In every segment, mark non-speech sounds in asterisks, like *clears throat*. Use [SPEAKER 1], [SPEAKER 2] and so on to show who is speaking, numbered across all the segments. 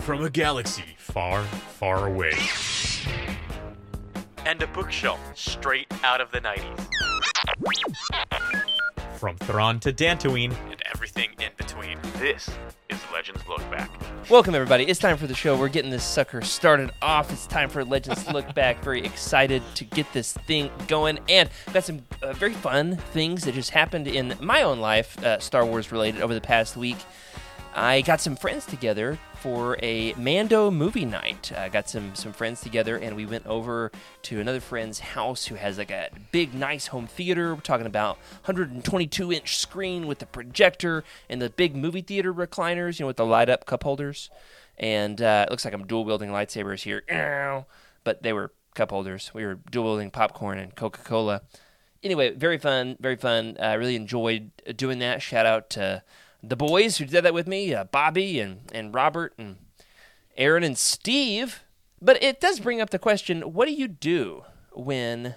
[SPEAKER 1] from a galaxy far, far away.
[SPEAKER 2] and a bookshelf straight out of the 90s,
[SPEAKER 1] From Thrawn to Dantooine,
[SPEAKER 2] and everything in between. This is Legends Look Back.
[SPEAKER 3] Welcome, everybody. It's time for the show. We're getting this sucker started off. It's time for Legends Look Back. Very excited to get this thing going. And got some uh, very fun things that just happened in my own life, uh, Star Wars related, over the past week. I got some friends together for a Mando movie night. I got some some friends together, and we went over to another friend's house who has like a big, nice home theater. We're talking about 122 inch screen with the projector and the big movie theater recliners, you know, with the light up cup holders. And uh, it looks like I'm dual wielding lightsabers here, Ow. but they were cup holders. We were dual wielding popcorn and Coca Cola anyway, very fun, very fun. I really enjoyed doing that. Shout out to the boys who did that with me, uh, Bobby and and Robert and Aaron and Steve. But it does bring up the question: What do you do when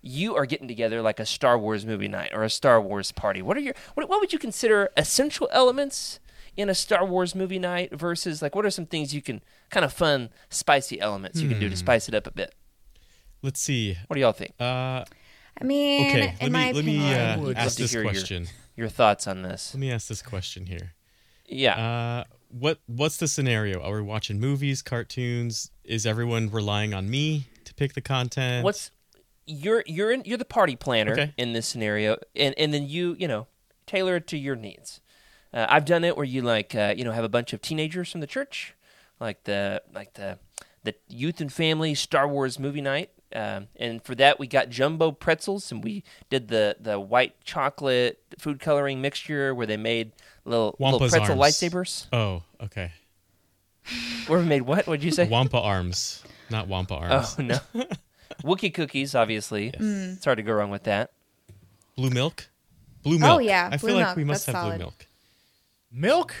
[SPEAKER 3] you are getting together like a Star Wars movie night or a Star Wars party? What are your what, what would you consider essential elements in a Star Wars movie night versus like what are some things you can kind of fun, spicy elements you can do to spice it up a bit?
[SPEAKER 4] Let's see.
[SPEAKER 3] What do y'all think?
[SPEAKER 4] Uh,
[SPEAKER 5] I mean,
[SPEAKER 4] okay, let
[SPEAKER 5] in my
[SPEAKER 4] me let
[SPEAKER 5] opinion,
[SPEAKER 4] me
[SPEAKER 1] I
[SPEAKER 4] uh,
[SPEAKER 1] would
[SPEAKER 3] love
[SPEAKER 4] ask
[SPEAKER 3] to
[SPEAKER 4] this
[SPEAKER 3] hear your-
[SPEAKER 4] question.
[SPEAKER 3] Your thoughts on this?
[SPEAKER 4] Let me ask this question here.
[SPEAKER 3] Yeah.
[SPEAKER 4] Uh, what what's the scenario? Are we watching movies, cartoons? Is everyone relying on me to pick the content?
[SPEAKER 3] what's you're you're in, you're the party planner
[SPEAKER 4] Okay.
[SPEAKER 3] in this scenario, and and then you you know tailor it to your needs. Uh, I've done it where you like uh, you know have a bunch of teenagers from the church, like the like the the youth and family Star Wars movie night. Um, and for that, we got jumbo pretzels, and we did the, the white chocolate food coloring mixture where they made little, little
[SPEAKER 4] Wampa's
[SPEAKER 3] pretzel
[SPEAKER 4] arms.
[SPEAKER 3] lightsabers.
[SPEAKER 4] Oh, okay.
[SPEAKER 3] Where we made what? What'd you
[SPEAKER 4] *laughs*
[SPEAKER 3] say?
[SPEAKER 4] Wampa arms, not Wampa arms. *laughs*
[SPEAKER 3] oh no, Wookie cookies, obviously. It's hard to go wrong with that.
[SPEAKER 4] Blue milk. Blue milk.
[SPEAKER 5] Oh, yeah,
[SPEAKER 4] I
[SPEAKER 5] blue
[SPEAKER 4] feel like
[SPEAKER 5] milk,
[SPEAKER 4] we must
[SPEAKER 5] that's
[SPEAKER 4] have
[SPEAKER 5] solid.
[SPEAKER 4] blue milk.
[SPEAKER 1] milk.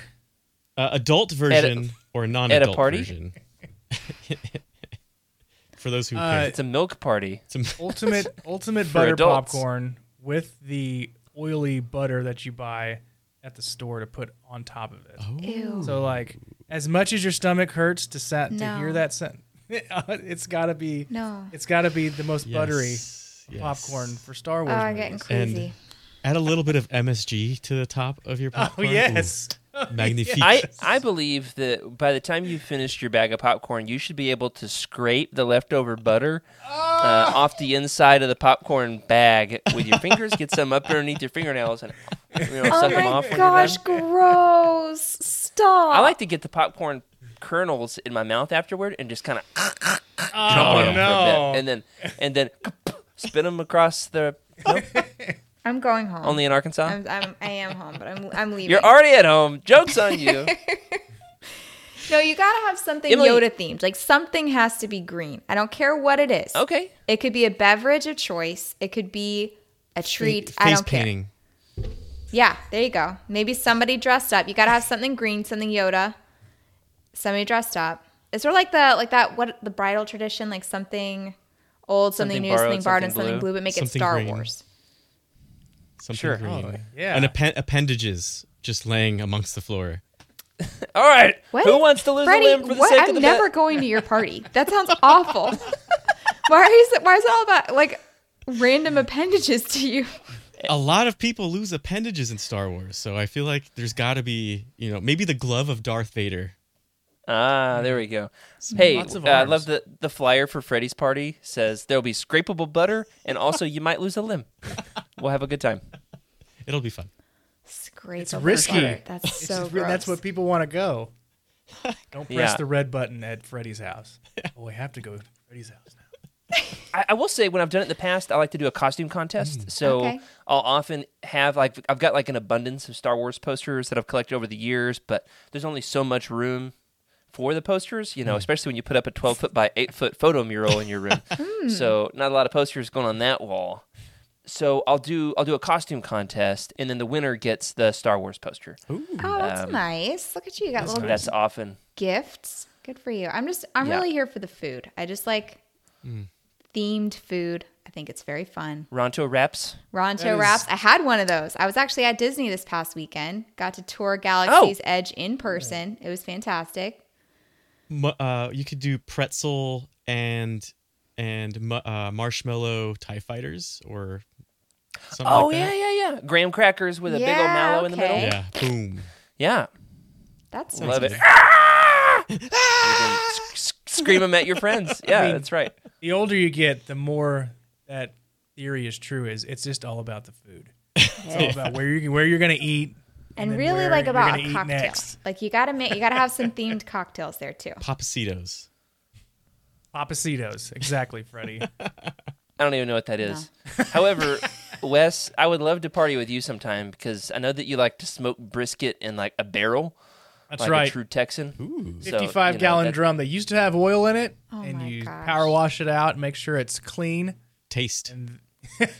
[SPEAKER 4] Uh, adult version or non-adult
[SPEAKER 3] party?
[SPEAKER 4] version. *laughs* For those who
[SPEAKER 6] Uh,
[SPEAKER 4] care.
[SPEAKER 3] It's a milk party.
[SPEAKER 4] Some-
[SPEAKER 3] *laughs*
[SPEAKER 6] ultimate ultimate butter
[SPEAKER 3] adults.
[SPEAKER 6] popcorn with the oily butter that you buy at the store to put on top of it.
[SPEAKER 5] ew.
[SPEAKER 6] So like as much as your stomach hurts to sat to hear
[SPEAKER 5] Oh. No.
[SPEAKER 6] that sentence, *laughs* it's got to be
[SPEAKER 5] No.
[SPEAKER 6] It's got to be the most buttery
[SPEAKER 4] Yes, yes.
[SPEAKER 6] popcorn for Star
[SPEAKER 5] oh,
[SPEAKER 6] Wars.
[SPEAKER 5] I'm getting
[SPEAKER 6] movies.
[SPEAKER 5] queasy.
[SPEAKER 4] Add a little bit of MSG to the top of your
[SPEAKER 6] Oh
[SPEAKER 4] popcorn. Ooh,
[SPEAKER 6] yes. *laughs*
[SPEAKER 4] magnifique.
[SPEAKER 3] I, I believe that by the time you finished your bag of popcorn, you should be able to scrape the leftover butter uh, off the inside of the popcorn bag with your fingers. Get some up underneath your fingernails and you know,
[SPEAKER 5] Oh
[SPEAKER 3] suck them
[SPEAKER 5] my
[SPEAKER 3] off. when you're
[SPEAKER 5] gosh,
[SPEAKER 3] done. *laughs*
[SPEAKER 5] gross. Stop.
[SPEAKER 3] I like to get the popcorn kernels in my mouth afterward and just kind of
[SPEAKER 6] Oh no.
[SPEAKER 3] and then and then spin them across the
[SPEAKER 5] *laughs*
[SPEAKER 3] no,
[SPEAKER 5] I'm going home.
[SPEAKER 3] only in Arkansas.
[SPEAKER 5] I'm, I'm, I am home, but I'm, I'm leaving.
[SPEAKER 3] You're already at home. Jokes on
[SPEAKER 5] *laughs*
[SPEAKER 3] you.
[SPEAKER 5] no, you gotta have something
[SPEAKER 3] Emily-
[SPEAKER 5] Yoda themed. Like something has to be green. I don't care what it is.
[SPEAKER 3] Okay.
[SPEAKER 5] It could be a beverage of choice. It could be a treat.
[SPEAKER 4] Face
[SPEAKER 5] I don't care.
[SPEAKER 4] painting.
[SPEAKER 5] Yeah, there you go. Maybe somebody dressed up. You gotta have something green, something Yoda. Somebody dressed up. It's sort of like the like that what the bridal tradition, like something old, something,
[SPEAKER 3] Something
[SPEAKER 5] new,
[SPEAKER 3] borrowed,
[SPEAKER 5] something borrowed, and
[SPEAKER 3] something
[SPEAKER 5] something
[SPEAKER 3] blue.
[SPEAKER 5] blue, but make it
[SPEAKER 4] Something
[SPEAKER 5] Star
[SPEAKER 4] green.
[SPEAKER 5] Wars.
[SPEAKER 4] Something
[SPEAKER 3] Sure.
[SPEAKER 4] green.
[SPEAKER 6] Oh, yeah.
[SPEAKER 4] And appen- appendages just laying amongst the floor.
[SPEAKER 3] All right.
[SPEAKER 5] What?
[SPEAKER 3] Who wants to lose
[SPEAKER 5] Freddie,
[SPEAKER 3] a limb for the
[SPEAKER 5] what?
[SPEAKER 3] sake
[SPEAKER 5] I'm
[SPEAKER 3] of the bet?
[SPEAKER 5] never going to
[SPEAKER 3] *laughs*
[SPEAKER 5] your party. That sounds awful. *laughs* why are you, so- why is it all about like random appendages to you?
[SPEAKER 4] A lot of people lose appendages in Star Wars, so I feel like there's got to be, you know, maybe the glove of Darth Vader.
[SPEAKER 3] Ah, there we go. Hey,
[SPEAKER 6] lots of
[SPEAKER 3] uh, I
[SPEAKER 6] arms.
[SPEAKER 3] love the the flyer for Freddy's party says there'll be scrapeable butter and also you might lose a
[SPEAKER 6] *laughs*
[SPEAKER 3] limb. We'll have a good time.
[SPEAKER 4] It'll be fun.
[SPEAKER 5] Scrape
[SPEAKER 6] It's
[SPEAKER 5] over
[SPEAKER 6] risky.
[SPEAKER 5] butter. That's so
[SPEAKER 6] It's re-
[SPEAKER 5] gross.
[SPEAKER 6] that's what people want
[SPEAKER 3] *laughs*
[SPEAKER 6] to go. Don't press
[SPEAKER 3] Yeah.
[SPEAKER 6] the red button at
[SPEAKER 3] *laughs*
[SPEAKER 6] Freddy's house. Oh, we have to go to Freddy's house now.
[SPEAKER 3] I, I will say when I've done it in the past, I like to do a costume contest. So
[SPEAKER 5] Mm. Okay.
[SPEAKER 3] I'll often have like I've got like an abundance of Star Wars posters that I've collected over the years, but there's only so much room for the posters, you know,
[SPEAKER 5] Mm.
[SPEAKER 3] especially when you put up a 12 foot by 8 foot photo mural in your
[SPEAKER 5] *laughs*
[SPEAKER 3] room.
[SPEAKER 5] Hmm.
[SPEAKER 3] So not a lot of posters going on that wall. So I'll do I'll do a costume contest, and then the winner gets the Star Wars poster.
[SPEAKER 5] Oh, that's
[SPEAKER 3] Um,
[SPEAKER 5] nice. Look at you. You got little
[SPEAKER 3] That's often
[SPEAKER 5] gifts. Good for you. I'm just I'm
[SPEAKER 3] Yeah. Mm.
[SPEAKER 5] really here for the food. I just like themed food. I think it's very fun.
[SPEAKER 3] Ronto wraps.
[SPEAKER 5] Ronto
[SPEAKER 6] is-
[SPEAKER 5] wraps. I had one of those. I was actually at
[SPEAKER 3] Oh.
[SPEAKER 5] Disney this past weekend. Got to tour Galaxy's Edge in person. It was fantastic.
[SPEAKER 4] mu- uh, you could do pretzel and and mu- uh, marshmallow Tie Fighters or something.
[SPEAKER 3] Oh
[SPEAKER 4] like
[SPEAKER 3] yeah,
[SPEAKER 4] that.
[SPEAKER 3] yeah, yeah. Graham crackers with a big old
[SPEAKER 5] Yeah,
[SPEAKER 3] mallow in the
[SPEAKER 5] okay.
[SPEAKER 3] middle.
[SPEAKER 4] yeah, boom.
[SPEAKER 3] Yeah,
[SPEAKER 5] That's
[SPEAKER 3] love it.
[SPEAKER 5] nice.
[SPEAKER 3] You can sc- sc- scream them at your friends. Yeah, that's right.
[SPEAKER 6] The older you get, the more that theory is true. Is it's just all about the food. It's all about where you where you're gonna eat.
[SPEAKER 5] And,
[SPEAKER 6] then
[SPEAKER 5] really
[SPEAKER 6] where
[SPEAKER 5] like
[SPEAKER 6] you're
[SPEAKER 5] about
[SPEAKER 6] gonna
[SPEAKER 5] a
[SPEAKER 6] eat
[SPEAKER 5] cocktail.
[SPEAKER 6] next.
[SPEAKER 5] Like you gotta make you gotta have some themed *laughs* cocktails there too.
[SPEAKER 4] Papacitos.
[SPEAKER 6] Papacitos, exactly, Freddie.
[SPEAKER 3] I don't even know what that
[SPEAKER 5] *laughs*
[SPEAKER 3] is. However, Wes, I would love to party with you sometime because I know that you like to smoke brisket in like a barrel,
[SPEAKER 6] That's
[SPEAKER 3] like
[SPEAKER 6] right.
[SPEAKER 3] a true Texan.
[SPEAKER 4] Ooh.
[SPEAKER 3] *laughs* So,
[SPEAKER 6] 55
[SPEAKER 3] you know,
[SPEAKER 6] gallon
[SPEAKER 3] that-
[SPEAKER 6] drum that used to have oil in it,
[SPEAKER 5] Oh
[SPEAKER 6] and
[SPEAKER 5] my
[SPEAKER 6] you
[SPEAKER 5] gosh.
[SPEAKER 6] power wash it out, make sure it's clean,
[SPEAKER 4] Taste.
[SPEAKER 6] and, and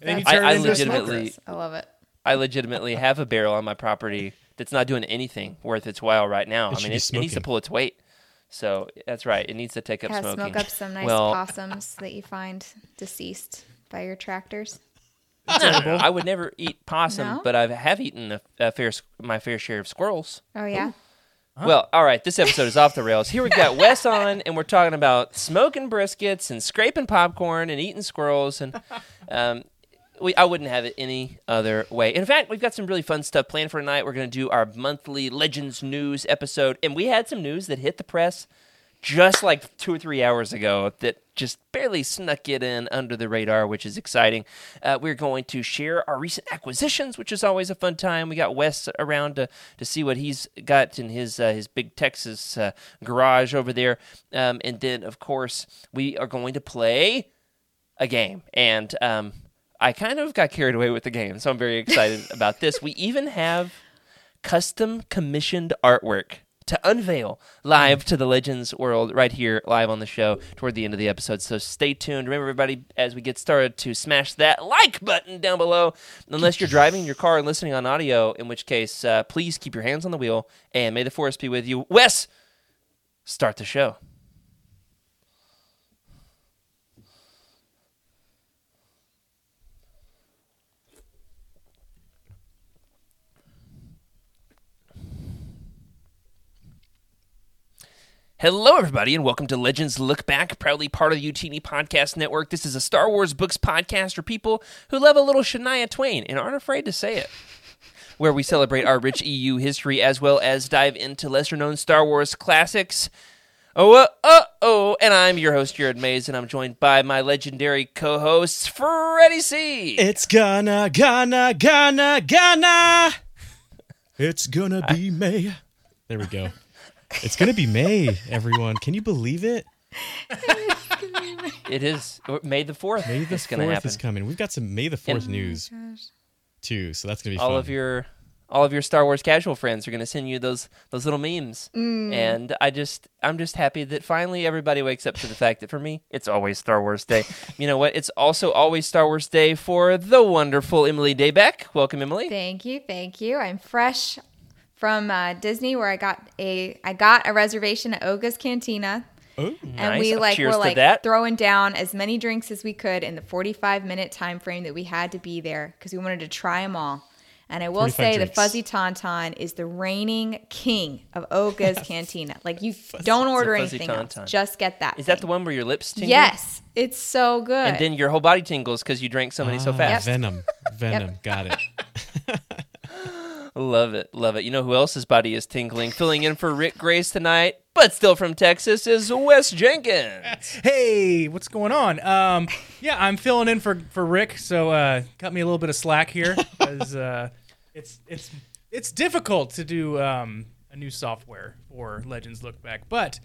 [SPEAKER 6] then you
[SPEAKER 5] That's
[SPEAKER 6] turn
[SPEAKER 3] I
[SPEAKER 6] it into a smoker.
[SPEAKER 3] legitimately-
[SPEAKER 5] Smokers. I love it.
[SPEAKER 3] I legitimately have a barrel on my property that's not doing anything worth its while right now. I
[SPEAKER 4] should
[SPEAKER 3] mean,
[SPEAKER 4] be
[SPEAKER 3] it's, it needs to
[SPEAKER 4] smoking.
[SPEAKER 3] pull its weight. So that's right. It needs to take up
[SPEAKER 5] Yeah,
[SPEAKER 3] smoking.
[SPEAKER 5] smoke up some nice
[SPEAKER 3] well,
[SPEAKER 5] possums that you find deceased by your tractors.
[SPEAKER 3] I would never eat possum,
[SPEAKER 5] No?
[SPEAKER 3] but I have eaten a, a fair s- my fair share of squirrels.
[SPEAKER 5] Oh yeah.
[SPEAKER 3] Well, all right, this episode is off the rails. Here we got Wes on, and we're talking about smoking briskets and scraping popcorn and eating squirrels, and um, we I wouldn't have it any other way. In fact, we've got some really fun stuff planned for tonight. We're going to do our monthly Legends news episode, and we had some news that hit the press just like two or three hours ago that just barely snuck it in under the radar, which is exciting. Uh, we're going to share our recent acquisitions, which is always a fun time. We got Wes around to, to see what he's got in his uh, his big Texas uh, garage over there, um, and then of course we are going to play a game and. Um, I kind of got carried away with the game, so I'm very excited about this. We even have custom commissioned artwork to unveil live to the Legends world right here live on the show toward the end of the episode. So stay tuned. Remember, everybody, as we get started, to smash that like button down below. Unless you're driving your car and listening on audio, in which case, uh, please keep your hands on the wheel and may the force be with you. Wes, start the show. Hello, everybody, and welcome to Legends Look Back, proudly part of the UTD Podcast Network. This is a Star Wars books podcast for people who love a little Shania Twain and aren't afraid to say it. Where we celebrate our rich EU history as well as dive into lesser known Star Wars classics. Oh, uh, uh, oh, and I'm your host, Jared Mays, and I'm joined by my legendary co host, Freddie C.
[SPEAKER 4] It's gonna, gonna, gonna, gonna. It's gonna be May. There we go. It's gonna be May, everyone. Can you believe it?
[SPEAKER 3] It is May the 4th.
[SPEAKER 4] May the
[SPEAKER 3] it's
[SPEAKER 4] fourth
[SPEAKER 3] going to happen.
[SPEAKER 4] is coming. We've got some May the
[SPEAKER 5] Oh
[SPEAKER 4] fourth news too, so that's gonna be
[SPEAKER 3] all
[SPEAKER 4] fun.
[SPEAKER 3] of your all of your Star Wars casual friends are going to send you those those little memes.
[SPEAKER 5] Mm.
[SPEAKER 3] And I just I'm just happy that finally everybody wakes up to the fact that for me it's always Star Wars Day. you know what? It's also always Star Wars Day for the wonderful Emily Daybeck. Welcome Emily.
[SPEAKER 5] Thank you, thank you. I'm fresh from uh, Disney, where I got a I got a reservation at Oga's Cantina,
[SPEAKER 4] oh,
[SPEAKER 5] and
[SPEAKER 3] Nice.
[SPEAKER 5] we like
[SPEAKER 3] Cheers
[SPEAKER 5] were
[SPEAKER 3] to
[SPEAKER 5] like
[SPEAKER 3] that.
[SPEAKER 5] throwing down as many drinks as we could in the 45 minute time frame that we had to be there because we wanted to try them all. And I will
[SPEAKER 4] 45
[SPEAKER 5] say the
[SPEAKER 4] drinks.
[SPEAKER 5] fuzzy tauntaun is the reigning king of Oga's Cantina. Like you don't order
[SPEAKER 3] fuzzy
[SPEAKER 5] anything else,
[SPEAKER 3] tauntaun.
[SPEAKER 5] just get that.
[SPEAKER 3] Is that
[SPEAKER 5] thing.
[SPEAKER 3] the one where your lips tingle?
[SPEAKER 5] Yes, it's so good.
[SPEAKER 3] And then your whole body tingles because you drank so many so
[SPEAKER 4] Ah,
[SPEAKER 3] fast.
[SPEAKER 4] Venom. Venom. Got it.
[SPEAKER 3] Love it, love it. You know who else's body is tingling? Filling in for Rick Grace tonight, but still from Texas is Wes Jenkins.
[SPEAKER 6] Hey, what's going on? Um, yeah, I'm filling in for for Rick, so uh, cut me a little bit of slack here 'cause, uh, it's it's it's difficult to do um, a new software for Legends Look Back. But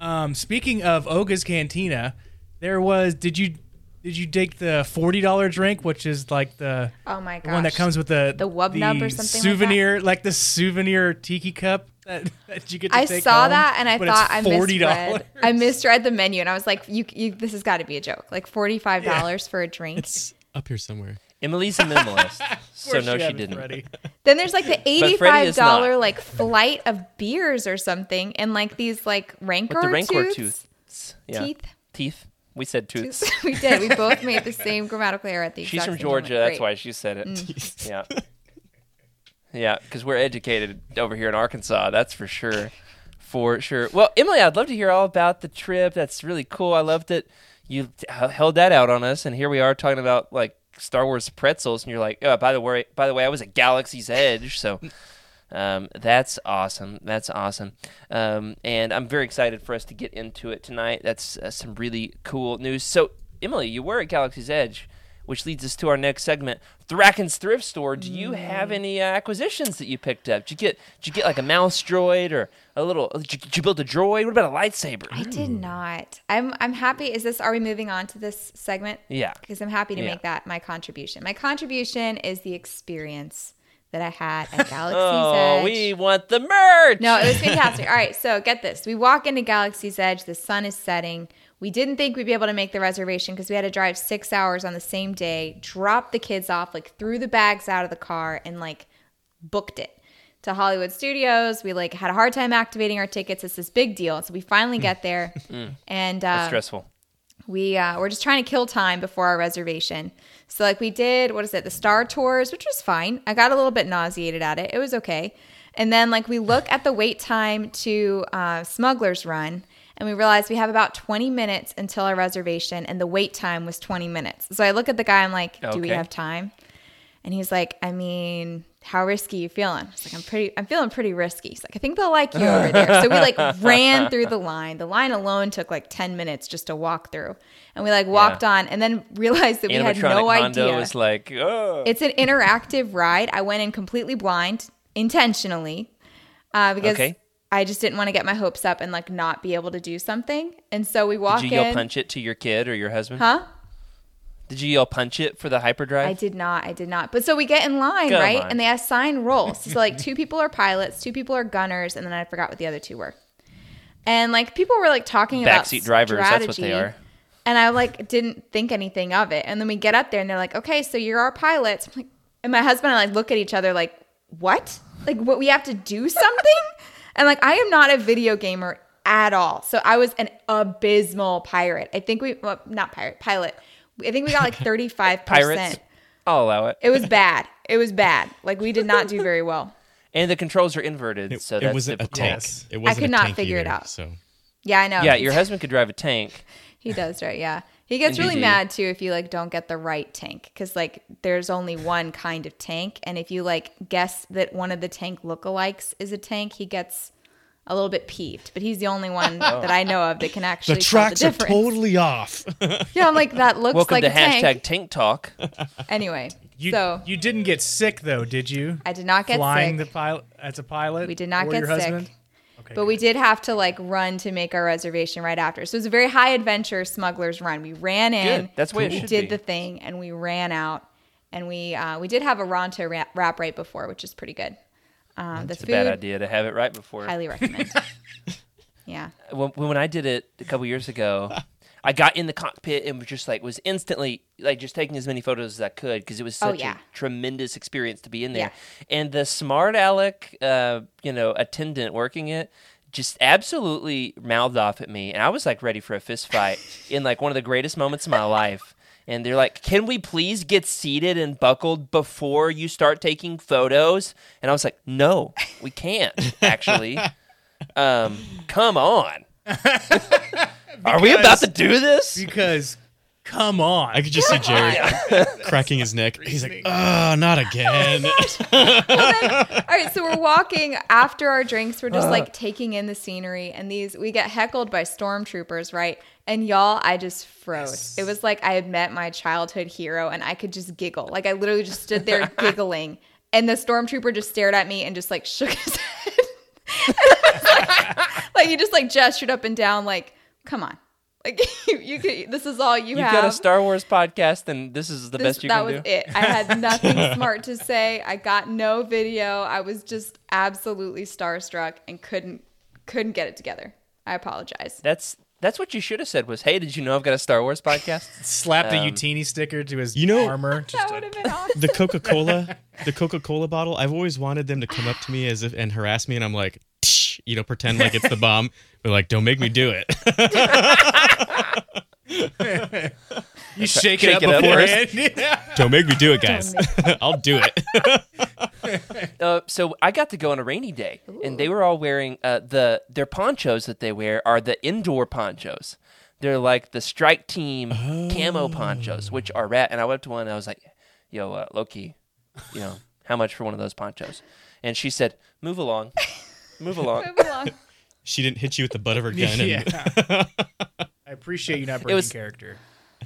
[SPEAKER 6] um, speaking of Oga's Cantina, there was did you did you take the forty dollar drink, which is like the
[SPEAKER 5] Oh my
[SPEAKER 6] the one that
[SPEAKER 5] gosh.
[SPEAKER 6] comes with the
[SPEAKER 5] The wub nub or something like that?
[SPEAKER 6] souvenir like, the souvenir tiki cup that, *laughs* that you get. To
[SPEAKER 5] I
[SPEAKER 6] take
[SPEAKER 5] saw
[SPEAKER 6] home,
[SPEAKER 5] that and I
[SPEAKER 6] but
[SPEAKER 5] thought I
[SPEAKER 6] it's $40.
[SPEAKER 5] misread. I misread the menu and I was like, "You, you this has got to be a joke." Like forty five dollars *laughs* for a
[SPEAKER 3] *laughs*
[SPEAKER 5] drink.
[SPEAKER 4] It's up here somewhere.
[SPEAKER 3] Emily's a minimalist, so
[SPEAKER 6] Of course
[SPEAKER 3] no,
[SPEAKER 6] you
[SPEAKER 3] she
[SPEAKER 6] haven't,
[SPEAKER 3] didn't.
[SPEAKER 6] Freddie.
[SPEAKER 5] then there's like the eighty
[SPEAKER 3] Freddie
[SPEAKER 5] five
[SPEAKER 3] is not.
[SPEAKER 5] dollar like flight of beers or something, and like these like rancor,
[SPEAKER 3] With the rancor
[SPEAKER 5] tooths?
[SPEAKER 3] tooths. Yeah.
[SPEAKER 5] Teeth?
[SPEAKER 3] Teeth. We said tooths.
[SPEAKER 5] *laughs* we did. We both
[SPEAKER 3] *laughs*
[SPEAKER 5] made the same grammatical error at the
[SPEAKER 3] She's
[SPEAKER 5] exact
[SPEAKER 3] from
[SPEAKER 5] same moment.
[SPEAKER 3] Georgia. That's
[SPEAKER 5] Great. Mm.
[SPEAKER 3] why she said it. *laughs* Yeah.
[SPEAKER 5] *laughs*
[SPEAKER 3] Yeah, because we're educated over here in Arkansas. That's for sure. for sure. Well, Emily, I'd love to hear all about the trip. That's really cool. I loved it. You t- h- held that out on us, and here we are talking about like Star Wars pretzels, and you're like, oh, by the way, by the way, I was at Galaxy's Edge,
[SPEAKER 5] *laughs*
[SPEAKER 3] so. Um, that's awesome. That's awesome. Um, and I'm very excited for us to get into it tonight. That's uh, some really cool news. So, Emily, you were at Galaxy's Edge, which leads us to our next segment, Thraken's Thrift Store. Do you have
[SPEAKER 5] Mm.
[SPEAKER 3] any uh, acquisitions that you picked up? Did you get did you get like a mouse droid or a little? uh, Did you, did you build a droid? What about a lightsaber?
[SPEAKER 5] I did not. I'm I'm happy. Is this are we moving on to this segment?
[SPEAKER 3] Yeah.
[SPEAKER 5] Because I'm happy to
[SPEAKER 3] Yeah.
[SPEAKER 5] make that my contribution. My contribution is the experience that I had
[SPEAKER 3] *laughs*
[SPEAKER 5] at Galaxy's
[SPEAKER 3] Oh,
[SPEAKER 5] Edge.
[SPEAKER 3] we want the merch.
[SPEAKER 5] No, it was fantastic. All right, so get this. We walk into Galaxy's Edge, the sun is setting. We didn't think we'd be able to make the reservation because we had to drive six hours on the same day, drop the kids off, like threw the bags out of the car and like booked it to Hollywood Studios. We like had a hard time activating our tickets. It's this big deal. So we finally get there and uh,
[SPEAKER 3] That's stressful.
[SPEAKER 5] we uh, were just trying to kill time before our reservation. So like we did, what is it, the Star Tours, which was fine. I got a little bit nauseated at it. It was okay. And then like we look at the wait time to uh, Smuggler's Run, and we realize we have about 20 minutes until our reservation, and the wait time was 20 minutes. So I look at the guy. I'm like, do we
[SPEAKER 3] Okay.
[SPEAKER 5] have time? And he's like, I mean, how risky you feeling? I was like, I'm pretty, I'm feeling pretty risky. He's like, I think they'll like you over there.
[SPEAKER 3] *laughs*
[SPEAKER 5] So we like ran through the line. The line alone took like 10 minutes just to walk through. And we like walked on and then realized that we had
[SPEAKER 3] Animatronic
[SPEAKER 5] no
[SPEAKER 3] Hondo
[SPEAKER 5] idea.
[SPEAKER 3] is like, oh.
[SPEAKER 5] it's an interactive ride. I went in completely blind intentionally uh, because
[SPEAKER 3] Okay.
[SPEAKER 5] I just didn't want to get my hopes up and like not be able to do something. And so we walk
[SPEAKER 3] Did you yell
[SPEAKER 5] in.
[SPEAKER 3] punch it to your kid or your husband?
[SPEAKER 5] Huh?
[SPEAKER 3] Did you yell punch it for the hyperdrive?
[SPEAKER 5] I did not. I did not. But so we get in line,
[SPEAKER 3] Come
[SPEAKER 5] right?
[SPEAKER 3] on.
[SPEAKER 5] And they assign roles. So
[SPEAKER 3] *laughs*
[SPEAKER 5] like two people are pilots, two people are gunners, and then I forgot what the other two were. And like people were like talking about
[SPEAKER 3] Backseat drivers, that's what they
[SPEAKER 5] strategy,
[SPEAKER 3] are.
[SPEAKER 5] And I like didn't think anything of it. And then we get up there and they're like, "Okay, so you're our pilots." I'm like, and my husband and I like look at each other like, "What? Like what we have to do *laughs* something?" and like I am not a video gamer at all. So I was an abysmal pirate. I think we well, not pirate, pilot. I think we
[SPEAKER 3] *laughs*
[SPEAKER 5] got like 35%
[SPEAKER 3] Pirates? I'll allow it.
[SPEAKER 5] it was bad. It was bad. Like we did not do very well.
[SPEAKER 3] And the controls are inverted,
[SPEAKER 4] It,
[SPEAKER 3] so
[SPEAKER 4] it
[SPEAKER 3] that's
[SPEAKER 4] wasn't a
[SPEAKER 3] difficult.
[SPEAKER 4] tank.
[SPEAKER 6] Yes.
[SPEAKER 4] It wasn't
[SPEAKER 5] could
[SPEAKER 4] a
[SPEAKER 5] not
[SPEAKER 4] tank
[SPEAKER 5] figure it
[SPEAKER 4] either,
[SPEAKER 5] out.
[SPEAKER 4] So
[SPEAKER 5] Yeah, I know.
[SPEAKER 3] Yeah, your husband could drive a tank.
[SPEAKER 5] he does right. Yeah, he gets really
[SPEAKER 3] NGG.
[SPEAKER 5] mad too if you like don't get the right tank because like there's only one kind of tank, and if you like guess that one of the tank lookalikes is a tank, he gets a little bit peeved. But he's the
[SPEAKER 3] *laughs*
[SPEAKER 5] only one that I know of that can actually
[SPEAKER 4] the tracks
[SPEAKER 5] tell
[SPEAKER 4] are
[SPEAKER 5] the difference.
[SPEAKER 4] totally off.
[SPEAKER 5] yeah, I'm like that looks
[SPEAKER 3] Welcome
[SPEAKER 5] like
[SPEAKER 3] to
[SPEAKER 5] a tank.
[SPEAKER 3] hashtag tank talk.
[SPEAKER 5] Anyway,
[SPEAKER 6] You,
[SPEAKER 5] so
[SPEAKER 6] you didn't get sick though, did you?
[SPEAKER 5] I did not get
[SPEAKER 6] Flying
[SPEAKER 5] sick.
[SPEAKER 6] the pilot as a pilot.
[SPEAKER 5] We did not
[SPEAKER 6] or
[SPEAKER 5] get
[SPEAKER 6] your
[SPEAKER 5] sick.
[SPEAKER 6] husband? Okay,
[SPEAKER 5] But we did have to like run to make our reservation right after. So it was a very high adventure smuggler's run. We ran in.
[SPEAKER 3] Good. That's the way it
[SPEAKER 5] we
[SPEAKER 3] should
[SPEAKER 5] did
[SPEAKER 3] be.
[SPEAKER 5] the thing, and we ran out. And we uh, we did have a Ronto ra- wrap right before, which is pretty good. Um, the
[SPEAKER 3] It's a
[SPEAKER 5] food,
[SPEAKER 3] bad idea to have it right before.
[SPEAKER 5] highly
[SPEAKER 3] *laughs*
[SPEAKER 5] recommend. yeah,
[SPEAKER 3] When, when I did it a couple years ago,
[SPEAKER 5] *laughs*
[SPEAKER 3] I got in the cockpit and was just like was instantly like just taking as many photos as I could because it was
[SPEAKER 5] Oh,
[SPEAKER 3] such
[SPEAKER 5] yeah.
[SPEAKER 3] a tremendous experience to be in there. And the smart aleck, uh, you know, attendant working it. Just absolutely mouthed off at me, and I was like ready for a fist
[SPEAKER 5] *laughs*
[SPEAKER 3] fight in like one of the greatest moments of my life. And they're like, "Can we please get seated and buckled before you start taking photos?" And I was like, "No, we can't
[SPEAKER 5] *laughs*
[SPEAKER 3] actually." Um, come on. *laughs* Are we about to do this?
[SPEAKER 6] because come on.
[SPEAKER 4] I could just see
[SPEAKER 3] *laughs*
[SPEAKER 4] Jerry cracking his neck. He's like, oh, not again.
[SPEAKER 5] *laughs* All right, so we're walking after our drinks. We're just like taking in the scenery, and these we get heckled by stormtroopers, right? And y'all, I just froze. It was like I had met my childhood hero, and I could just giggle. Like I literally just stood there giggling, and the stormtrooper just stared at me and just like shook his *laughs* head. *laughs* And I was like, like, he just like gestured up and down, like "Come on, like *laughs* you, you could, this is all you
[SPEAKER 3] You've
[SPEAKER 5] have."
[SPEAKER 3] got a Star Wars podcast, and this is the
[SPEAKER 5] This-
[SPEAKER 3] best you
[SPEAKER 5] that
[SPEAKER 3] can
[SPEAKER 5] was
[SPEAKER 3] do.
[SPEAKER 5] it. I
[SPEAKER 3] *laughs*
[SPEAKER 5] had nothing smart to say. I got no video. I was just absolutely starstruck and couldn't couldn't get it together. I apologize.
[SPEAKER 3] That's that's what you should have said. Was hey, did you know I've got a Star Wars
[SPEAKER 5] *laughs*
[SPEAKER 3] podcast?
[SPEAKER 6] slapped
[SPEAKER 3] Um,
[SPEAKER 6] a Utini sticker to his
[SPEAKER 4] You know-
[SPEAKER 6] armor. Just
[SPEAKER 5] That
[SPEAKER 6] a-
[SPEAKER 5] would have
[SPEAKER 3] *laughs*
[SPEAKER 5] been awesome.
[SPEAKER 4] the Coca Cola, the Coca Cola bottle. I've always wanted them to come up to me as if and harass me, and I'm like, "Tsh," you know, pretend like it's the bomb, but like, don't make me do
[SPEAKER 5] *laughs*
[SPEAKER 4] it.
[SPEAKER 6] you shake,
[SPEAKER 3] Shake
[SPEAKER 6] it up
[SPEAKER 3] it up
[SPEAKER 6] beforehand. *laughs* Yeah.
[SPEAKER 4] *laughs* don't make me do it, guys. I'll do it.
[SPEAKER 3] Uh, so I got to go on a rainy day, and they were all wearing uh, the their ponchos that they wear are the indoor ponchos. They're like the strike team
[SPEAKER 5] Oh.
[SPEAKER 3] camo ponchos, which are rat. And I went up to one and I was like, "Yo, uh, Loki, you know how much for one of those ponchos?" And she said, "Move along, move
[SPEAKER 5] *laughs*
[SPEAKER 3] along."
[SPEAKER 5] Move along.
[SPEAKER 4] She didn't hit you with the butt of her
[SPEAKER 3] *laughs*
[SPEAKER 4] gun. And,
[SPEAKER 6] yeah. I appreciate you not breaking
[SPEAKER 3] was-
[SPEAKER 6] character.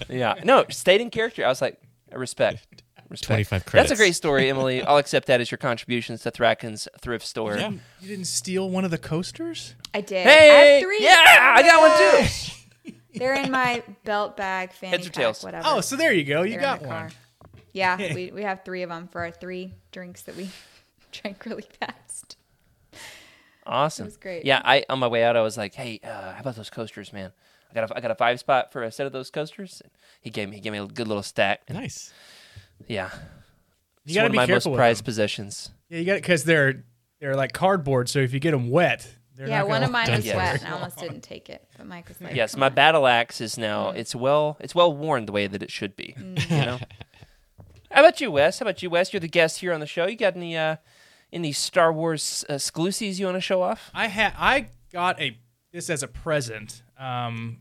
[SPEAKER 3] yeah, no, stayed in character. I was like, "I
[SPEAKER 6] *laughs*
[SPEAKER 3] respect." Respect.
[SPEAKER 4] 25
[SPEAKER 3] That's a
[SPEAKER 4] credits.
[SPEAKER 3] great story, Emily. I'll accept that as your contributions to Thraken's thrift store.
[SPEAKER 4] Yeah.
[SPEAKER 6] You didn't steal one of the coasters?
[SPEAKER 5] I did. I
[SPEAKER 3] Hey,
[SPEAKER 5] have three.
[SPEAKER 3] yeah, I got one too.
[SPEAKER 5] They're in my belt bag, fanny
[SPEAKER 3] Heads or
[SPEAKER 5] pack,
[SPEAKER 3] tails?
[SPEAKER 5] whatever.
[SPEAKER 6] Oh, so there you go. You
[SPEAKER 5] They're in
[SPEAKER 6] got
[SPEAKER 5] the
[SPEAKER 6] one.
[SPEAKER 5] car. Yeah, we, we have three of them for our three drinks that we *laughs* drank really fast.
[SPEAKER 3] Awesome.
[SPEAKER 5] was great.
[SPEAKER 3] Yeah, I on my way out, I was like, "Hey, uh, how about those coasters, man? I got a, I got a five spot for a set of those coasters." And he gave me he gave me a good little stack. And
[SPEAKER 4] *laughs* Nice.
[SPEAKER 3] yeah,
[SPEAKER 6] You
[SPEAKER 3] It's
[SPEAKER 6] got
[SPEAKER 3] one of
[SPEAKER 6] to be
[SPEAKER 3] my
[SPEAKER 6] careful
[SPEAKER 3] most
[SPEAKER 6] with
[SPEAKER 3] prized
[SPEAKER 6] them.
[SPEAKER 3] possessions.
[SPEAKER 6] Yeah, you got it because they're they're like cardboard. So if you get them wet, they're
[SPEAKER 5] yeah,
[SPEAKER 6] not
[SPEAKER 5] one
[SPEAKER 6] gonna-
[SPEAKER 5] of mine was
[SPEAKER 3] Don't
[SPEAKER 5] wet, and I almost didn't take it. But Mike was like,
[SPEAKER 3] Yes,
[SPEAKER 5] "Come
[SPEAKER 3] my
[SPEAKER 5] on."
[SPEAKER 3] battle axe is now it's well it's well worn the way that it should be. You
[SPEAKER 4] *laughs*
[SPEAKER 3] know. how about you, Wes? How about you, Wes? You're the guest here on the show. You got any uh any Star Wars uh, exclusives you want to show off?
[SPEAKER 6] I had I got a this as a present um,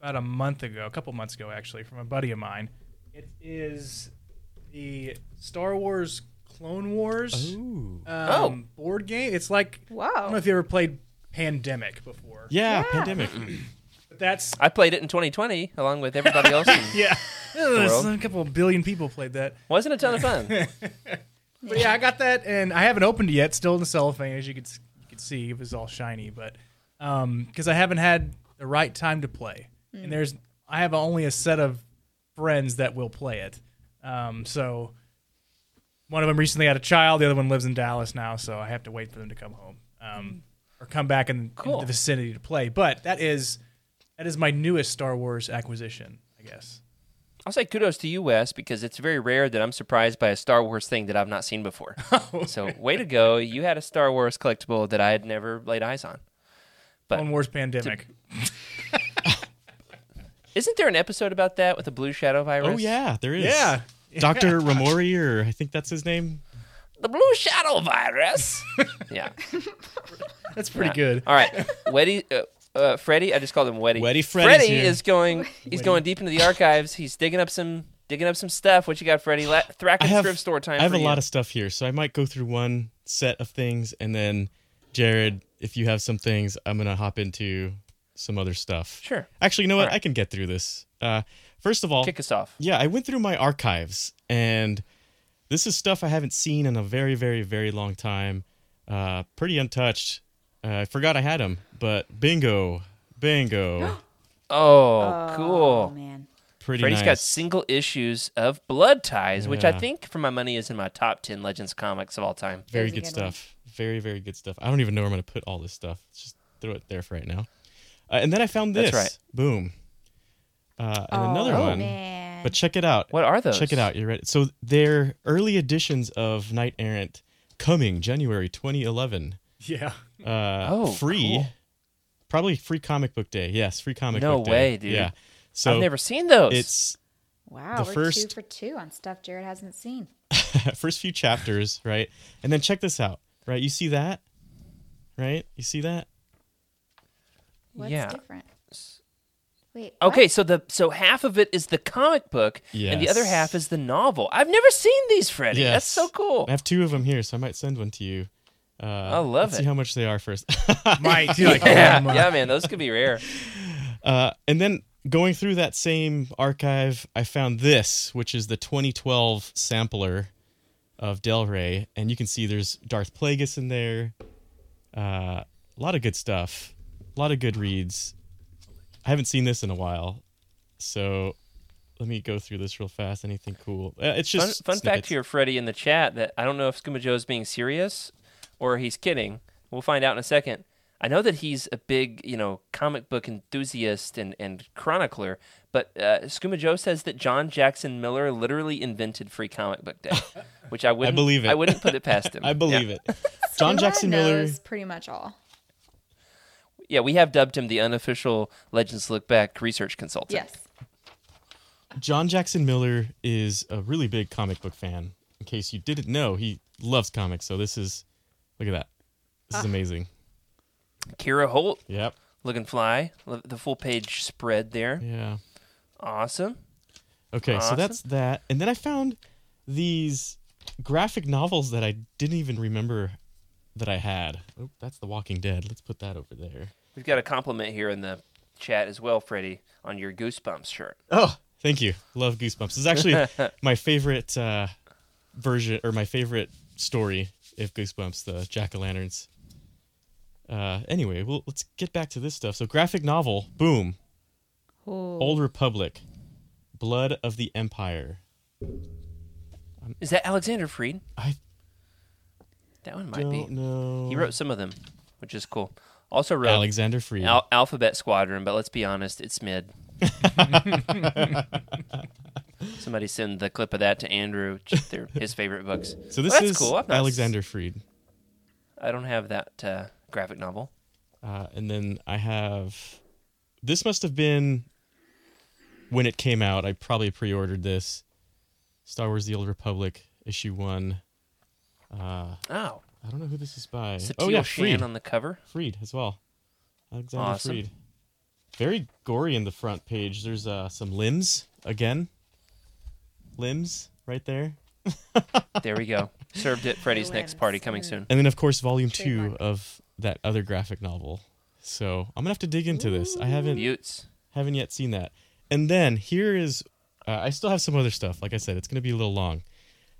[SPEAKER 6] about a month ago, a couple months ago actually, from a buddy of mine. It is the Star Wars Clone Wars
[SPEAKER 4] Ooh.
[SPEAKER 6] um, board game. It's like I don't know
[SPEAKER 5] Whoa.
[SPEAKER 6] if you ever played Pandemic before,
[SPEAKER 4] Yeah,
[SPEAKER 5] Yeah.
[SPEAKER 4] pandemic.
[SPEAKER 6] but that's
[SPEAKER 3] I played it in 2020 along with everybody
[SPEAKER 4] *laughs*
[SPEAKER 3] else. And
[SPEAKER 6] *laughs* yeah,
[SPEAKER 3] World.
[SPEAKER 6] a couple billion people played that.
[SPEAKER 3] wasn't a ton
[SPEAKER 4] *laughs*
[SPEAKER 3] of fun.
[SPEAKER 6] But yeah, I got that, and I haven't opened it yet. Still in the cellophane, as you could s- you could see, it was all shiny. But because I haven't had the right time to play,
[SPEAKER 3] Hmm.
[SPEAKER 6] and there's I have only a set of friends that will play it. Um, so one of them recently had a child. The other one lives in Dallas now, so I have to wait for them to come home um, or come back in, in
[SPEAKER 3] Cool.
[SPEAKER 6] the vicinity to play. But that is that is my newest Star Wars acquisition, I guess.
[SPEAKER 3] I'll say kudos to you, Wes, because it's very rare that I'm surprised by a Star Wars thing that I've not
[SPEAKER 4] *laughs*
[SPEAKER 3] seen before.
[SPEAKER 4] Oh.
[SPEAKER 3] So, way to go. You had a Star Wars collectible that I had never laid eyes on. But-
[SPEAKER 6] Clone Wars Pandemic.
[SPEAKER 3] Isn't there an episode about that with the blue shadow virus?
[SPEAKER 4] Oh yeah, there is.
[SPEAKER 6] Yeah.
[SPEAKER 4] Doctor Ramori, or I think that's his name.
[SPEAKER 3] The blue
[SPEAKER 4] *laughs*
[SPEAKER 3] shadow virus. yeah.
[SPEAKER 6] That's pretty
[SPEAKER 3] yeah.
[SPEAKER 6] good.
[SPEAKER 3] All right. Weddy. Uh, uh, Freddy, I just called him Weddy.
[SPEAKER 4] Weddy Freddy's
[SPEAKER 3] Freddy
[SPEAKER 4] here.
[SPEAKER 3] is going. He's going deep into the archives. He's digging up some, digging up some stuff. What you got, Freddy? La-
[SPEAKER 4] I
[SPEAKER 3] Thraken
[SPEAKER 4] have
[SPEAKER 3] thrift store time.
[SPEAKER 4] I have
[SPEAKER 3] for
[SPEAKER 4] a
[SPEAKER 3] you.
[SPEAKER 4] lot of stuff here, so I might go through one set of things, and then Jared, if you have some things, I'm gonna hop into some other stuff.
[SPEAKER 3] Sure.
[SPEAKER 4] Actually, you know what?
[SPEAKER 3] Alright.
[SPEAKER 4] I can get through this. Uh, first of all,
[SPEAKER 3] Kick us off.
[SPEAKER 4] yeah, I went through my archives, and this is stuff I haven't seen in a very, very, very long time. Uh, pretty untouched. Uh, I forgot I had them, but bingo,
[SPEAKER 3] *gasps*
[SPEAKER 4] bingo,
[SPEAKER 3] Oh, cool.
[SPEAKER 5] Oh, man.
[SPEAKER 4] pretty
[SPEAKER 3] Freddy's
[SPEAKER 4] nice.
[SPEAKER 3] got single issues of Blood Ties, which I
[SPEAKER 4] Yeah.
[SPEAKER 3] think, for my money, is in my top ten Legends comics of all time.
[SPEAKER 4] Very
[SPEAKER 5] That was a
[SPEAKER 4] good,
[SPEAKER 5] good one.
[SPEAKER 4] stuff. Very, very good stuff. I don't even know where I'm going to put all this stuff. Let's just throw it there for right now. Uh, and then I found this.
[SPEAKER 3] That's right.
[SPEAKER 4] Boom. Uh, and another
[SPEAKER 5] oh,
[SPEAKER 4] one.
[SPEAKER 5] Man.
[SPEAKER 4] But check it out.
[SPEAKER 3] What are those?
[SPEAKER 4] Check it out. You're ready. So they're early editions of Knight Errant coming January 2011.
[SPEAKER 6] Yeah.
[SPEAKER 3] *laughs*
[SPEAKER 4] Uh,
[SPEAKER 3] Oh,
[SPEAKER 4] free.
[SPEAKER 3] cool.
[SPEAKER 4] Probably free comic book day. Yes, free comic
[SPEAKER 3] No
[SPEAKER 4] book day.
[SPEAKER 3] way, dude.
[SPEAKER 4] Yeah. So
[SPEAKER 3] I've never seen those.
[SPEAKER 4] it's
[SPEAKER 5] wow,
[SPEAKER 4] the
[SPEAKER 5] we're
[SPEAKER 4] first-
[SPEAKER 5] two for two on stuff Jared hasn't seen.
[SPEAKER 4] *laughs* first few chapters, right? And then check this out, right? You see that? Right? You see that?
[SPEAKER 5] What's
[SPEAKER 3] Yeah.
[SPEAKER 5] different? Wait.
[SPEAKER 3] okay. So the so half of it is the comic book, and the other
[SPEAKER 4] Yes.
[SPEAKER 3] half is the novel. I've never seen these, Freddy. That's
[SPEAKER 4] Yes.
[SPEAKER 3] so cool.
[SPEAKER 4] I have two of them here, so I might send one to you. Uh, I
[SPEAKER 3] love
[SPEAKER 4] let's
[SPEAKER 3] it.
[SPEAKER 4] See how much they are first. *laughs*
[SPEAKER 6] Mike, you're like,
[SPEAKER 3] yeah,
[SPEAKER 6] oh my-
[SPEAKER 3] yeah, man, those could be rare.
[SPEAKER 4] uh, and then going through that same archive, I found this, which is the 2012 sampler of Del Rey, and you can see there's Darth Plagueis in there. Uh, a lot of good stuff. A lot of good reads. I haven't seen this in a while, so let me go through this real fast. Anything cool? Uh, it's
[SPEAKER 3] Fun,
[SPEAKER 4] just
[SPEAKER 3] fun fact
[SPEAKER 4] snippets.
[SPEAKER 3] here, Freddy, in the chat that I don't know if Skooma Joe's being serious or he's kidding. We'll find out in a second. I know that he's a big, you know, comic book enthusiast and, and chronicler, but uh, Skooma Joe says that John Jackson Miller literally invented Free
[SPEAKER 4] *laughs*
[SPEAKER 3] Comic Book Day, which I wouldn't
[SPEAKER 4] believe it.
[SPEAKER 3] I wouldn't put it past him.
[SPEAKER 4] *laughs* I believe it. John Jackson Miller.
[SPEAKER 5] knows pretty much all.
[SPEAKER 3] it. Yeah, we have dubbed him the unofficial Legends Look Back research consultant.
[SPEAKER 5] Yes.
[SPEAKER 4] *laughs* John Jackson Miller is a really big comic book fan. In case you didn't know, he loves comics, so this is look at that. This is amazing.
[SPEAKER 3] Kira Holt,
[SPEAKER 4] Yep.
[SPEAKER 3] looking fly. Lo- The full page spread there.
[SPEAKER 4] Yeah.
[SPEAKER 3] Awesome.
[SPEAKER 4] Okay, so
[SPEAKER 3] Awesome.
[SPEAKER 4] that's that. And then I found these graphic novels that I didn't even remember that I had. Oh, that's The Walking Dead. Let's put that over there.
[SPEAKER 3] We've got a compliment here in the chat as well, Freddie, on your Goosebumps shirt.
[SPEAKER 4] Oh, thank you. Love Goosebumps. This is
[SPEAKER 3] *laughs*
[SPEAKER 4] actually my favorite uh, version or my favorite story of Goosebumps, the Jack o' Lanterns. Uh, anyway, well, let's get back to this stuff. So, graphic novel, boom,
[SPEAKER 5] Ooh.
[SPEAKER 4] Old Republic, Blood of the Empire.
[SPEAKER 3] Is that Alexander Freed?
[SPEAKER 4] I
[SPEAKER 3] That one might
[SPEAKER 4] don't
[SPEAKER 3] be.
[SPEAKER 4] know.
[SPEAKER 3] He wrote some of them, which is cool. Also wrote
[SPEAKER 4] Alexander Freed.
[SPEAKER 3] Al- Alphabet Squadron, but let's be honest,
[SPEAKER 4] *laughs*
[SPEAKER 3] it's mid. Somebody send the clip of that to Andrew. Ch- They're his favorite books.
[SPEAKER 4] *laughs* so this
[SPEAKER 3] Well, that's
[SPEAKER 4] is
[SPEAKER 3] cool. I've not s-
[SPEAKER 4] Alexander Freed.
[SPEAKER 3] I don't have that uh, graphic novel.
[SPEAKER 4] Uh, and then I have. This must have been when it came out. I probably pre ordered this. Star Wars The Old Republic, issue one. Uh,
[SPEAKER 3] Oh,
[SPEAKER 4] I don't know who this is by.
[SPEAKER 3] Satil
[SPEAKER 4] oh, yeah,
[SPEAKER 3] Shan
[SPEAKER 4] Freed.
[SPEAKER 3] on the cover.
[SPEAKER 4] Freed as well. Alexander
[SPEAKER 3] Awesome.
[SPEAKER 4] Freed. Very gory in the front page. There's uh, some limbs again. Limbs right there.
[SPEAKER 3] There
[SPEAKER 4] *laughs*
[SPEAKER 3] we go. Served at Freddy's next party coming soon.
[SPEAKER 4] And then, of course, volume two of that other graphic novel. So I'm going to have to dig into this. I haven't.
[SPEAKER 3] Buttes.
[SPEAKER 4] Haven't yet seen that. And then here is, uh, I still have some other stuff. Like I said, it's going to be a little long.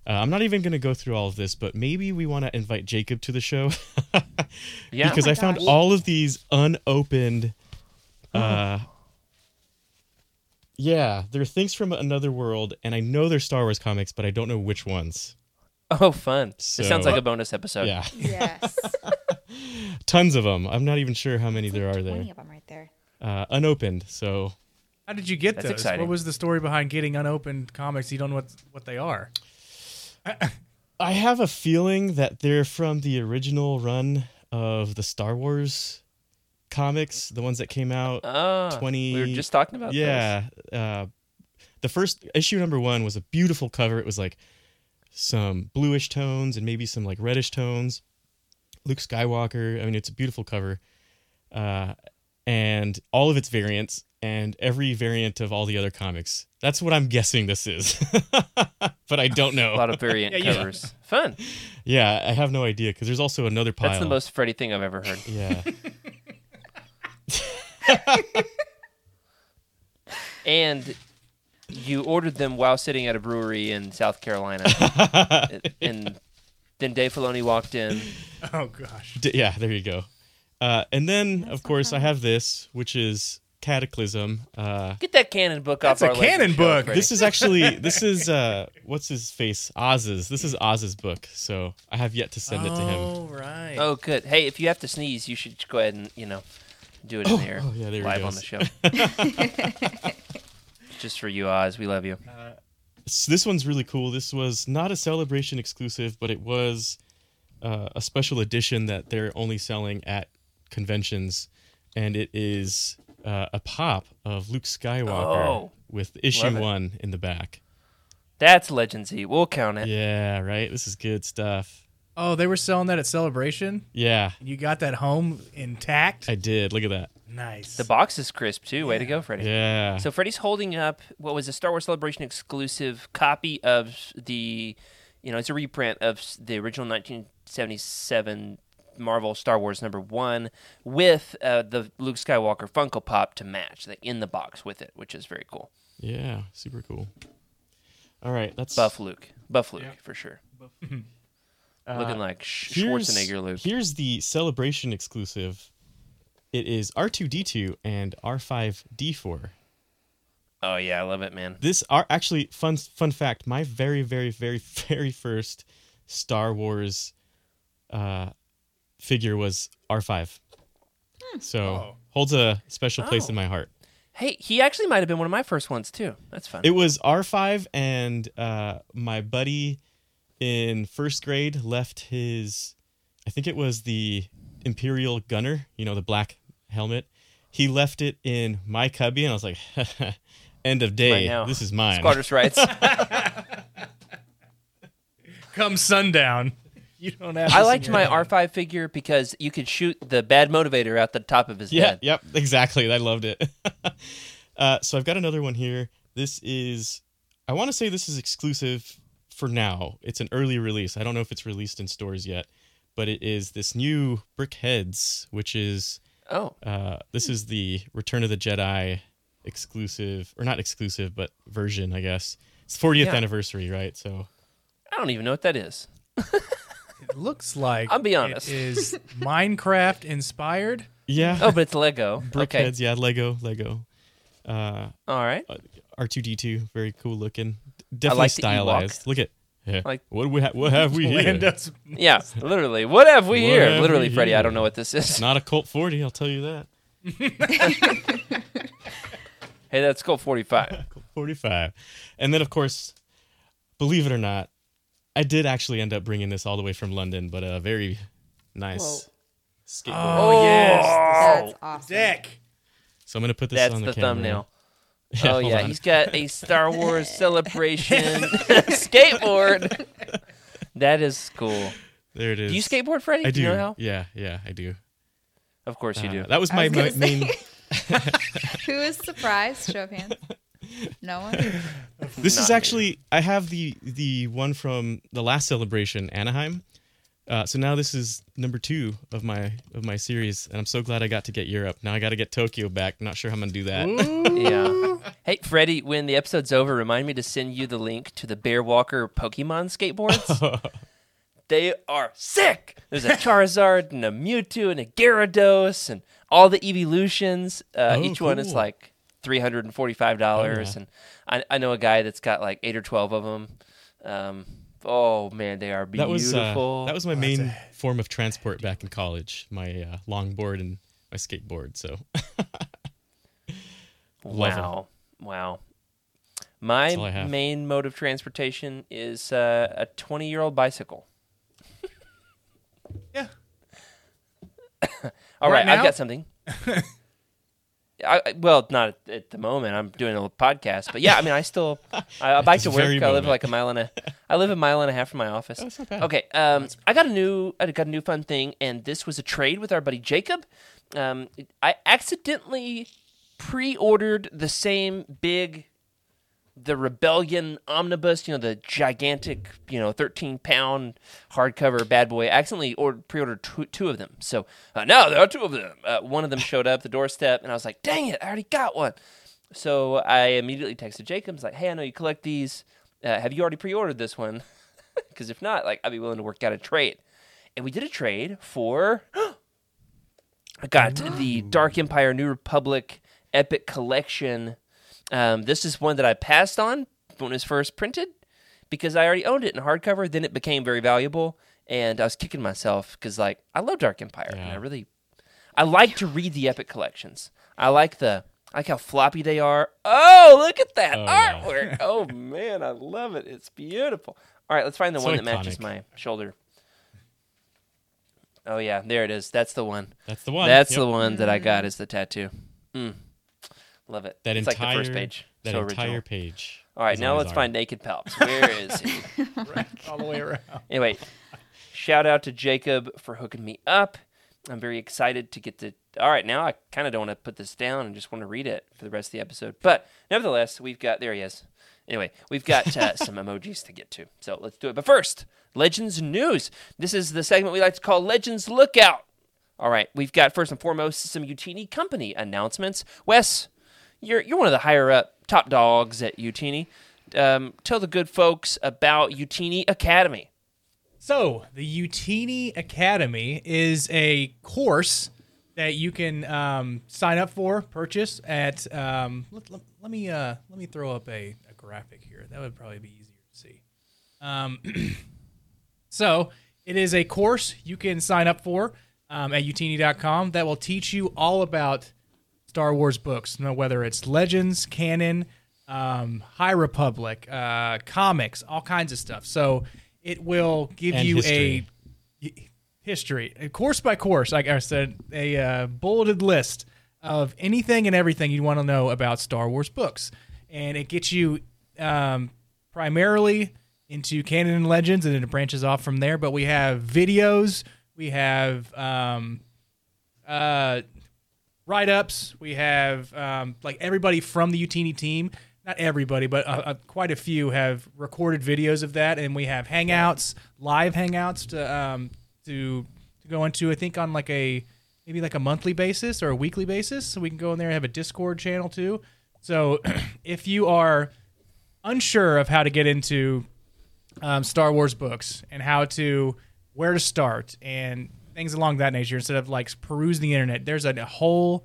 [SPEAKER 4] Uh, I'm not even going to go through all of this, but maybe we want to invite Jacob to the show *laughs*
[SPEAKER 3] Yeah.
[SPEAKER 4] because
[SPEAKER 5] Oh my
[SPEAKER 4] I found
[SPEAKER 5] gosh.
[SPEAKER 4] all of these unopened. Uh, yeah, they're things from another world, and I know they're Star Wars comics, but I don't know which ones.
[SPEAKER 3] oh, fun.
[SPEAKER 4] So-
[SPEAKER 3] This sounds like a bonus episode.
[SPEAKER 4] Yeah,
[SPEAKER 5] Yes.
[SPEAKER 4] tons of them. I'm not even sure how many there are
[SPEAKER 5] Twenty
[SPEAKER 4] there.
[SPEAKER 5] of them right there.
[SPEAKER 4] Uh, unopened, so
[SPEAKER 6] How did you get
[SPEAKER 3] That's
[SPEAKER 6] those?
[SPEAKER 3] exciting.
[SPEAKER 6] What was the story behind getting unopened comics? You don't know what what they are.
[SPEAKER 4] I have a feeling that they're from the original run of the Star Wars comics, the ones that came out.
[SPEAKER 3] Ah,
[SPEAKER 4] 20
[SPEAKER 3] We were just talking about those.
[SPEAKER 4] yeah, uh, the first issue number one was a beautiful cover. It was like some bluish tones and maybe some like reddish tones. Luke Skywalker. I mean, it's a beautiful cover, uh, and all of its variants and every variant of all the other comics. That's what I'm guessing this is, *laughs* but I don't know.
[SPEAKER 3] *laughs* A lot of
[SPEAKER 4] *laughs*
[SPEAKER 3] variant
[SPEAKER 6] Yeah, yeah.
[SPEAKER 3] covers. Fun.
[SPEAKER 4] Yeah, I have no idea because there's also another pile.
[SPEAKER 3] That's the most Freddy thing I've ever heard.
[SPEAKER 4] *laughs* Yeah.
[SPEAKER 3] And you ordered them while sitting at a brewery in
[SPEAKER 4] *laughs*
[SPEAKER 3] South Carolina. and then Dave Filoni walked in.
[SPEAKER 6] *laughs* Oh gosh.
[SPEAKER 4] D- yeah, there you go. Uh, and then, of course, I have this, which is Cataclysm.
[SPEAKER 3] *laughs*
[SPEAKER 4] Uh,
[SPEAKER 3] Get that canon book
[SPEAKER 6] That's
[SPEAKER 3] off
[SPEAKER 6] a
[SPEAKER 3] our legend
[SPEAKER 6] canon
[SPEAKER 3] show,
[SPEAKER 6] book.
[SPEAKER 3] Freddy.
[SPEAKER 4] this is actually this is uh, what's his face Oz's. This is Oz's book, so I have yet to send it to him.
[SPEAKER 6] Oh right.
[SPEAKER 3] oh, good. Hey, if you have to sneeze, you should go ahead and, you know, do it in there.
[SPEAKER 4] oh, yeah, there he
[SPEAKER 3] live on
[SPEAKER 4] goes.
[SPEAKER 3] the show.
[SPEAKER 4] *laughs*
[SPEAKER 3] Just for you, Oz. We love you.
[SPEAKER 4] So this one's really cool. This was not a celebration exclusive, but it was uh, a special edition that they're only selling at conventions, and it is uh, a pop of Luke Skywalker
[SPEAKER 3] Oh.
[SPEAKER 4] with issue
[SPEAKER 3] Love it.
[SPEAKER 4] one in the back.
[SPEAKER 3] That's Legendsy. We'll count it.
[SPEAKER 4] Yeah, right. This is good stuff.
[SPEAKER 6] Oh, they were selling that at Celebration.
[SPEAKER 4] Yeah,
[SPEAKER 6] You got that home intact.
[SPEAKER 4] I did. Look at that.
[SPEAKER 6] nice.
[SPEAKER 3] The box is crisp, too. Way to go, Freddy.
[SPEAKER 4] Yeah.
[SPEAKER 3] So Freddy's holding up what was a Star Wars Celebration exclusive copy of the, you know, it's a reprint of s- the original 1977 Marvel Star Wars number one with uh, the Luke Skywalker Funko Pop to match, like in the box with it, which is very cool.
[SPEAKER 4] yeah, super cool. All right, that's
[SPEAKER 3] Buff Luke, Buff Luke for sure,
[SPEAKER 4] *laughs*
[SPEAKER 3] looking like Sh-
[SPEAKER 4] Uh, Here's-
[SPEAKER 3] Schwarzenegger Luke.
[SPEAKER 4] Here's the celebration exclusive. It is R2D2 and R5D4.
[SPEAKER 3] Oh yeah, I love it, man.
[SPEAKER 4] This are actually fun fun fact, my very very very *laughs* very first Star Wars uh figure was R5. So
[SPEAKER 6] Oh.
[SPEAKER 4] holds a special place
[SPEAKER 3] Hmm. Oh.
[SPEAKER 4] in my heart.
[SPEAKER 3] Hey, he actually might have been one of my first ones too. That's fun.
[SPEAKER 4] It was R5, and uh, my buddy in first grade left his, I think it was the Imperial Gunner, you know, the black helmet. He left it in my cubby, and I was like, *laughs* end of day. *laughs*
[SPEAKER 3] now.
[SPEAKER 4] This is mine.
[SPEAKER 3] Squatters' rights.
[SPEAKER 6] Come sundown. *laughs* you don't have.
[SPEAKER 3] I
[SPEAKER 6] this
[SPEAKER 3] liked
[SPEAKER 6] in your
[SPEAKER 3] my
[SPEAKER 6] head.
[SPEAKER 3] R5 figure because you could shoot the bad motivator out the top of his
[SPEAKER 4] Yeah,
[SPEAKER 3] head.
[SPEAKER 4] yep, exactly. I loved it. *laughs* uh, so I've got another one here. This is, I want to say this is exclusive for now. It's an early release. I don't know if it's released in stores yet, but it is this new Brickheads, which is,
[SPEAKER 3] Oh,
[SPEAKER 4] uh, this is the Return of the Jedi exclusive, or not exclusive, but version, I guess. It's 40th
[SPEAKER 3] Yeah. Oh,
[SPEAKER 4] anniversary, right? So
[SPEAKER 3] I don't even know what that is.
[SPEAKER 6] It looks like
[SPEAKER 3] I'll be honest.
[SPEAKER 6] It is Minecraft *laughs* inspired.
[SPEAKER 4] yeah,
[SPEAKER 3] Oh, but it's Lego. okay.
[SPEAKER 4] *laughs* Brickheads, yeah, Lego, Lego. Uh,
[SPEAKER 3] All right.
[SPEAKER 4] R two D two, very cool looking. Definitely
[SPEAKER 3] like the
[SPEAKER 4] stylized.
[SPEAKER 3] Ewok.
[SPEAKER 4] Look at yeah.
[SPEAKER 3] like-
[SPEAKER 4] what we ha- what have we here?
[SPEAKER 6] Lando's
[SPEAKER 3] Yeah, literally. What have we
[SPEAKER 4] What
[SPEAKER 3] here?
[SPEAKER 4] have
[SPEAKER 3] literally,
[SPEAKER 4] we
[SPEAKER 3] Freddy, I
[SPEAKER 4] here?
[SPEAKER 3] don't know what this is.
[SPEAKER 4] Not a Colt forty, I'll tell you that.
[SPEAKER 3] Hey, that's
[SPEAKER 4] *laughs*
[SPEAKER 3] Colt 45.
[SPEAKER 4] Colt forty five, and then of course, believe it or not, I did actually end up bringing this all the way from London, but a very nice skateboard.
[SPEAKER 6] Oh, yes,
[SPEAKER 5] That's awesome. *laughs*
[SPEAKER 6] deck.
[SPEAKER 4] So I'm gonna put this
[SPEAKER 3] That's
[SPEAKER 4] on
[SPEAKER 3] the,
[SPEAKER 4] the, camera. *laughs*
[SPEAKER 3] thumbnail. oh,
[SPEAKER 4] hold
[SPEAKER 3] yeah.
[SPEAKER 4] on.
[SPEAKER 3] He's got a Star
[SPEAKER 4] *laughs*
[SPEAKER 3] Wars celebration *laughs* skateboard. *laughs* That is cool.
[SPEAKER 4] There it is.
[SPEAKER 3] Do you skateboard, Freddy?
[SPEAKER 4] I do.
[SPEAKER 3] You know how?
[SPEAKER 4] Yeah, yeah, I do.
[SPEAKER 3] Of course you
[SPEAKER 4] Uh,
[SPEAKER 3] do.
[SPEAKER 4] That was my
[SPEAKER 5] was gonna
[SPEAKER 4] ma- main.
[SPEAKER 5] Who is surprised? Show of hands.
[SPEAKER 4] *laughs*
[SPEAKER 5] No one.
[SPEAKER 4] This is
[SPEAKER 3] Not
[SPEAKER 4] actually I have the the one from the last celebration Anaheim. Uh, so now this is number two of my of my series, and I'm so glad I got to get Europe. Now I got to get Tokyo back. Not sure how I'm gonna do that. *laughs*
[SPEAKER 3] Yeah. Hey, Freddie, when the episode's over, remind me to send you the link to the Bear Walker Pokemon
[SPEAKER 4] *laughs*
[SPEAKER 3] skateboards. they are sick. There's a Charizard and a Mewtwo and a Gyarados and all the evolutions. Uh,
[SPEAKER 4] Oh,
[SPEAKER 3] each one is
[SPEAKER 4] cool.
[SPEAKER 3] like three hundred and forty-five dollars,
[SPEAKER 4] Oh,
[SPEAKER 3] and I, I know a guy that's got like eight or twelve of them. Um, oh man, they are
[SPEAKER 4] That
[SPEAKER 3] beautiful.
[SPEAKER 4] was uh, that was my main form of transport back in college. My uh, longboard and my skateboard. So *laughs* Love 'em.
[SPEAKER 3] Wow. Wow.
[SPEAKER 4] That's all I
[SPEAKER 3] My
[SPEAKER 4] have.
[SPEAKER 3] main mode of transportation is uh, a 20 year old bicycle.
[SPEAKER 6] Yeah.
[SPEAKER 3] All
[SPEAKER 6] Right
[SPEAKER 3] I've
[SPEAKER 6] now?
[SPEAKER 3] got
[SPEAKER 4] *laughs*
[SPEAKER 3] something. I, I- well, not at, at the moment. I'm doing a little podcast, but yeah, I mean, I still
[SPEAKER 4] *laughs*
[SPEAKER 3] I, I bike to
[SPEAKER 4] this
[SPEAKER 3] work. I
[SPEAKER 4] very
[SPEAKER 3] live
[SPEAKER 4] moment.
[SPEAKER 3] like a mile and a I live a mile and a half from my office.
[SPEAKER 4] that's not bad.
[SPEAKER 3] Okay, um, I got a new I got a new fun thing, and this was a trade with our buddy Jacob. Um, I accidentally pre-ordered the same big the Rebellion omnibus, you know, the gigantic, you know, 13 pound hardcover bad boy. I accidentally ordered, pre ordered two, two of them. So uh, now there are two of them. Uh, one of them showed up at the doorstep, and I was like, dang it, I already got one. So I immediately texted Jacobs, like, hey, I know you collect these. Uh, have you already pre ordered this one? *laughs* Because if not, like, I'd be willing to work out a trade. And we did a trade for. *gasps* I got the Dark Empire New Republic Epic Collection. Um, this is one that I passed on when it was first printed because I already owned it in hardcover. Then it became very valuable, and I was kicking myself because like I love Dark Empire, and I
[SPEAKER 4] Yeah.
[SPEAKER 3] really I like to read the epic collections. I like the I like how floppy they are. Oh, look at that
[SPEAKER 4] Oh, yeah.
[SPEAKER 3] artwork! oh man, I love it. It's beautiful. All right, let's find the
[SPEAKER 4] So
[SPEAKER 3] one that matches
[SPEAKER 4] iconic.
[SPEAKER 3] my shoulder. Oh yeah, there it is. That's the one.
[SPEAKER 4] That's the one.
[SPEAKER 3] That's
[SPEAKER 4] Yep.
[SPEAKER 3] the one that I got is the tattoo. Mm. Love it.
[SPEAKER 4] That
[SPEAKER 3] it's
[SPEAKER 4] entire
[SPEAKER 3] like the first page.
[SPEAKER 4] That
[SPEAKER 3] so
[SPEAKER 4] entire
[SPEAKER 3] original.
[SPEAKER 4] page.
[SPEAKER 3] All right,
[SPEAKER 4] is
[SPEAKER 3] now
[SPEAKER 4] on his
[SPEAKER 3] let's
[SPEAKER 4] arm.
[SPEAKER 3] find Naked Palps.
[SPEAKER 4] *laughs*
[SPEAKER 3] Where is he?
[SPEAKER 6] all the way around.
[SPEAKER 3] Anyway, shout out to Jacob for hooking me up. I'm very excited to get to. All right, now I kind of don't want to put this down and just want to read it for the rest of the episode. But nevertheless, we've got. There he is. Anyway, we've got uh, some emojis to get to. So let's do it. But first, Legends News. This is the segment we like to call Legends Lookout. All right, we've got first and foremost some Utini Company announcements. Wes, you're you're one of the higher up top dogs at Utini. Um, tell the good folks about Utini Academy.
[SPEAKER 6] So, the Utini Academy is a course that you can um, sign up for, purchase at. Um, let, let, let me uh, let me throw up a, a graphic here. That would probably be easier to see. Um, so, it is a course you can sign up for um, at utini.com that will teach you all about Star Wars books, you know, whether it's Legends, canon, um, High Republic, uh, comics, all kinds of stuff. So it will give
[SPEAKER 4] And
[SPEAKER 6] you
[SPEAKER 4] history.
[SPEAKER 6] a y- history, a course by course, like I said, a uh, bulleted list of anything and everything you want to know about Star Wars books, and it gets you um, primarily into canon and legends, and it branches off from there. But we have videos, we have um, uh, write ups, we have um, like everybody from the Utini team. Not everybody, but uh, uh, quite a few have recorded videos of that, and we have hangouts, live hangouts to um, to to go into. I think on like a maybe like a monthly basis or a weekly basis. So we can go in there and have a Discord channel too. So *clears throat* if you are unsure of how to get into um, Star Wars books and how to where to start and things along that nature instead of like perusing the internet. There's a whole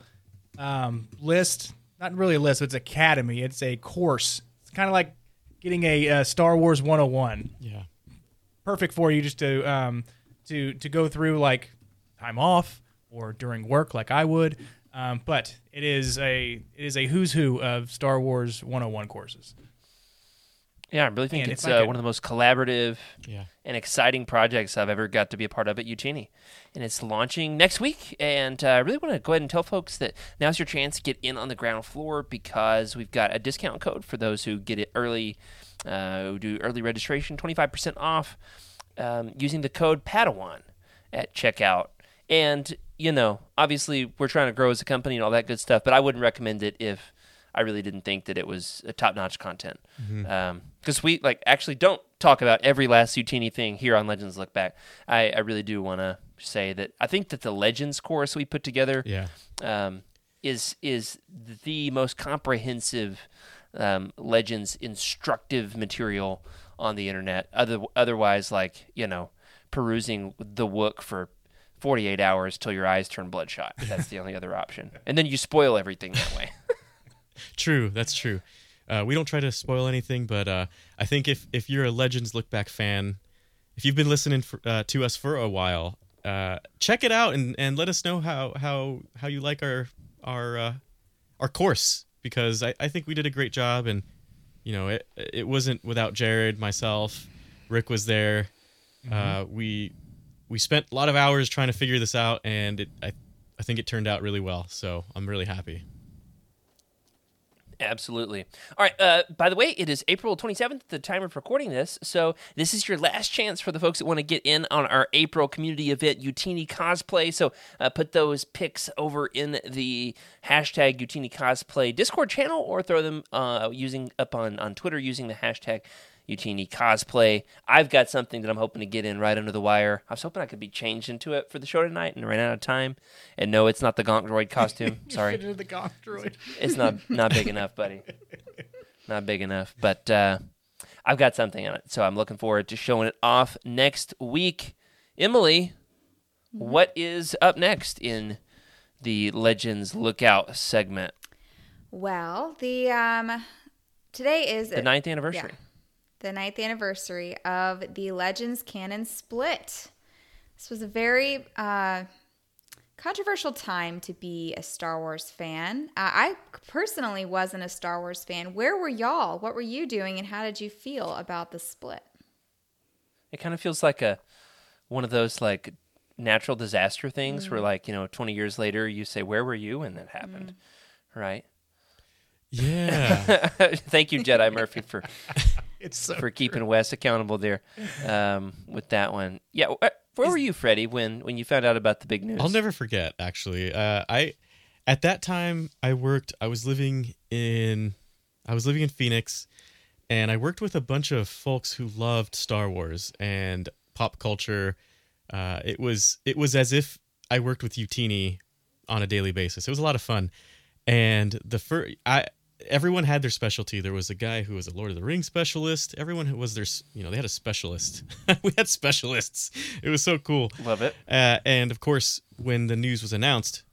[SPEAKER 6] um, list, not really a list, but it's academy. It's a course. It's kind of like getting a uh, Star Wars 101
[SPEAKER 4] Yeah.
[SPEAKER 6] perfect for you just to um, to to go through like time off or during work, like I would. Um, but it is a it is a who's who of Star Wars 101 courses.
[SPEAKER 3] Yeah, I really think
[SPEAKER 6] And if
[SPEAKER 3] it's
[SPEAKER 6] I
[SPEAKER 3] uh,
[SPEAKER 6] could-
[SPEAKER 3] one of the most collaborative
[SPEAKER 4] Yeah.
[SPEAKER 3] and exciting projects I've ever got to be a part of at Utini. And it's launching next week. And uh, I really want to go ahead and tell folks that now's your chance to get in on the ground floor because we've got a discount code for those who get it early, uh, who do early registration, 25% off um, using the code Padawan at checkout. And, you know, obviously we're trying to grow as a company and all that good stuff, but I wouldn't recommend it if I really didn't think that it was a top-notch content because we like actually don't talk about every last Utini thing here on Legends Look Back. I, I really do want to say that I think that the Legends course we put together
[SPEAKER 4] Yeah.
[SPEAKER 3] um, is is the most comprehensive um, Legends instructive material on the internet. Other otherwise, like you know, perusing the Wook for. 48 hours till your eyes turn bloodshot. That's the only other option. And then you spoil everything that way.
[SPEAKER 4] True. That's true. Uh, we don't try to spoil anything, but uh, I think if, if you're a Legends Look Back fan, if you've been listening for, uh, to us for a while, uh, check it out and, and let us know how, how how you like our our uh, our course because I, I think we did a great job and you know it it wasn't without Jared myself Rick was there uh, we we spent a lot of hours trying to figure this out and it, I I think it turned out really well so I'm really happy
[SPEAKER 3] Absolutely. All right. Uh, by the way, it is April 27th at the time of recording this. So, this is your last chance for the folks that want to get in on our April community event, Utini Cosplay. So, uh, put those pics over in the hashtag Utini Cosplay Discord channel or throw them uh, using up on, on Twitter using the hashtag Utini Cosplay. I've got something that I'm hoping to get in right under the wire. I was hoping I could be changed into it for the show tonight and ran out of time. And no, it's not the Gonk Droid costume. Sorry
[SPEAKER 6] the goth droid.
[SPEAKER 3] it's not not big enough, buddy. Not big enough. But uh, I've got something on it, so I'm looking forward to showing it off next week. Emily, what is up next in the Legends Lookout segment?
[SPEAKER 5] Well, the um, today is
[SPEAKER 3] The ninth anniversary.
[SPEAKER 5] the ninth anniversary of the Legends canon split. This was a very uh, controversial time to be a Star Wars fan. Uh, I personally wasn't a Star Wars fan. Where were y'all? What were you doing, and how did you feel about the split?
[SPEAKER 3] It kind of feels like a one of those like natural disaster things where like you know 20 years later you say where were you when that happened right
[SPEAKER 4] yeah.
[SPEAKER 3] *laughs* thank you jedi
[SPEAKER 4] *laughs*
[SPEAKER 3] murphy for
[SPEAKER 6] It's so
[SPEAKER 3] for keeping Wes accountable there um, with that one. Yeah, wh- where were you, Freddie, when when you found out about the big news?
[SPEAKER 4] I'll never forget. Actually, uh, I at that time I worked. I was living in I was living in Phoenix, and I worked with a bunch of folks who loved Star Wars and pop culture. Uh, it was it was as if I worked with Utini on a daily basis. It was a lot of fun, and the first I everyone had their specialty. There was a guy who was a Lord of the Rings specialist. Everyone who was their s- you know they had a specialist. *laughs* we had specialists. It was so cool.
[SPEAKER 3] Love it.
[SPEAKER 4] Uh, and of course, when the news was announced,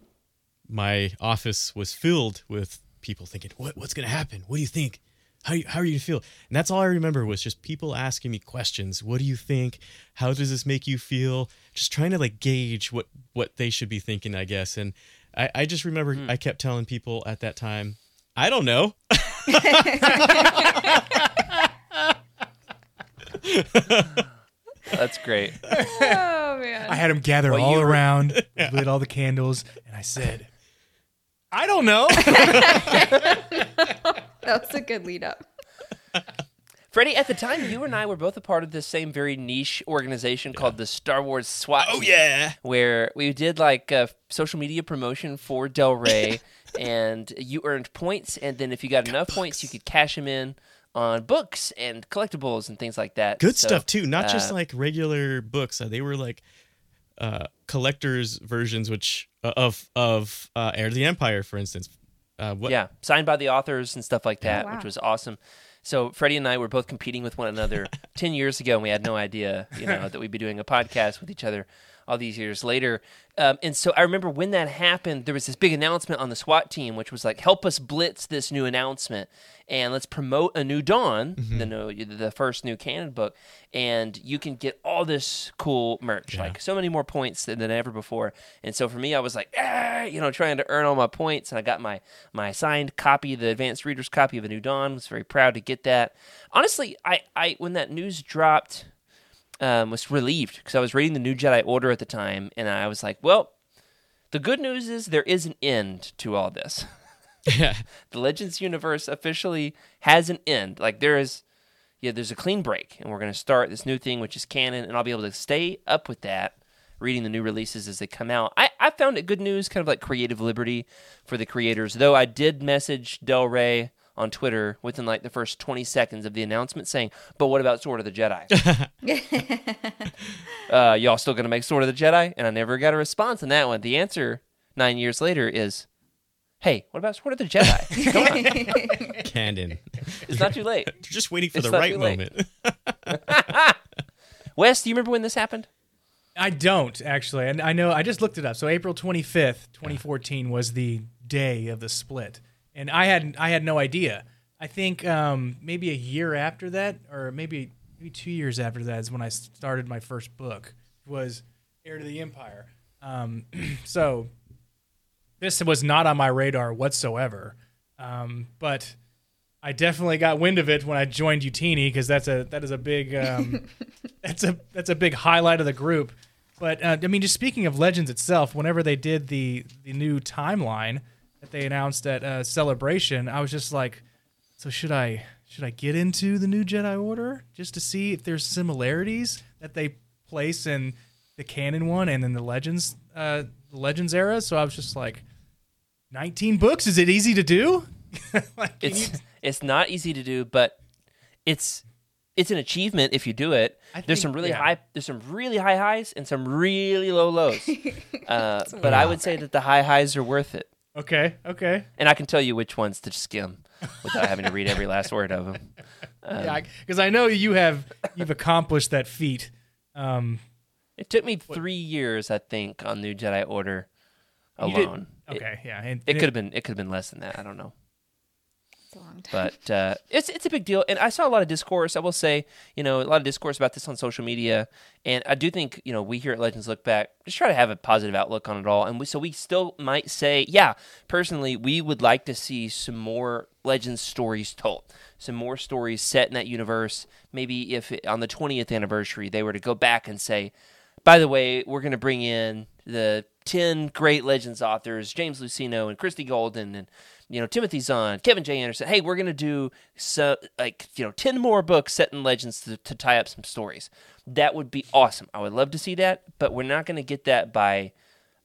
[SPEAKER 4] my office was filled with people thinking, "What? What's going to happen? What do you think? How you, how are you going to feel?" And that's all I remember was just people asking me questions. What do you think? How does this make you feel? Just trying to like gauge what what they should be thinking, I guess. And I, I just remember I kept telling people at that time, "I don't know."
[SPEAKER 3] That's
[SPEAKER 4] *laughs*
[SPEAKER 3] great.
[SPEAKER 5] *laughs* Oh man! *laughs*
[SPEAKER 6] I had them gather
[SPEAKER 3] Well,
[SPEAKER 6] all
[SPEAKER 3] you were- *laughs*
[SPEAKER 6] around, lit all the candles, and I said, "I don't know."
[SPEAKER 5] That was a good lead up.
[SPEAKER 3] Freddie, at the time, you and I were both a part of the same very niche organization called the Star Wars SWAT.
[SPEAKER 4] Oh
[SPEAKER 3] team,
[SPEAKER 4] yeah.
[SPEAKER 3] Where we did like uh, social media promotion
[SPEAKER 4] *laughs*
[SPEAKER 3] for Del Rey, and you earned points, and then if you got, enough points, you could cash them in on books and collectibles and things like that.
[SPEAKER 4] Good
[SPEAKER 3] So,
[SPEAKER 4] stuff too. Not just
[SPEAKER 3] uh,
[SPEAKER 4] like regular books. Uh, they were like uh, collectors versions, which uh, of of uh, Heir to the Empire, for instance. Uh, what,
[SPEAKER 3] Yeah, signed by the authors and stuff like that,
[SPEAKER 5] Oh, wow.
[SPEAKER 3] which was awesome. So Freddie and I were both competing with one another ten years ago, and we had no idea, you know, that we'd be doing a podcast with each other all these years later. Um, and so I remember when that happened, there was this big announcement on the SWAT team, which was like, "Help us blitz this new announcement, and let's promote a new dawn, the new, the first new canon book, and you can get all this cool merch, like so many more points than, than ever before." And so for me, I was like, "Ah," you know, trying to earn all my points, and I got my my signed copy, the advanced reader's copy of A New Dawn. Was very proud to get that. Honestly, I I when that news dropped um, was relieved because I was reading the New Jedi Order at the time, and I was like, well, the good news is there is an end to all this. the Legends universe officially has an end. Like there is, yeah, there's a clean break, and we're going to start this new thing, which is canon, and I'll be able to stay up with that. Reading the new releases as they come out, I, I found it good news, kind of like creative liberty for the creators. Though I did message Del Rey on Twitter within like the first 20 seconds of the announcement saying, "But what about Sword of the Jedi?" *laughs* uh, y'all still gonna make Sword of the Jedi? And I never got a response on that one. The answer nine years later is, hey, what about Sword of the Jedi? Come on, *laughs*
[SPEAKER 4] Canon.
[SPEAKER 3] it's not too late.
[SPEAKER 4] You're just waiting for
[SPEAKER 3] It's
[SPEAKER 4] the
[SPEAKER 3] not
[SPEAKER 4] right
[SPEAKER 3] too late.
[SPEAKER 4] moment. *laughs*
[SPEAKER 3] Wes, do you remember when this happened?
[SPEAKER 6] *laughs* I don't actually, and I know I just looked it up. So April twenty fifth, twenty fourteen was the day of the split, and I had I had no idea. I think um, maybe a year after that, or maybe maybe two years after that, is when I started my first book. Was Heir to the Empire. Um, *clears throat* so this was not on my radar whatsoever, um, but I definitely got wind of it when I joined Utini because that's a that is a big. Um, that's a that's a big highlight of the group. But uh, I mean, just speaking of Legends itself, whenever they did the the new timeline that they announced at uh, Celebration, I was just like, so should I should I get into the new Jedi Order just to see if there's similarities that they place in the canon one and in the Legends uh, Legends era? So I was just like, 19 books is it easy to do? *laughs* like, can
[SPEAKER 3] It's
[SPEAKER 6] you-
[SPEAKER 3] *laughs* it's not easy to do, but it's it's an achievement if you do it.
[SPEAKER 6] I
[SPEAKER 3] there's
[SPEAKER 6] think-
[SPEAKER 3] some really
[SPEAKER 6] yeah.
[SPEAKER 3] high there's some really high highs and some really low
[SPEAKER 6] *laughs*
[SPEAKER 3] lows. Uh, but I would say that the high highs are worth it.
[SPEAKER 6] okay, okay.
[SPEAKER 3] And I can tell you which ones to skim without having to read
[SPEAKER 6] *laughs*
[SPEAKER 3] every last word of them. Um,
[SPEAKER 6] Yeah, because I know you have you've accomplished that feat. Um,
[SPEAKER 3] It took me three years, I think, on New Jedi Order
[SPEAKER 6] you did- Oh.
[SPEAKER 3] alone. It-
[SPEAKER 6] okay, yeah, and,
[SPEAKER 3] It, could have been it could have been less than that. I don't know,
[SPEAKER 5] It's a long time.
[SPEAKER 3] but uh, it's it's a big deal. And I saw a lot of discourse. I will say, you know, a lot of discourse about this on social media. And I do think, you know, we here at Legends Look Back just try to have a positive outlook on it all. And we, so we still might say, yeah, personally, we would like to see some more Legends stories told, some more stories set in that universe. Maybe if it, on the twentieth anniversary they were to go back and say, by the way, we're going to bring in the 10 great legends authors, James Lucino and Christy Golden and you know Timothy Zahn, Kevin J. Anderson. Hey, we're going to do so like you know 10 more books set in legends to, to tie up some stories. That would be awesome. I would love to see that, but we're not going to get that by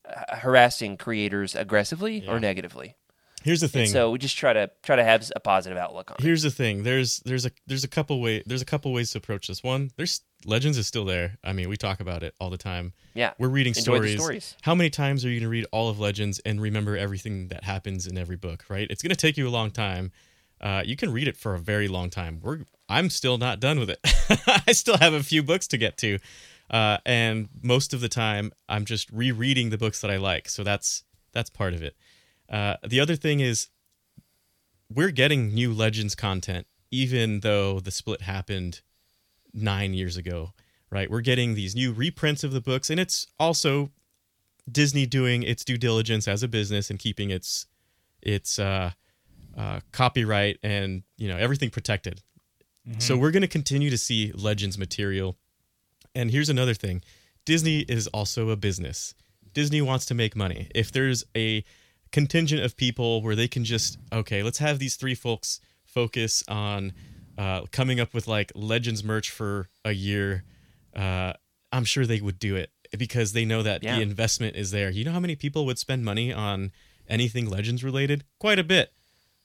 [SPEAKER 3] uh, harassing creators aggressively or negatively.
[SPEAKER 4] Here's the thing.
[SPEAKER 3] So we just try to try to have a positive outlook on it.
[SPEAKER 4] here's the thing there's there's a there's a couple way there's a couple ways to approach this one there's legends is still there i mean we talk about it all the time
[SPEAKER 3] Yeah.
[SPEAKER 4] we're reading
[SPEAKER 3] Enjoy the
[SPEAKER 4] stories.
[SPEAKER 3] stories.
[SPEAKER 4] how many times are you going to read all of legends and remember everything that happens in every book right it's going to take you a long time uh, you can read it for a very long time we're i'm still not done with it *laughs* i still have a few books to get to uh, and most of the time i'm just rereading the books that i like so that's that's part of it uh, the other thing is we're getting new legends content even though the split happened nine years ago right we're getting these new reprints of the books and it's also disney doing its due diligence as a business and keeping its its uh, uh, copyright and you know everything protected so we're going to continue to see legends material and here's another thing Disney is also a business. Disney wants to make money. If there's a contingent of people where they can just, okay, let's have these three folks focus on uh, uh, coming up with like Legends merch for a year, uh, I'm sure they would do it because they know that
[SPEAKER 3] Yeah.
[SPEAKER 4] the investment is there. You know how many people would spend money on anything Legends related? Quite a bit.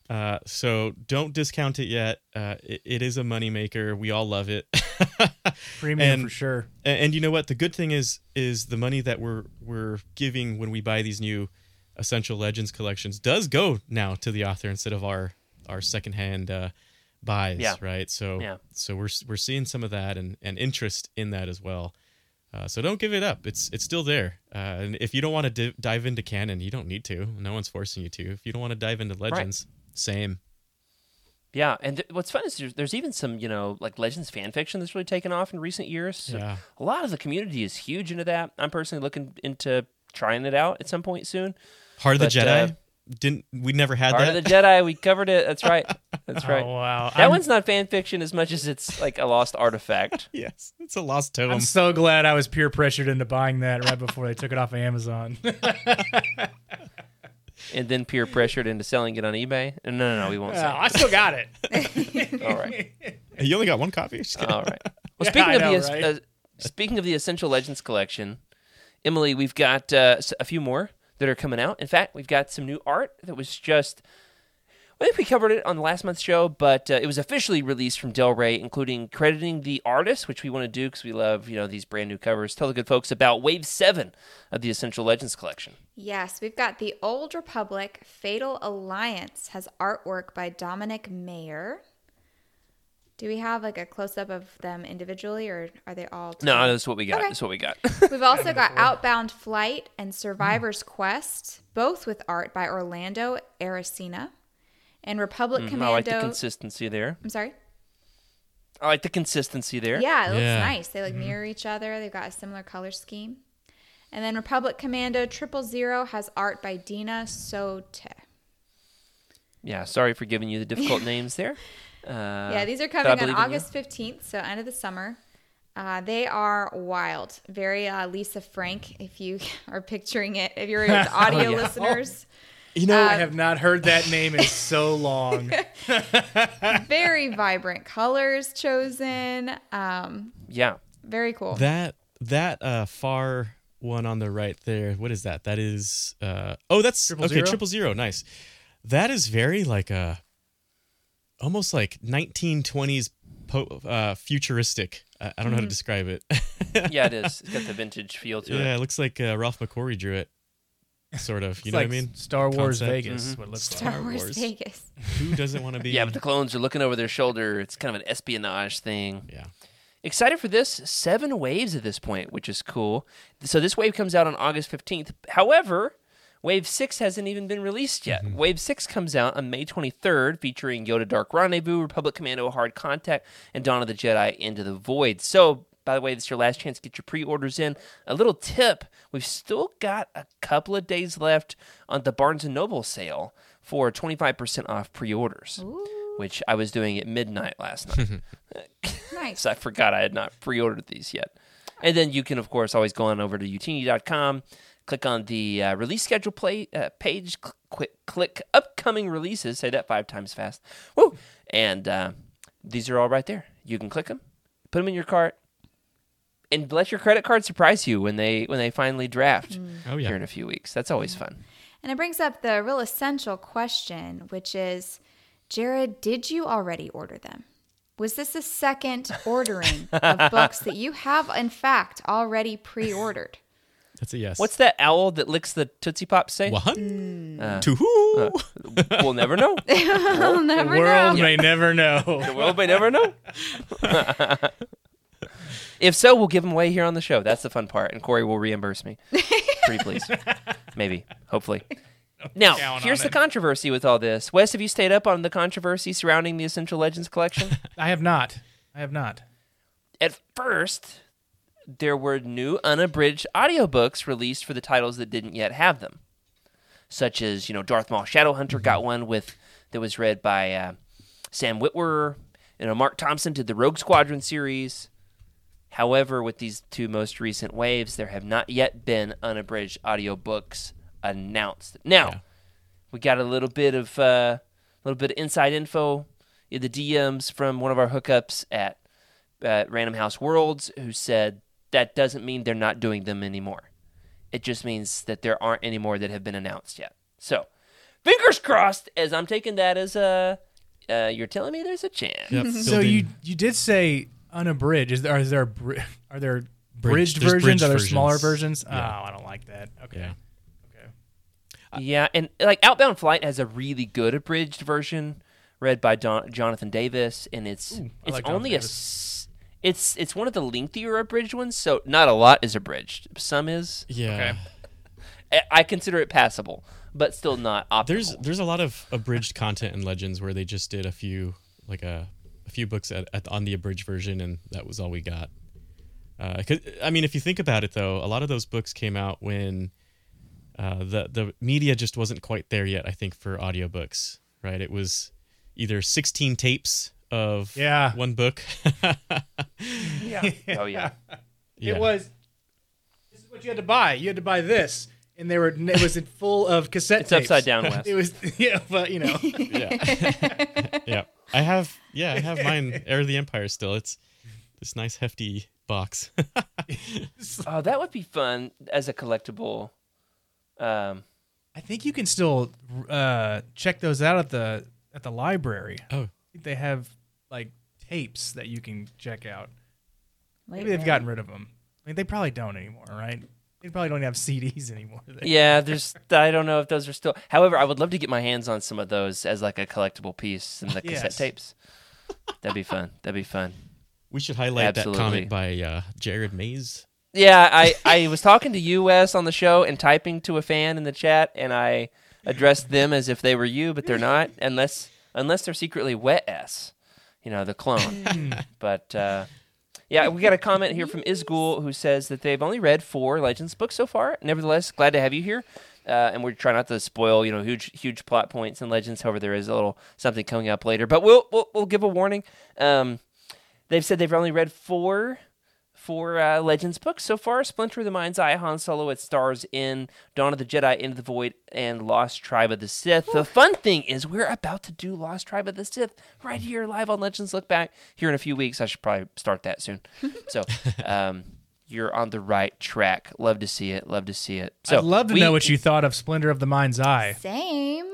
[SPEAKER 4] Uh, so don't discount it yet. Uh, it, it is a moneymaker. We all love it. *laughs*
[SPEAKER 6] Premium
[SPEAKER 4] And-
[SPEAKER 6] for sure.
[SPEAKER 4] A- and, you know what the good thing is is the money that we're we're giving when we buy these new essential legends collections does go now to the author instead of our our secondhand uh buys
[SPEAKER 3] Yeah.
[SPEAKER 4] right so
[SPEAKER 3] Yeah.
[SPEAKER 4] so we're s- we're seeing some of that and and interest in that as well uh, so don't give it up it's it's still there uh, and if you don't want to di- dive into canon you don't need to no one's forcing you to if you don't want to dive into legends same
[SPEAKER 3] Yeah, and th- what's fun is there's, there's even some you know like Legends fan fiction that's really taken off in recent years. So
[SPEAKER 4] Yeah.
[SPEAKER 3] a lot of the community is huge into that. I'm personally looking into trying it out at some point soon.
[SPEAKER 4] heart of the
[SPEAKER 3] But,
[SPEAKER 4] jedi
[SPEAKER 3] uh,
[SPEAKER 4] didn't we never had
[SPEAKER 3] Part
[SPEAKER 4] that *laughs*
[SPEAKER 3] of the Jedi, we covered it. That's right. That's right.
[SPEAKER 6] *laughs* Oh wow.
[SPEAKER 3] That
[SPEAKER 6] I'm,
[SPEAKER 3] one's not fan fiction as much as it's like a lost
[SPEAKER 6] *laughs*
[SPEAKER 3] artifact.
[SPEAKER 4] yes it's a lost tome
[SPEAKER 6] I'm so glad I was peer pressured into buying that right before they took it off of
[SPEAKER 3] *laughs*
[SPEAKER 6] Amazon. *laughs* Oh,
[SPEAKER 3] and then peer pressured into selling it on eBay. No, no, no, we won't
[SPEAKER 6] Uh,
[SPEAKER 3] sell.
[SPEAKER 6] I still got it.
[SPEAKER 3] it. All right,
[SPEAKER 4] you only got one copy Just kidding.
[SPEAKER 3] all
[SPEAKER 6] *laughs*
[SPEAKER 3] right. Well,
[SPEAKER 6] Yeah,
[SPEAKER 3] speaking
[SPEAKER 6] I
[SPEAKER 3] of
[SPEAKER 6] know,
[SPEAKER 3] the es-
[SPEAKER 6] right?
[SPEAKER 3] uh, speaking of the Essential Legends collection, Emily, we've got uh, s- a few more that are coming out. In fact, we've got some new art that was just. I think we covered it on last month's show, but uh, it was officially released from Del Rey, including crediting the artist, which we want to do because we love you know these brand new covers. Tell the good folks about Wave Seven of the Essential Legends collection.
[SPEAKER 5] Yes, we've got The Old Republic Fatal Alliance has artwork by Dominic Mayer. Do we have like a close up of them individually or are they all
[SPEAKER 3] No, that's what we got.
[SPEAKER 5] Okay.
[SPEAKER 3] That's what we
[SPEAKER 5] *laughs*
[SPEAKER 3] got. Mm-hmm. *laughs*
[SPEAKER 5] We've also got Outbound Flight and Survivor's Quest, both with art by Orlando Aracena and Republic
[SPEAKER 3] Mm-hmm. I like
[SPEAKER 5] Commando.
[SPEAKER 3] the consistency there.
[SPEAKER 5] I'm sorry.
[SPEAKER 3] I like the consistency there.
[SPEAKER 5] Yeah, it looks
[SPEAKER 4] Yeah.
[SPEAKER 5] nice. They like
[SPEAKER 3] Mm-hmm.
[SPEAKER 5] mirror each other. They've got a similar color scheme. And then Republic Commando Triple Zero has art by Dina Sote.
[SPEAKER 3] Yeah, sorry for giving you the
[SPEAKER 5] *laughs*
[SPEAKER 3] difficult names there. Uh,
[SPEAKER 5] Yeah, these are
[SPEAKER 3] but I
[SPEAKER 5] coming on
[SPEAKER 3] believe in you.
[SPEAKER 5] August 15th, so end of the summer. Uh, they are wild. Very uh, Lisa Frank, if you *laughs* are picturing it,
[SPEAKER 3] *laughs*
[SPEAKER 5] if you're the audio
[SPEAKER 3] Oh, yeah.
[SPEAKER 5] listeners.
[SPEAKER 4] *laughs* you know
[SPEAKER 6] I have not heard that name in
[SPEAKER 4] *laughs*
[SPEAKER 6] so long.
[SPEAKER 5] Very vibrant colors chosen. Um,
[SPEAKER 3] Yeah,
[SPEAKER 5] very cool.
[SPEAKER 4] That that uh far one on the right there. What is that? That is uh oh that's
[SPEAKER 6] Triple
[SPEAKER 4] okay,
[SPEAKER 6] zero?
[SPEAKER 4] triple zero. Nice. That is very like a almost like 1920s po- uh futuristic. I I don't
[SPEAKER 6] Mm-hmm.
[SPEAKER 4] know how to describe it.
[SPEAKER 3] yeah, it is. It's got the vintage
[SPEAKER 4] *laughs*
[SPEAKER 3] feel to
[SPEAKER 4] yeah,
[SPEAKER 3] it.
[SPEAKER 4] it looks like uh, Ralph McQuarrie drew it. Sort
[SPEAKER 6] *laughs*
[SPEAKER 4] of, you
[SPEAKER 6] It's
[SPEAKER 4] know
[SPEAKER 6] like
[SPEAKER 4] what I mean?
[SPEAKER 6] Star Wars
[SPEAKER 4] Concept.
[SPEAKER 6] Vegas.
[SPEAKER 3] Mm-hmm.
[SPEAKER 6] is What it looks like.
[SPEAKER 5] Star,
[SPEAKER 4] Star
[SPEAKER 5] Wars,
[SPEAKER 4] Wars.
[SPEAKER 3] *laughs*
[SPEAKER 5] Vegas.
[SPEAKER 4] Who doesn't want to
[SPEAKER 6] *laughs*
[SPEAKER 4] be
[SPEAKER 3] Yeah, but the clones are looking over their shoulder. It's kind of an espionage thing.
[SPEAKER 4] Yeah.
[SPEAKER 3] Excited for this? Seven waves at this point, which is cool. So this wave comes out on August 15th. However, Wave 6 hasn't even been released yet. Wave 6 comes out on May 23rd, featuring Yoda Dark Rendezvous, Republic Commando Hard Contact, and Dawn of the Jedi Into the Void. So, by the way, this is your last chance to get your pre orders in. A little tip we've still got a couple of days left on the Barnes and Noble sale for 25% off pre orders, which I was doing at midnight last night.
[SPEAKER 5] Nice.
[SPEAKER 3] So I forgot I had not pre-ordered these yet. And then you can, of course, always go on over to utini.com, click on the uh, release schedule play, uh, page, cl- quick, click upcoming releases. Say that five times fast. Woo! And uh, these are all right there. You can click them, put them in your cart, and let your credit card surprise you when they when they finally draft
[SPEAKER 4] Oh
[SPEAKER 3] here
[SPEAKER 4] yeah.
[SPEAKER 3] in a few weeks. That's always fun.
[SPEAKER 5] And it brings up the real essential question, which is Jared, did you already order them? Was this a second
[SPEAKER 3] *laughs*
[SPEAKER 5] ordering of books that you have, in fact, already pre ordered?
[SPEAKER 4] That's a yes.
[SPEAKER 3] What's that owl that licks the Tootsie Pop say?
[SPEAKER 4] what?
[SPEAKER 6] Mm.
[SPEAKER 4] to who?
[SPEAKER 6] Uh,
[SPEAKER 3] We'll never know.
[SPEAKER 5] We'll
[SPEAKER 6] The
[SPEAKER 5] never
[SPEAKER 6] world
[SPEAKER 5] know.
[SPEAKER 6] may never know.
[SPEAKER 3] *laughs* The world may never know. if so, we'll give them away here on the show. That's the fun part, and Corey will reimburse me. Pretty
[SPEAKER 6] *laughs*
[SPEAKER 3] please, maybe, hopefully. Now,
[SPEAKER 6] count
[SPEAKER 3] here's
[SPEAKER 6] on
[SPEAKER 3] the
[SPEAKER 6] it.
[SPEAKER 3] controversy with all this. Wes, have you stayed up on the controversy surrounding the Essential Legends collection?
[SPEAKER 6] I have not. I have not.
[SPEAKER 3] At first, there were new unabridged audiobooks released for the titles that didn't yet have them, such as you know Darth Maul Shadowhunter got one with that was read by uh, Sam Witwer. You know Mark Thompson did the Rogue Squadron series. However, with these two most recent waves, there have not yet been unabridged audiobooks uh, announced. Now, we got a little bit of a little bit of inside info the DMs from one of our hookups at at Random House Worlds who said that doesn't mean they're not doing them anymore. It just means that there aren't any more that have been announced yet. So, fingers crossed. As I'm taking that as a, uh, you're telling me there's a chance.
[SPEAKER 6] *laughs*
[SPEAKER 4] Yep,
[SPEAKER 6] So
[SPEAKER 4] building-
[SPEAKER 6] you you did say unabridged. Is there, is there bri- are there bridged
[SPEAKER 4] there's
[SPEAKER 6] versions?
[SPEAKER 4] bridged
[SPEAKER 6] are there smaller
[SPEAKER 4] versions.
[SPEAKER 6] versions?
[SPEAKER 4] Yeah.
[SPEAKER 6] Oh, I don't like that. Okay.
[SPEAKER 4] Yeah.
[SPEAKER 6] Okay.
[SPEAKER 3] Yeah, and like Outbound Flight has a really good abridged version read by Don- Jonathan Davis, and it's
[SPEAKER 6] I
[SPEAKER 3] it's
[SPEAKER 6] like Jonathan
[SPEAKER 3] only a
[SPEAKER 6] Davis.
[SPEAKER 3] s- it's it's one of the lengthier abridged ones, so not a lot is abridged. Some is.
[SPEAKER 4] Yeah.
[SPEAKER 6] Okay.
[SPEAKER 3] I, I consider it passable, but still not optimal.
[SPEAKER 4] There's there's a lot of abridged content in Legends where they just did a few like a, a few books at, at, on the abridged version and that was all we got. Uh, 'cause- I mean, if you think about it though, a lot of those books came out when uh, the the media just wasn't quite there yet. I think for audiobooks, right? It was either 16 tapes of
[SPEAKER 6] Yeah.
[SPEAKER 4] one book. *laughs*
[SPEAKER 6] *laughs*
[SPEAKER 3] oh yeah,
[SPEAKER 4] Yeah.
[SPEAKER 6] It was. This is what you had to buy. You had to buy this, and they were. It was full of cassette.
[SPEAKER 3] it's
[SPEAKER 6] tapes.
[SPEAKER 3] upside down. Wes.
[SPEAKER 6] *laughs* It was. Yeah, but you
[SPEAKER 4] *laughs*
[SPEAKER 6] know.
[SPEAKER 4] yeah. yeah. I have yeah, I have mine Heir of the Empire still. It's this nice hefty box. *laughs*
[SPEAKER 3] Oh, that would be fun as a collectible.
[SPEAKER 6] *laughs*
[SPEAKER 3] Um,
[SPEAKER 6] I think you can still uh, check those out at the at the library. I
[SPEAKER 4] oh,
[SPEAKER 6] think they have like tapes that you can check out.
[SPEAKER 5] Wait,
[SPEAKER 6] Maybe they've
[SPEAKER 5] really?
[SPEAKER 6] gotten rid of them. I mean, they probably don't anymore, right? They probably don't have *laughs* CDs anymore.
[SPEAKER 3] yeah, there's. I don't know if those are still. However, I would love to get my hands on some of those as like a collectible piece and the cassette
[SPEAKER 6] Yes.
[SPEAKER 3] tapes. That'd be fun. That'd be fun.
[SPEAKER 4] we should highlight
[SPEAKER 3] Absolutely.
[SPEAKER 4] that comic by uh, Jared Mays.
[SPEAKER 3] Yeah, I, I was talking to you, Wes, on the show and typing to a fan in the chat, and I addressed them as if they were you, but they're not, unless unless they're secretly Wet S, you know, the clone. but uh, yeah, we got a comment here from Isgul who says that they've only read four Legends books so far. Nevertheless, glad to have you here. Uh, and we're trying not to spoil, you know, huge, huge plot points in Legends. However, there is a little something coming up later, but we'll we'll, we'll give a warning. Um, they've said they've only read four for uh, Legends books so far: Splinter of the Mind's Eye, Han Solo at Stars In, Dawn of the Jedi, Into the Void, and Lost Tribe of the Sith. The fun thing is we're about to do Lost Tribe of the Sith right here live on Legends Look Back here in a few weeks. I should probably start that soon. so. Um, You're on the right track. Love to see it. Love to see it. So
[SPEAKER 6] I'd love to
[SPEAKER 3] we-
[SPEAKER 6] know what you thought of Splendor of the Mind's Eye.
[SPEAKER 3] *laughs*
[SPEAKER 5] Same.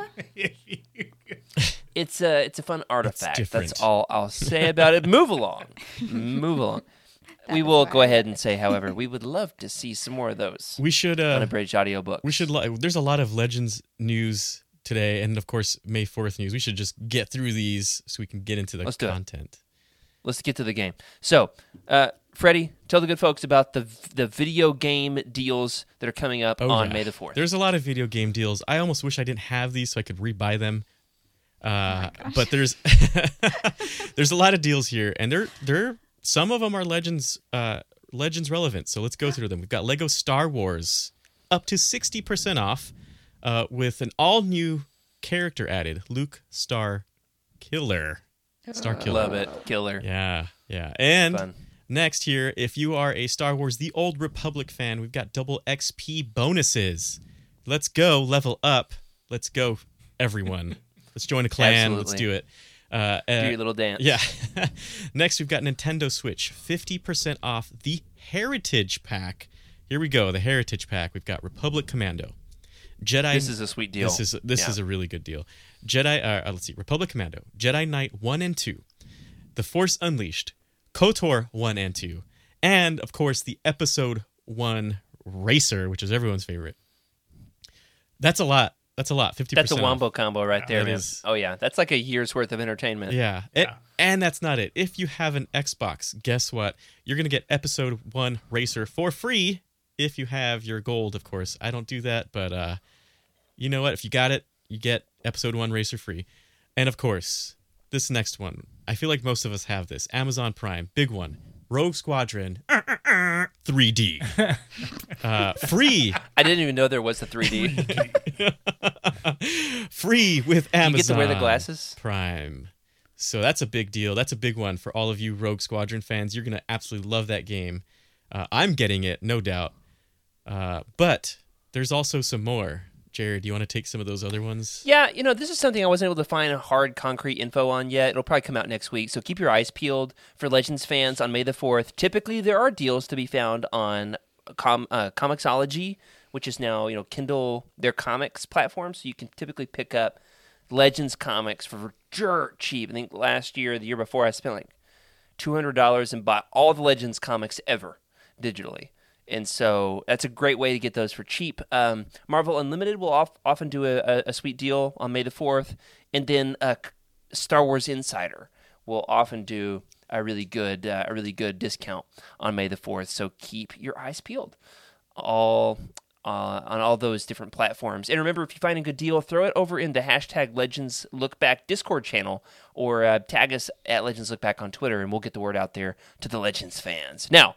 [SPEAKER 3] It's a it's a fun artifact. That's
[SPEAKER 4] different.
[SPEAKER 3] all I'll say about it. Move along,
[SPEAKER 4] *laughs*
[SPEAKER 3] move along. we will go ahead and say, however, we would love to see some more of those
[SPEAKER 4] We should uh,
[SPEAKER 3] unabridged audiobooks.
[SPEAKER 4] we should li- there's a lot of Legends news today and of course May 4th news. We should just get through these so we can get into the
[SPEAKER 3] Let's do it.
[SPEAKER 4] content.
[SPEAKER 3] Let's get to the game. So, uh, Freddie, tell the good folks about the the video game deals that are coming up
[SPEAKER 4] Oh,
[SPEAKER 3] on
[SPEAKER 4] yeah.
[SPEAKER 3] May the fourth.
[SPEAKER 4] There's a lot of video game deals. I almost wish I didn't have these so I could rebuy them. Uh, but there's *laughs* there's a lot of deals here, and they're they're some of them are legends uh, legends relevant. So let's go through them. We've got Lego Star Wars up to sixty percent off uh, with an all new character added, Luke Star Killer. Star Killer.
[SPEAKER 3] Love it, killer.
[SPEAKER 4] Yeah, yeah. And
[SPEAKER 3] Fun.
[SPEAKER 4] next here, if you are a Star Wars The Old Republic fan, we've got double XP bonuses. Let's go level up. Let's go,
[SPEAKER 3] *laughs*
[SPEAKER 4] everyone. Let's join a clan. Let's
[SPEAKER 3] Absolutely.
[SPEAKER 4] do it. Uh,
[SPEAKER 3] Do
[SPEAKER 4] uh,
[SPEAKER 3] your little dance.
[SPEAKER 4] yeah. *laughs* Next, we've got Nintendo Switch, 50% off the Heritage Pack. Here we go, the Heritage Pack. We've got Republic Commando, Jedi.
[SPEAKER 3] this is a sweet deal.
[SPEAKER 4] This is this
[SPEAKER 3] Yeah.
[SPEAKER 4] is a really good deal. Jedi. Uh, uh, let's see, Republic Commando, Jedi Knight one and two, The Force Unleashed, Kotor one and two, and of course the Episode one Racer, which is everyone's favorite. That's a lot. That's a lot. Fifty.
[SPEAKER 3] that's a wombo combo right there,
[SPEAKER 4] That
[SPEAKER 3] man.
[SPEAKER 4] is-
[SPEAKER 3] Oh yeah, that's like a year's worth of entertainment.
[SPEAKER 4] Yeah. It- and that's not it. If you have an Xbox, guess what? You're going to get episode one Racer for free if you have your gold, of course. I don't do that, but uh, you know what? If you got it, you get episode one Racer free. And of course, this next one. I feel like most of us have this Amazon Prime, big one. Rogue Squadron 3D. uh, free. *laughs*
[SPEAKER 3] I didn't even know there was a 3D.
[SPEAKER 4] free with
[SPEAKER 3] you
[SPEAKER 4] Amazon.
[SPEAKER 3] get to wear the glasses.
[SPEAKER 4] Prime. So that's a big deal. That's a big one for all of you Rogue Squadron fans. You're going to absolutely love that game. Uh, I'm getting it, no doubt. Uh, but there's also some more. Jared, do you want to take some of those other ones?
[SPEAKER 3] Yeah, you know, this is something I wasn't able to find hard, concrete info on yet. It'll probably come out next week, so keep your eyes peeled for Legends fans on May the 4th. Typically, there are deals to be found on com- uh, Comixology, which is now, you know, Kindle, their comics platform, so you can typically pick up Legends comics for dirt cheap. I think last year, the year before, I spent like $200 and bought all the Legends comics ever digitally. And so that's a great way to get those for cheap. Um, Marvel Unlimited will off, often do a, a, a sweet deal on May the 4th. And then uh, K- Star Wars Insider will often do a really good uh, a really good discount on May the 4th. So keep your eyes peeled all uh, on all those different platforms. And remember, if you find a good deal, throw it over in the hashtag Legends Look Back Discord channel or uh, tag us at Legends Look Back on Twitter, and we'll get the word out there to the Legends fans. Now,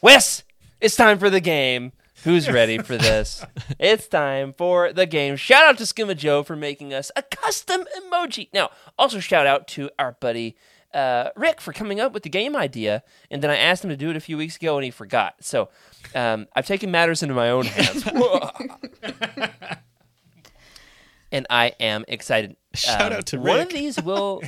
[SPEAKER 3] Wes, it's time for the game. Who's ready
[SPEAKER 4] *laughs*
[SPEAKER 3] for this? it's time for the game. Shout out to Skimma Joe for making us a custom emoji. Now, also shout out to our buddy uh, Rick for coming up with the game idea, and then I asked him to do it a few weeks ago, and he forgot. So um, I've taken matters
[SPEAKER 4] *laughs*
[SPEAKER 3] into my own hands, *laughs* and I am excited.
[SPEAKER 4] Shout
[SPEAKER 3] Um,
[SPEAKER 4] out to
[SPEAKER 3] One of
[SPEAKER 4] Rick.
[SPEAKER 3] these will,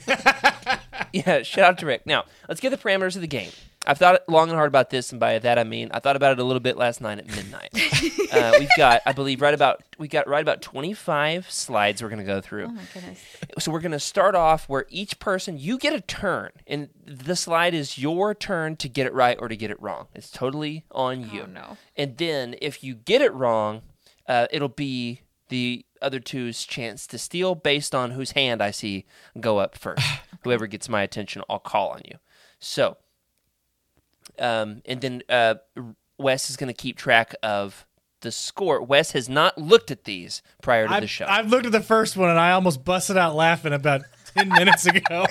[SPEAKER 3] yeah. Shout out to Rick. Now let's get the parameters of the game. I've thought long and hard about this, and by that I mean I thought about it a little bit last night at
[SPEAKER 5] *laughs*
[SPEAKER 3] midnight. uh, we've got, I believe, right about we got right about twenty five slides we're going to go through
[SPEAKER 5] Oh my goodness.
[SPEAKER 3] so we're going to start off where each person you get a turn and the slide is your turn to get it right or to get it wrong it's totally on you
[SPEAKER 5] Oh no.
[SPEAKER 3] and then if you get it wrong uh, it'll be the other two's chance to steal based on whose hand i see go up first whoever gets my attention i'll call on you so um, and then uh, wes is going to keep track of the score wes has not looked at these prior to the
[SPEAKER 6] I've,
[SPEAKER 3] show
[SPEAKER 6] I've looked at the first one and I almost busted out laughing about ten *laughs* minutes ago.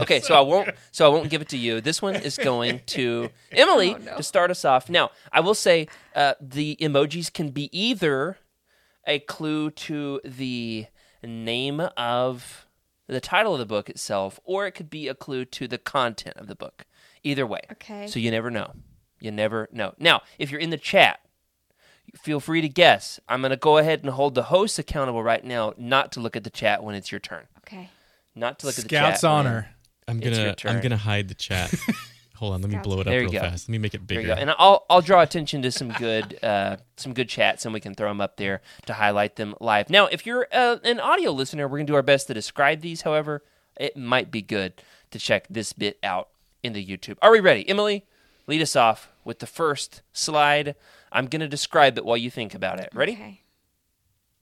[SPEAKER 3] Okay, so I won't. So I won't give it to you. This one is going to Emily to start us off. Now, I will say uh, the emojis can be either a clue to the name of the title of the book itself, or it could be a clue to the content of the book. Either way,
[SPEAKER 5] Okay.
[SPEAKER 3] so you never know. You never know. Now, if you're in the chat, feel free to guess. I'm going to go ahead and hold the host accountable right now not to look at the chat when it's your turn.
[SPEAKER 5] okay.
[SPEAKER 3] Not to look at the chat.
[SPEAKER 6] Scout's
[SPEAKER 3] when-
[SPEAKER 6] honor. *laughs*
[SPEAKER 4] I'm
[SPEAKER 3] It's your
[SPEAKER 4] gonna I'm
[SPEAKER 3] turn.
[SPEAKER 4] gonna hide the
[SPEAKER 3] *laughs*
[SPEAKER 4] chat. Hold on, let me blow it up
[SPEAKER 3] There you
[SPEAKER 4] real
[SPEAKER 3] go.
[SPEAKER 4] fast. Let me make it
[SPEAKER 3] There
[SPEAKER 4] bigger.
[SPEAKER 3] you go. And I'll I'll draw attention to some good *laughs* uh, some good chats, and we can throw them up there to highlight them live. Now, if you're uh, an audio listener, we're gonna do our best to describe these. However, it might be good to check this bit out in the YouTube. Are we ready, Emily? Lead us off with the first slide. I'm gonna describe it while you think about it. Ready?
[SPEAKER 5] Okay. *laughs*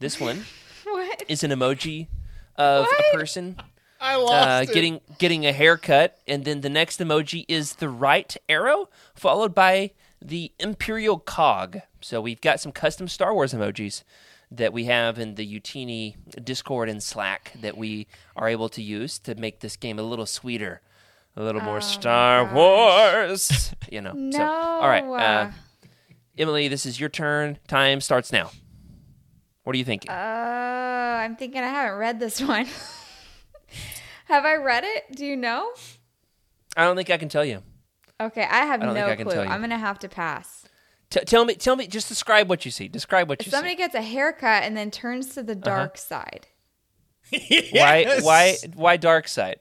[SPEAKER 3] This one
[SPEAKER 5] What?
[SPEAKER 3] is an emoji of a person
[SPEAKER 6] I
[SPEAKER 3] uh, getting getting a haircut, and then the next emoji is the right arrow, followed by the imperial cog. So we've got some custom Star Wars emojis that we have in the Utini Discord and Slack that we are able to use to make this game a little sweeter, a little more Star Wars. You know.
[SPEAKER 5] No.
[SPEAKER 3] So, all right, uh, Emily, this is your turn. Time starts now. What are you thinking?
[SPEAKER 5] Oh, I'm thinking I haven't read this one. *laughs* have I read it? Do you know?
[SPEAKER 3] I don't think I can tell you.
[SPEAKER 5] Okay, I have
[SPEAKER 3] I don't
[SPEAKER 5] no
[SPEAKER 3] think I can
[SPEAKER 5] clue.
[SPEAKER 3] tell you.
[SPEAKER 5] I'm gonna have to pass.
[SPEAKER 3] T- tell me. Tell me. Just describe what you see. Describe what
[SPEAKER 5] If
[SPEAKER 3] you see.
[SPEAKER 5] somebody gets a haircut and then turns to the
[SPEAKER 3] Uh-huh.
[SPEAKER 5] dark side.
[SPEAKER 3] Why why why dark side?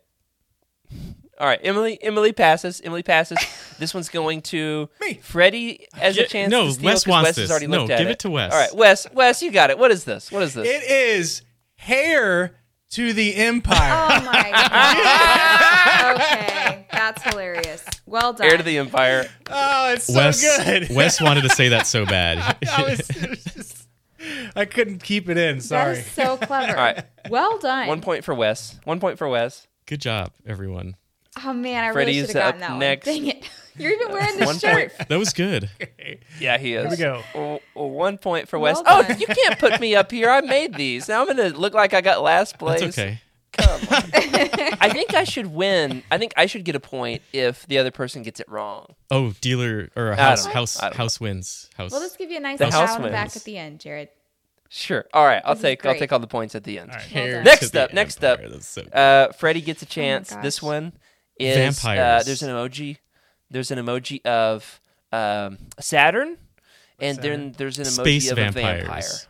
[SPEAKER 3] All right, Emily Emily passes. Emily
[SPEAKER 5] *laughs*
[SPEAKER 3] passes. This one's going to
[SPEAKER 6] Me.
[SPEAKER 3] Freddie as a
[SPEAKER 4] Yeah,
[SPEAKER 3] chance
[SPEAKER 4] no,
[SPEAKER 3] to steal
[SPEAKER 4] Wes
[SPEAKER 3] 'cause
[SPEAKER 4] wants
[SPEAKER 3] Wes has
[SPEAKER 4] this.
[SPEAKER 3] already
[SPEAKER 4] No,
[SPEAKER 3] looked at
[SPEAKER 4] give it to Wes.
[SPEAKER 3] All right, Wes, Wes, you got it. What is this? What is this?
[SPEAKER 6] It is hair to the empire.
[SPEAKER 5] Oh
[SPEAKER 3] *laughs*
[SPEAKER 5] my god. okay, that's hilarious. Well done.
[SPEAKER 3] Heir to the Empire.
[SPEAKER 6] *laughs* oh, it's so
[SPEAKER 4] Wes,
[SPEAKER 6] good.
[SPEAKER 4] *laughs* Wes wanted to say that so
[SPEAKER 3] *laughs*
[SPEAKER 4] bad.
[SPEAKER 6] *laughs* I was, it was just, I couldn't keep it in.
[SPEAKER 5] that
[SPEAKER 6] Sorry.
[SPEAKER 5] is so clever.
[SPEAKER 3] All right.
[SPEAKER 5] Well done.
[SPEAKER 3] One point for Wes. One point for Wes.
[SPEAKER 4] *laughs* Good job, everyone.
[SPEAKER 5] Oh man, I
[SPEAKER 3] Freddie's
[SPEAKER 5] really should have gotten
[SPEAKER 3] up
[SPEAKER 5] that
[SPEAKER 3] next.
[SPEAKER 5] one. Dang it. *laughs* You're even wearing this
[SPEAKER 3] One
[SPEAKER 5] shirt.
[SPEAKER 4] That was
[SPEAKER 3] *laughs*
[SPEAKER 4] good.
[SPEAKER 3] Yeah, he is.
[SPEAKER 6] we go.
[SPEAKER 3] W- w- One point for Wes.
[SPEAKER 5] Well
[SPEAKER 3] oh,
[SPEAKER 5] done.
[SPEAKER 3] you can't put me up here. I made these. Now I'm gonna look like I got last place.
[SPEAKER 4] That's okay.
[SPEAKER 3] I think I should win. I think I should get a point if the other person gets it wrong.
[SPEAKER 4] Oh, dealer or house
[SPEAKER 3] don't-
[SPEAKER 4] house
[SPEAKER 3] I don't
[SPEAKER 4] house wins. House.
[SPEAKER 5] We'll just give you a nice
[SPEAKER 3] The house
[SPEAKER 5] pat on the back
[SPEAKER 3] wins.
[SPEAKER 5] at the end, Jared.
[SPEAKER 3] Sure. All right. I'll
[SPEAKER 5] This is
[SPEAKER 3] take. I'll
[SPEAKER 5] great.
[SPEAKER 3] take all the points at the end.
[SPEAKER 5] Hair
[SPEAKER 3] Next
[SPEAKER 4] to the
[SPEAKER 3] up, next
[SPEAKER 4] empire.
[SPEAKER 3] up.
[SPEAKER 4] That's so good.
[SPEAKER 3] Uh, Freddy gets a chance. this
[SPEAKER 5] Oh gosh.
[SPEAKER 3] one is Uh,
[SPEAKER 4] Vampires.
[SPEAKER 3] there's an emoji. There's an emoji of um, Saturn, and then there's an emoji
[SPEAKER 4] Space
[SPEAKER 3] of a vampire.
[SPEAKER 4] vampires.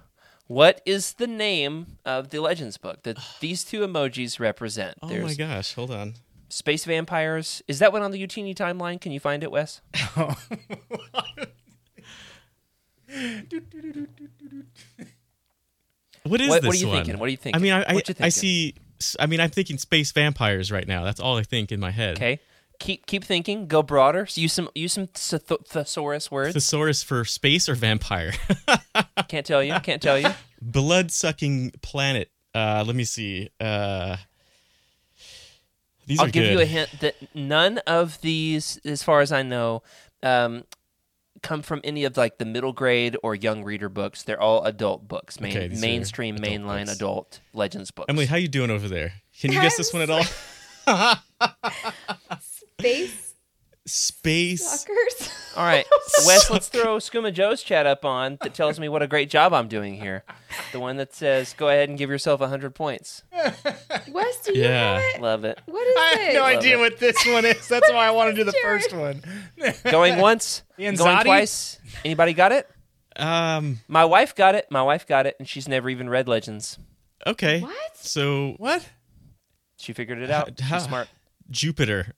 [SPEAKER 3] What is the name of the Legends
[SPEAKER 4] *sighs*
[SPEAKER 3] book that these two emojis represent?
[SPEAKER 4] Oh
[SPEAKER 3] there's
[SPEAKER 4] my gosh, hold on.
[SPEAKER 3] space vampires. Is that one on the Utini timeline? Can you find it, Wes?
[SPEAKER 4] What is
[SPEAKER 3] What-
[SPEAKER 4] this
[SPEAKER 3] what are you
[SPEAKER 4] one?
[SPEAKER 3] thinking? What are you thinking?
[SPEAKER 4] I mean, I I,
[SPEAKER 3] What you
[SPEAKER 4] I
[SPEAKER 3] thinking?
[SPEAKER 4] see. I mean, I'm thinking space vampires right now. That's all I think in my head.
[SPEAKER 3] Okay. Keep keep thinking. Go broader. So use some use some thetho- thesaurus
[SPEAKER 4] *laughs*
[SPEAKER 3] words.
[SPEAKER 4] Thesaurus for space or vampire? *laughs*
[SPEAKER 3] Can't tell you. Can't tell you.
[SPEAKER 4] Blood sucking planet. Uh, let me see. Uh, these
[SPEAKER 3] I'll
[SPEAKER 4] are
[SPEAKER 3] give
[SPEAKER 4] good.
[SPEAKER 3] you a hint that none of these, as far as I know, um, come from any of like the middle grade or young reader books. They're all adult books, main,
[SPEAKER 4] Okay, these are
[SPEAKER 3] mainstream,
[SPEAKER 4] adult
[SPEAKER 3] mainline
[SPEAKER 4] books.
[SPEAKER 3] adult legends books.
[SPEAKER 4] Emily, how you doing over there? Can you guess this one at all?
[SPEAKER 3] *laughs*
[SPEAKER 5] Space
[SPEAKER 4] Space.
[SPEAKER 5] suckers. *laughs*
[SPEAKER 4] *laughs*
[SPEAKER 3] all right, Wes, let's throw Skooma Joe's chat up on that tells me what a great job I'm doing here. The one that says, "Go ahead and give yourself hundred points."
[SPEAKER 5] Wes, do you
[SPEAKER 4] Yeah.
[SPEAKER 5] have it?
[SPEAKER 3] Love it.
[SPEAKER 5] What is
[SPEAKER 6] I
[SPEAKER 5] this?
[SPEAKER 6] have no idea what this one is. That's why I want to do the
[SPEAKER 5] Jared.
[SPEAKER 6] first one.
[SPEAKER 3] Going once,
[SPEAKER 6] Ian
[SPEAKER 3] going
[SPEAKER 6] Zadi?
[SPEAKER 3] twice. Anybody got it?
[SPEAKER 4] Um.
[SPEAKER 3] My wife got it. My wife got it, and she's never even read Legends.
[SPEAKER 4] Okay.
[SPEAKER 5] What?
[SPEAKER 4] So
[SPEAKER 6] What?
[SPEAKER 3] She figured it out.
[SPEAKER 4] Huh. *laughs*
[SPEAKER 3] She's smart.
[SPEAKER 4] Jupiter.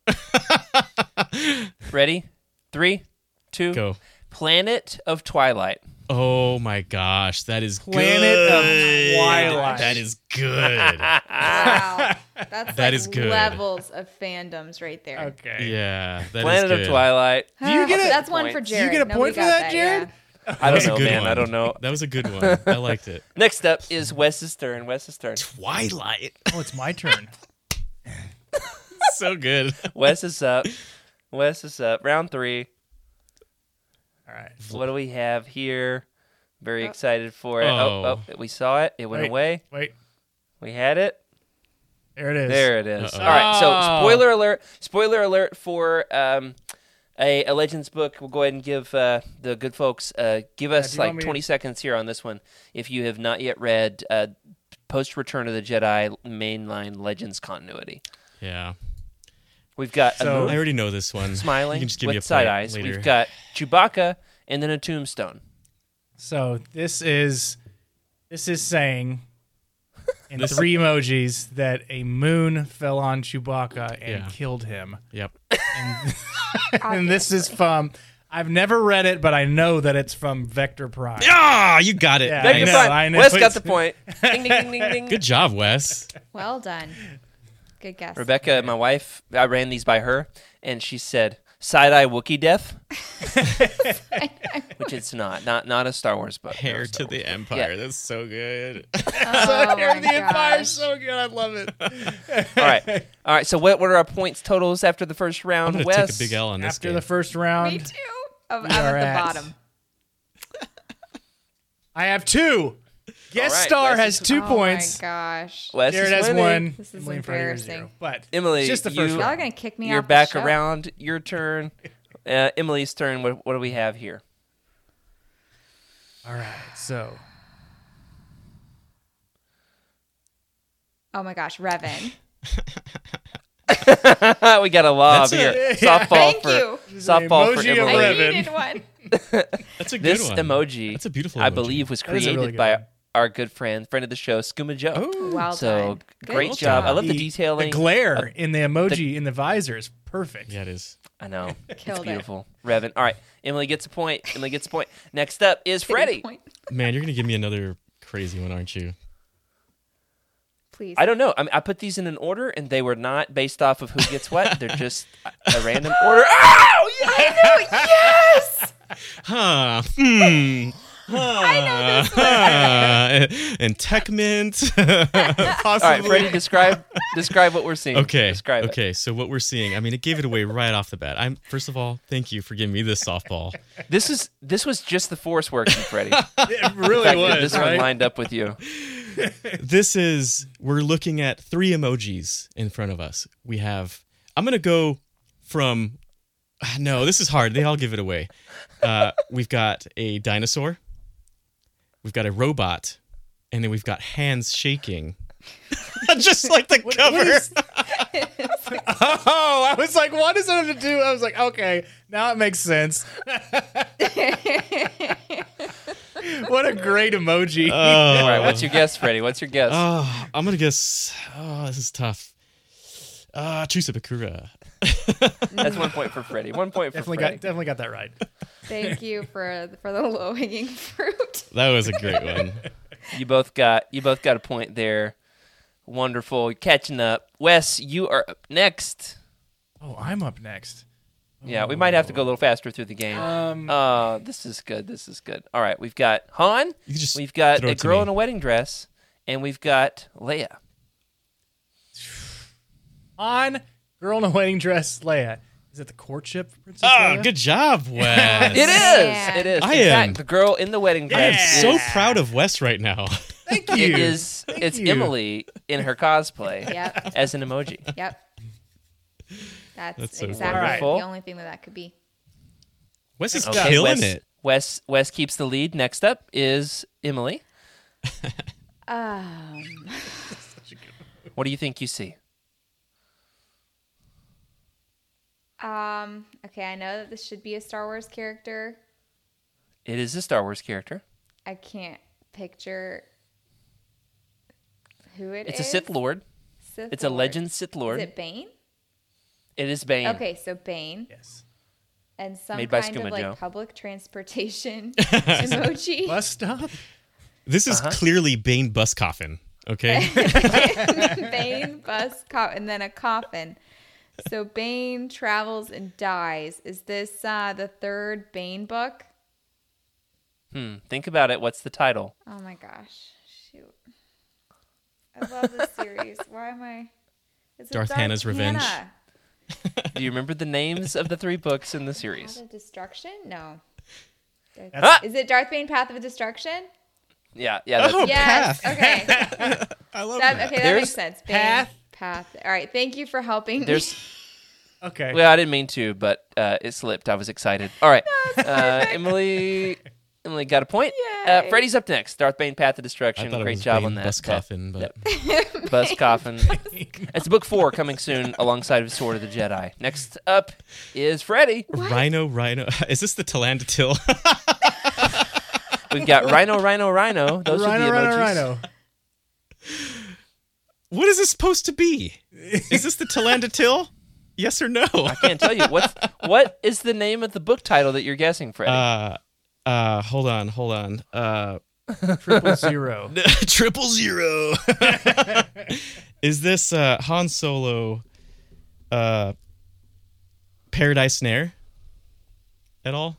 [SPEAKER 3] Ready? Three, two,
[SPEAKER 4] Go.
[SPEAKER 3] Planet of Twilight.
[SPEAKER 4] Oh my gosh, that is
[SPEAKER 6] Planet of
[SPEAKER 4] good.
[SPEAKER 6] Twilight.
[SPEAKER 4] That is good.
[SPEAKER 6] *laughs*
[SPEAKER 5] Wow. That's
[SPEAKER 4] That
[SPEAKER 5] like
[SPEAKER 4] is good.
[SPEAKER 5] levels of fandoms right there.
[SPEAKER 6] Okay.
[SPEAKER 4] yeah, that is
[SPEAKER 3] Planet of
[SPEAKER 4] good.
[SPEAKER 3] Twilight.
[SPEAKER 6] Uh, Do you
[SPEAKER 3] Oh,
[SPEAKER 6] get it?
[SPEAKER 5] That's one for
[SPEAKER 3] Points.
[SPEAKER 5] Jared.
[SPEAKER 6] You get a
[SPEAKER 5] Nobody
[SPEAKER 6] point for
[SPEAKER 5] got
[SPEAKER 6] that, Jared?
[SPEAKER 5] yeah.
[SPEAKER 3] I don't
[SPEAKER 4] That's a
[SPEAKER 3] know,
[SPEAKER 4] good
[SPEAKER 3] man. I
[SPEAKER 4] one.
[SPEAKER 3] don't know.
[SPEAKER 4] That was a good one. I liked
[SPEAKER 3] *laughs*
[SPEAKER 4] it.
[SPEAKER 3] Next up is Wes's turn.
[SPEAKER 4] *laughs*
[SPEAKER 3] Wes's turn.
[SPEAKER 4] Twilight.
[SPEAKER 6] Oh, it's my turn.
[SPEAKER 4] so good.
[SPEAKER 3] Wes is up. Wes is up. Round three.
[SPEAKER 6] *laughs* All right.
[SPEAKER 3] What do we have here? Very
[SPEAKER 5] Oh.
[SPEAKER 3] excited for it. Oh,
[SPEAKER 4] Oh.
[SPEAKER 3] oh, we saw it. It went
[SPEAKER 6] Wait.
[SPEAKER 3] away.
[SPEAKER 6] Wait.
[SPEAKER 3] We had it.
[SPEAKER 6] There it is.
[SPEAKER 3] There it is.
[SPEAKER 4] Uh-oh.
[SPEAKER 3] All right. So
[SPEAKER 6] Oh.
[SPEAKER 3] spoiler alert. Spoiler alert for um, a, a Legends book. We'll go ahead and give uh, the good folks uh, give us
[SPEAKER 6] do you want
[SPEAKER 3] like
[SPEAKER 6] me to-
[SPEAKER 3] 20 seconds here on this one. If you have not yet read uh, post Return of the Jedi mainline Legends continuity,
[SPEAKER 4] Yeah.
[SPEAKER 3] we've got
[SPEAKER 6] So-
[SPEAKER 3] a
[SPEAKER 4] I
[SPEAKER 3] moon
[SPEAKER 4] already know this one.
[SPEAKER 3] smiling
[SPEAKER 4] You can just give
[SPEAKER 3] with
[SPEAKER 4] me a
[SPEAKER 3] side
[SPEAKER 4] point
[SPEAKER 3] eyes.
[SPEAKER 4] Later.
[SPEAKER 3] We've got Chewbacca and then a tombstone.
[SPEAKER 6] So this is this is saying in
[SPEAKER 4] This-
[SPEAKER 6] three emojis that a moon fell on Chewbacca and
[SPEAKER 4] Yeah.
[SPEAKER 6] killed
[SPEAKER 5] *laughs*
[SPEAKER 6] him.
[SPEAKER 4] Yep.
[SPEAKER 6] And this is from I've never read it, but I know that it's from Vector Prime.
[SPEAKER 4] Ah, you got it.
[SPEAKER 6] Yeah.
[SPEAKER 3] Beg
[SPEAKER 6] I
[SPEAKER 3] your
[SPEAKER 6] know,
[SPEAKER 3] pardon.
[SPEAKER 6] I know.
[SPEAKER 3] Wes got
[SPEAKER 4] *laughs*
[SPEAKER 6] It's-
[SPEAKER 3] the point. ding, ding, ding, ding, ding.
[SPEAKER 4] Good job,
[SPEAKER 3] *laughs*
[SPEAKER 4] Wes.
[SPEAKER 5] Well done. Good guess.
[SPEAKER 6] *laughs*
[SPEAKER 3] Rebecca, my wife, I ran these by her, and she said, "Side eye Wookie
[SPEAKER 5] *laughs*
[SPEAKER 3] death," which it's not, not not a Star Wars book.
[SPEAKER 4] Hair to the Empire.
[SPEAKER 3] Yeah.
[SPEAKER 4] That's so good.
[SPEAKER 5] Oh my gosh.
[SPEAKER 6] so good. I love it.
[SPEAKER 3] All right, all right. So what what are our points totals after the first round?
[SPEAKER 4] I'm gonna
[SPEAKER 3] *laughs* Wes,
[SPEAKER 4] take a big L on this
[SPEAKER 6] After
[SPEAKER 4] game.
[SPEAKER 6] the first
[SPEAKER 5] Me
[SPEAKER 6] round,
[SPEAKER 5] too. I'm, I'm
[SPEAKER 6] We are
[SPEAKER 5] at the
[SPEAKER 6] at-
[SPEAKER 5] bottom.
[SPEAKER 6] I have two. Guest
[SPEAKER 3] All right,
[SPEAKER 6] star
[SPEAKER 3] Wes
[SPEAKER 6] has
[SPEAKER 3] is-
[SPEAKER 6] two
[SPEAKER 5] oh
[SPEAKER 6] points.
[SPEAKER 5] my gosh.
[SPEAKER 3] Wes
[SPEAKER 6] Jared
[SPEAKER 3] is
[SPEAKER 6] has
[SPEAKER 3] winning.
[SPEAKER 6] one.
[SPEAKER 5] This is
[SPEAKER 6] Emily and Freddie are
[SPEAKER 5] embarrassing.
[SPEAKER 6] zero. But
[SPEAKER 3] Emily,
[SPEAKER 6] it's just the
[SPEAKER 3] you-
[SPEAKER 6] first
[SPEAKER 5] Y'all are
[SPEAKER 6] round.
[SPEAKER 5] gonna kick me
[SPEAKER 3] You're
[SPEAKER 5] off. the
[SPEAKER 3] back
[SPEAKER 5] show.
[SPEAKER 3] around. Your turn. Uh, Emily's turn. What, what do we have here? *laughs*
[SPEAKER 6] All right. So
[SPEAKER 5] Oh my gosh,
[SPEAKER 6] *laughs*
[SPEAKER 5] Revan.
[SPEAKER 3] we got a lob
[SPEAKER 4] That's a-
[SPEAKER 3] here.
[SPEAKER 4] yeah.
[SPEAKER 3] Softball
[SPEAKER 5] Thank
[SPEAKER 3] for
[SPEAKER 5] you.
[SPEAKER 3] softball for
[SPEAKER 6] Emoji of
[SPEAKER 5] I
[SPEAKER 3] Emily.
[SPEAKER 6] Revan.
[SPEAKER 5] needed one.
[SPEAKER 4] That's a good
[SPEAKER 3] This
[SPEAKER 4] one.
[SPEAKER 3] emoji,
[SPEAKER 4] That's a beautiful.
[SPEAKER 3] I
[SPEAKER 4] emoji.
[SPEAKER 3] believe, was
[SPEAKER 6] That is a
[SPEAKER 3] created
[SPEAKER 6] really good
[SPEAKER 3] by
[SPEAKER 6] one.
[SPEAKER 3] our good friend, friend of the show, Skooma Joe.
[SPEAKER 5] Well
[SPEAKER 3] so
[SPEAKER 5] done. Good
[SPEAKER 3] great job. I love the
[SPEAKER 6] The-
[SPEAKER 3] detailing. Uh,
[SPEAKER 6] the glare in the emoji in the visor is perfect.
[SPEAKER 4] Yeah, it is.
[SPEAKER 3] I
[SPEAKER 6] *laughs*
[SPEAKER 3] know. it's
[SPEAKER 5] Killed it.
[SPEAKER 3] beautiful. Revan. All right. Emily gets a point. Emily gets a point. Next up
[SPEAKER 6] *laughs*
[SPEAKER 3] is Freddie.
[SPEAKER 5] Point.
[SPEAKER 4] Man, you're gonna give me another crazy one, aren't
[SPEAKER 3] *laughs*
[SPEAKER 4] you?
[SPEAKER 5] Please.
[SPEAKER 3] I don't know. I, mean, I put these in an order, and they were not based off of who gets what.
[SPEAKER 6] *laughs*
[SPEAKER 3] They're just a a random order. Oh, yeah! *laughs*
[SPEAKER 5] yes.
[SPEAKER 4] Huh. Hmm. I know this *laughs* and *laughs* Techmint.
[SPEAKER 3] All right,
[SPEAKER 6] *laughs*
[SPEAKER 3] Freddie, describe describe what we're seeing.
[SPEAKER 4] Okay.
[SPEAKER 3] Describe it.
[SPEAKER 4] okay. So what we're seeing, I mean, it gave it away right off the bat. I'm first of all, thank you for giving me this
[SPEAKER 3] *laughs*
[SPEAKER 4] softball.
[SPEAKER 3] This is this was just the force
[SPEAKER 4] *laughs*
[SPEAKER 3] working, Freddie. The
[SPEAKER 6] It really
[SPEAKER 3] fact that this one lined up with you.
[SPEAKER 4] This is we're looking at three emojis in front of us. We have. I'm gonna go from. *sighs* No, this is hard. They all give it away. Uh, we've got a dinosaur. We've got a robot, and then we've got hands shaking. *laughs* Just like the cover.
[SPEAKER 6] *laughs* Oh, I was like, what *laughs* is it to do? I was like, okay, now it makes sense. what a great emoji.
[SPEAKER 4] Oh,
[SPEAKER 3] All right, what's your guess, Freddie? What's your guess?
[SPEAKER 4] oh, I'm gonna guess. Oh, this is tough. Uh, Chusabakura.
[SPEAKER 3] That's one point for Freddie. One point for
[SPEAKER 6] definitely
[SPEAKER 3] Freddie.
[SPEAKER 6] got definitely got that right.
[SPEAKER 5] Thank you for for the low hanging *laughs* fruit.
[SPEAKER 4] That was a great one.
[SPEAKER 3] You both got you both got a point there. Wonderful, catching up. Wes, you are up next.
[SPEAKER 6] Oh, I'm up next.
[SPEAKER 3] Yeah, we might have to go a little faster through the game.
[SPEAKER 6] Um,
[SPEAKER 3] Uh, this is good. This is good. All right, we've got Han.
[SPEAKER 4] You just
[SPEAKER 3] We've got
[SPEAKER 4] throw
[SPEAKER 3] a
[SPEAKER 4] it to
[SPEAKER 3] girl
[SPEAKER 4] me.
[SPEAKER 3] in a wedding dress, and we've got Leia.
[SPEAKER 6] on girl in a wedding dress, Leia. Is it the courtship, Princess
[SPEAKER 3] Ah,
[SPEAKER 4] Oh,
[SPEAKER 6] Leia?
[SPEAKER 4] good job,
[SPEAKER 3] *laughs*
[SPEAKER 4] Wes.
[SPEAKER 3] It is.
[SPEAKER 5] Yeah.
[SPEAKER 3] It is.
[SPEAKER 4] I
[SPEAKER 3] In fact,
[SPEAKER 4] am-
[SPEAKER 3] the girl in the wedding
[SPEAKER 4] I'm
[SPEAKER 3] dress.
[SPEAKER 4] so proud of Wes right now. *laughs*
[SPEAKER 6] Thank you.
[SPEAKER 3] It is. It's
[SPEAKER 6] you.
[SPEAKER 3] Emily in her cosplay
[SPEAKER 5] *laughs* Yep.
[SPEAKER 3] as an emoji.
[SPEAKER 4] *laughs*
[SPEAKER 5] Yep. That's,
[SPEAKER 4] That's so
[SPEAKER 5] exactly
[SPEAKER 6] wonderful.
[SPEAKER 5] the only thing that that could be.
[SPEAKER 4] Wes is
[SPEAKER 3] Okay,
[SPEAKER 4] killing
[SPEAKER 3] Wes,
[SPEAKER 4] it.
[SPEAKER 3] Wes Wes keeps the lead. Next up is Emily.
[SPEAKER 5] *laughs* Um,
[SPEAKER 3] What do you think you see?
[SPEAKER 5] um, okay, I know that this should be a Star Wars character.
[SPEAKER 3] It is a Star Wars character.
[SPEAKER 5] I can't picture who it
[SPEAKER 3] It's a
[SPEAKER 5] is.
[SPEAKER 3] Sith Lord.
[SPEAKER 5] Sith
[SPEAKER 3] It's a
[SPEAKER 5] Lord.
[SPEAKER 3] legend Sith Lord.
[SPEAKER 5] Is it Bane?
[SPEAKER 3] it is Bane.
[SPEAKER 5] Okay, so Bane
[SPEAKER 6] Yes.
[SPEAKER 5] and some
[SPEAKER 3] Made by
[SPEAKER 5] kind
[SPEAKER 3] Skooma
[SPEAKER 5] of like
[SPEAKER 3] Joe.
[SPEAKER 4] *laughs*
[SPEAKER 5] public transportation emoji.
[SPEAKER 6] Bus stop.
[SPEAKER 4] This is
[SPEAKER 3] Uh-huh.
[SPEAKER 4] clearly Bane Bus Coffin.
[SPEAKER 3] *laughs*
[SPEAKER 4] Okay.
[SPEAKER 5] *laughs* Bane bus co- and then a coffin. So Bane travels and dies. Is this uh, the third Bane book?
[SPEAKER 3] Hmm. Think about it. What's the title?
[SPEAKER 5] Oh my gosh. Shoot. I love this series. Why am I? It's a
[SPEAKER 4] Darth Hannah's Revenge.
[SPEAKER 5] Hannah.
[SPEAKER 3] Do you remember the names of the three books in the series?
[SPEAKER 5] *laughs* Path of Destruction?
[SPEAKER 4] *laughs*
[SPEAKER 5] No. Darth-
[SPEAKER 3] Ah!
[SPEAKER 5] Is it Darth Bane Path of Destruction?
[SPEAKER 3] Yeah, yeah. That's,
[SPEAKER 4] Oh,
[SPEAKER 5] yes.
[SPEAKER 4] Path.
[SPEAKER 5] Okay. That,
[SPEAKER 4] *laughs* I love
[SPEAKER 5] okay, that
[SPEAKER 3] There's
[SPEAKER 5] makes sense. Bane,
[SPEAKER 6] Path.
[SPEAKER 5] Path. All right. Thank you for helping. me. *laughs*
[SPEAKER 3] There's.
[SPEAKER 6] Okay.
[SPEAKER 3] Well, I didn't mean to, but uh, it slipped. I was excited. All right, uh, Emily. Emily got a point. Uh,
[SPEAKER 5] Yay.
[SPEAKER 3] Freddy's up next. Darth Bane: Path
[SPEAKER 4] I
[SPEAKER 3] of Destruction.
[SPEAKER 4] thought it
[SPEAKER 3] Great
[SPEAKER 4] was
[SPEAKER 3] job
[SPEAKER 4] Bane
[SPEAKER 3] on that.
[SPEAKER 4] Bus
[SPEAKER 3] That- *laughs*
[SPEAKER 4] Coffin, but
[SPEAKER 3] Yep. Bus
[SPEAKER 5] *laughs*
[SPEAKER 3] Coffin. it's book four coming soon alongside of Sword of the Jedi. Next up is Freddy.
[SPEAKER 4] Rhino, Rhino. *laughs* Is this the Talandatil?
[SPEAKER 3] We've got Rhino, Rhino, Rhino. Those
[SPEAKER 6] rhino,
[SPEAKER 3] are the
[SPEAKER 6] rhino,
[SPEAKER 3] emojis.
[SPEAKER 6] rhino.
[SPEAKER 4] *laughs* what is this supposed to be? Is
[SPEAKER 3] *laughs*
[SPEAKER 4] this the Talandatil? Yes or no?
[SPEAKER 3] Can't tell you what's what is the name of the book title that you're guessing, Freddy.
[SPEAKER 4] Uh, uh, hold on, hold on. Uh,
[SPEAKER 3] *laughs*
[SPEAKER 6] Triple zero.
[SPEAKER 4] *laughs* triple zero. *laughs* is this uh, Han Solo uh, Paradise Snare at all?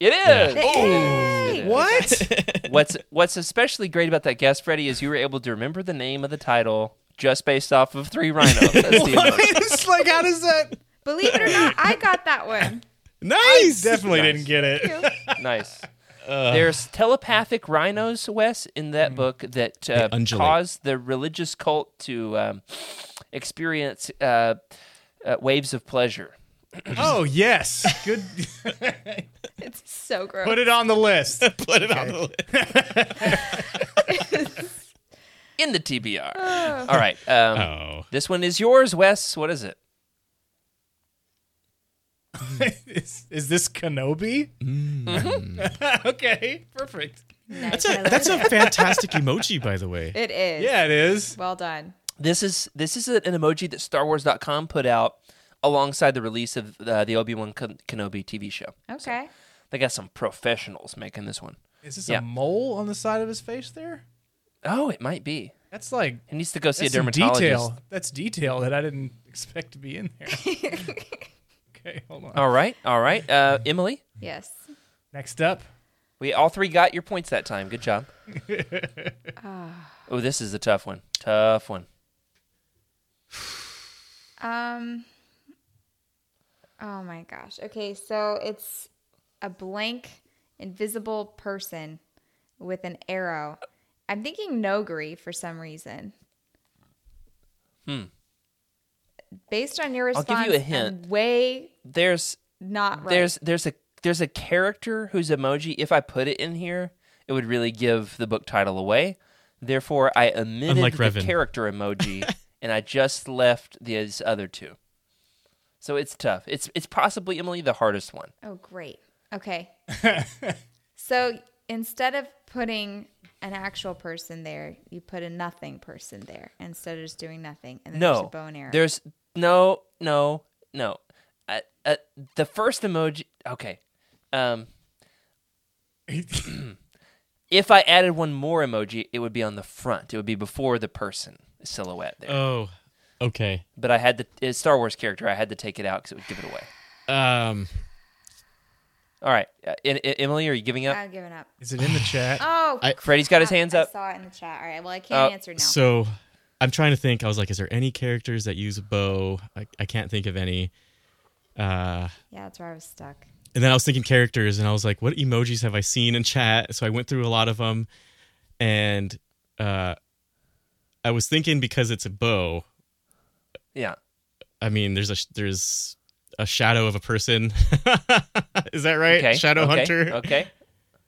[SPEAKER 3] it is.
[SPEAKER 4] Oh.
[SPEAKER 5] Yay!
[SPEAKER 6] what?
[SPEAKER 4] *laughs*
[SPEAKER 3] What's what's especially great about that guess, Freddy, is you were able to remember the name of the title just based off of three rhinos. That's
[SPEAKER 4] *laughs*
[SPEAKER 3] the emoji.
[SPEAKER 6] it's like how does that?
[SPEAKER 5] Believe it or not, I got that one.
[SPEAKER 4] Nice.
[SPEAKER 6] Definitely
[SPEAKER 3] Nice.
[SPEAKER 6] didn't get it.
[SPEAKER 3] nice.
[SPEAKER 4] Uh.
[SPEAKER 3] There's telepathic rhinos, Wes, in that book that uh,
[SPEAKER 4] Mm. undulate.
[SPEAKER 3] caused the religious cult to um, experience uh, uh, waves of pleasure.
[SPEAKER 6] Oh yes. Good.
[SPEAKER 3] *laughs*
[SPEAKER 5] It's so gross.
[SPEAKER 6] Put it on the list. *laughs*
[SPEAKER 4] Put it on the list.
[SPEAKER 3] In the TBR. All right. Um,
[SPEAKER 4] Oh,
[SPEAKER 3] This one is yours, Wes. What is it?
[SPEAKER 6] is, is this Kenobi? Mm. *laughs* okay. Perfect.
[SPEAKER 5] Nice.
[SPEAKER 4] that's a that's a fantastic emoji, by the
[SPEAKER 5] *laughs*
[SPEAKER 4] way.
[SPEAKER 5] it is.
[SPEAKER 6] Yeah, it is.
[SPEAKER 5] Well done.
[SPEAKER 3] This is this is an emoji that StarWars.com put out alongside the release of uh, the Obi Wan Ken- Kenobi TV show.
[SPEAKER 5] Okay.
[SPEAKER 3] They got some professionals making this one.
[SPEAKER 6] Is this
[SPEAKER 3] Yeah.
[SPEAKER 6] a mole on the side of his face there?
[SPEAKER 3] Oh, it might be.
[SPEAKER 6] That's like
[SPEAKER 3] He needs to go see
[SPEAKER 6] that's
[SPEAKER 3] a
[SPEAKER 6] some
[SPEAKER 3] dermatologist.
[SPEAKER 6] detail. That's detail that I didn't expect to be in
[SPEAKER 3] *laughs*
[SPEAKER 6] there. okay, hold on.
[SPEAKER 3] All right, all right. Uh, Emily,
[SPEAKER 5] Yes.
[SPEAKER 6] Next up, *coughs*
[SPEAKER 3] we all three got your points that time. Good
[SPEAKER 6] *laughs*
[SPEAKER 3] job. oh, this is a tough one. Tough one.
[SPEAKER 5] Um. Oh my gosh. Okay, so it's a blank, invisible person with an arrow. I'm thinking Nogri for some reason.
[SPEAKER 3] Hmm.
[SPEAKER 5] Based on your
[SPEAKER 3] I'll
[SPEAKER 5] response,
[SPEAKER 3] give you a hint.
[SPEAKER 5] I'm way
[SPEAKER 3] There's
[SPEAKER 5] not right.
[SPEAKER 3] there's there's a there's a character whose emoji, if I put it in here, it would really give the book title away. Therefore, I omitted
[SPEAKER 4] Unlike
[SPEAKER 3] the
[SPEAKER 4] Revan.
[SPEAKER 3] character
[SPEAKER 4] *laughs*
[SPEAKER 3] emoji, and I just left these other two. So it's tough. *laughs* It's it's possibly Emily the hardest one.
[SPEAKER 5] Oh, great. Okay. Oh, so instead of putting an actual person there, you put a nothing person there instead of just doing nothing. And then there's
[SPEAKER 3] No,
[SPEAKER 5] a bow and arrow.
[SPEAKER 3] there's no, no, no. Uh, uh, the first emoji. Okay. Um, if I added one more emoji, it would be on the front. It would be before the person silhouette there.
[SPEAKER 4] Oh, okay.
[SPEAKER 3] but I had the it's Star Wars character. I had to take it out because it would give it away.
[SPEAKER 4] Um,
[SPEAKER 3] All right, uh, E- E- Emily, are you giving
[SPEAKER 6] Uh,
[SPEAKER 3] up?
[SPEAKER 5] Ah, I've given up.
[SPEAKER 6] Is it in the chat?
[SPEAKER 3] Uh,
[SPEAKER 5] Oh,
[SPEAKER 4] I-
[SPEAKER 3] Freddy's got his hands
[SPEAKER 5] I
[SPEAKER 3] up.
[SPEAKER 5] saw it in the chat. All right. Well, I can't
[SPEAKER 3] Uh,
[SPEAKER 5] answer now.
[SPEAKER 4] so I'm trying to think. I was like, is there any characters that use a bow? I, I can't think of any. Uh,
[SPEAKER 5] yeah, that's where I was stuck.
[SPEAKER 4] and then I was thinking characters, and I was like, what emojis have I seen in chat? So I went through a lot of them, and uh, I was thinking because it's a bow.
[SPEAKER 3] Yeah.
[SPEAKER 4] I mean, there's a sh- there's a shadow of a person. *laughs* is that right?
[SPEAKER 3] Okay.
[SPEAKER 4] Shadow
[SPEAKER 3] okay,
[SPEAKER 4] Hunter.
[SPEAKER 3] Okay.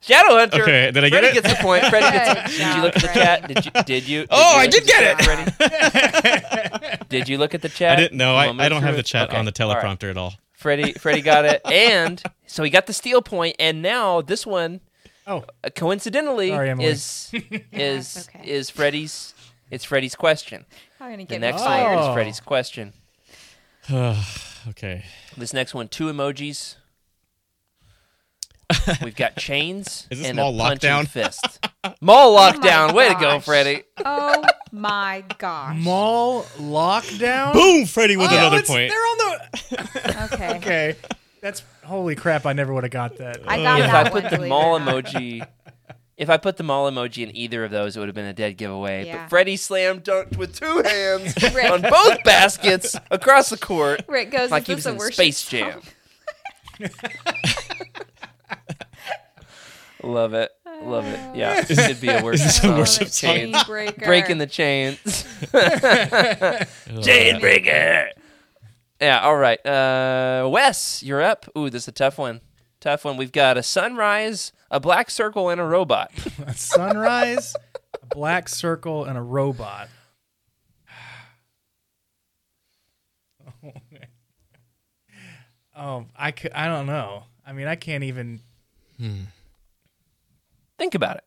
[SPEAKER 3] Shadow Hunter.
[SPEAKER 4] Okay, did I get
[SPEAKER 3] Freddy
[SPEAKER 4] it?
[SPEAKER 3] gets the
[SPEAKER 4] *laughs*
[SPEAKER 3] point. Freddy gets.
[SPEAKER 5] Good
[SPEAKER 3] Did you look at the chat?
[SPEAKER 5] job,
[SPEAKER 3] Did you? Did you?
[SPEAKER 4] Oh, I
[SPEAKER 3] you-
[SPEAKER 4] did get it!
[SPEAKER 3] Freddy? *laughs*
[SPEAKER 4] *laughs*
[SPEAKER 3] did you look at the
[SPEAKER 4] I
[SPEAKER 3] chat?
[SPEAKER 4] didn't know.
[SPEAKER 3] You
[SPEAKER 4] I,
[SPEAKER 3] want me
[SPEAKER 4] I
[SPEAKER 3] to
[SPEAKER 4] don't have
[SPEAKER 3] prove
[SPEAKER 4] the
[SPEAKER 3] it?
[SPEAKER 4] chat
[SPEAKER 3] Okay,
[SPEAKER 4] on the
[SPEAKER 3] all right.
[SPEAKER 4] teleprompter at all.
[SPEAKER 3] Freddy, Freddy got it, *laughs* and so he got the steal point, and now this one,
[SPEAKER 6] Oh,
[SPEAKER 3] uh, coincidentally,
[SPEAKER 6] Sorry, Emily. *laughs*
[SPEAKER 3] is is
[SPEAKER 5] okay.
[SPEAKER 3] is Freddy's. It's Freddy's question.
[SPEAKER 5] I'm going to
[SPEAKER 3] The
[SPEAKER 5] give
[SPEAKER 3] next
[SPEAKER 5] up.
[SPEAKER 3] one is
[SPEAKER 6] Oh.
[SPEAKER 3] Freddy's question.
[SPEAKER 4] Okay.
[SPEAKER 3] This next one, two
[SPEAKER 4] *laughs*
[SPEAKER 3] emojis. We've got chains
[SPEAKER 4] Is this
[SPEAKER 3] and
[SPEAKER 4] mall
[SPEAKER 3] a punching
[SPEAKER 4] lockdown? *laughs*
[SPEAKER 3] fist. Mall lockdown.
[SPEAKER 5] Oh my
[SPEAKER 3] Way to go,
[SPEAKER 5] gosh.
[SPEAKER 3] Freddy.
[SPEAKER 5] Oh my gosh.
[SPEAKER 6] mall lockdown.
[SPEAKER 4] Boom! Freddy with
[SPEAKER 6] Oh,
[SPEAKER 4] another
[SPEAKER 6] it's-
[SPEAKER 4] point.
[SPEAKER 6] They're on the.
[SPEAKER 5] Okay.
[SPEAKER 6] Okay, *laughs* that's holy crap! I never would have got that.
[SPEAKER 5] I got
[SPEAKER 3] If
[SPEAKER 5] that
[SPEAKER 3] I put
[SPEAKER 5] one,
[SPEAKER 3] the
[SPEAKER 5] believe it or
[SPEAKER 3] mall
[SPEAKER 5] not.
[SPEAKER 3] emoji, if I put the mall emoji in either of those, it would have been a dead giveaway.
[SPEAKER 5] Yeah.
[SPEAKER 3] But Freddy slam dunked with two
[SPEAKER 5] *laughs*
[SPEAKER 3] hands
[SPEAKER 5] Rick.
[SPEAKER 3] on both baskets across the court.
[SPEAKER 5] Rick goes,
[SPEAKER 3] Like he was
[SPEAKER 5] is this a
[SPEAKER 3] in
[SPEAKER 5] worship
[SPEAKER 3] Space
[SPEAKER 5] song? *laughs*
[SPEAKER 3] Jam. Love it. Love it. Yeah. This
[SPEAKER 4] *laughs*
[SPEAKER 3] could be a worship
[SPEAKER 4] this a
[SPEAKER 3] song.
[SPEAKER 4] worship song?
[SPEAKER 3] Chains.
[SPEAKER 5] Chain breaker.
[SPEAKER 3] Breaking the chains.
[SPEAKER 4] Ugh.
[SPEAKER 3] Chainbreaker. Yeah, all right. Uh, Wes, you're up. Ooh, this is a tough one. Tough one. We've got a sunrise, a black circle, and a robot. *laughs*
[SPEAKER 6] A sunrise, a black circle, and a robot. Oh, I, c- I don't know. I mean, I can't even.
[SPEAKER 3] Think about it.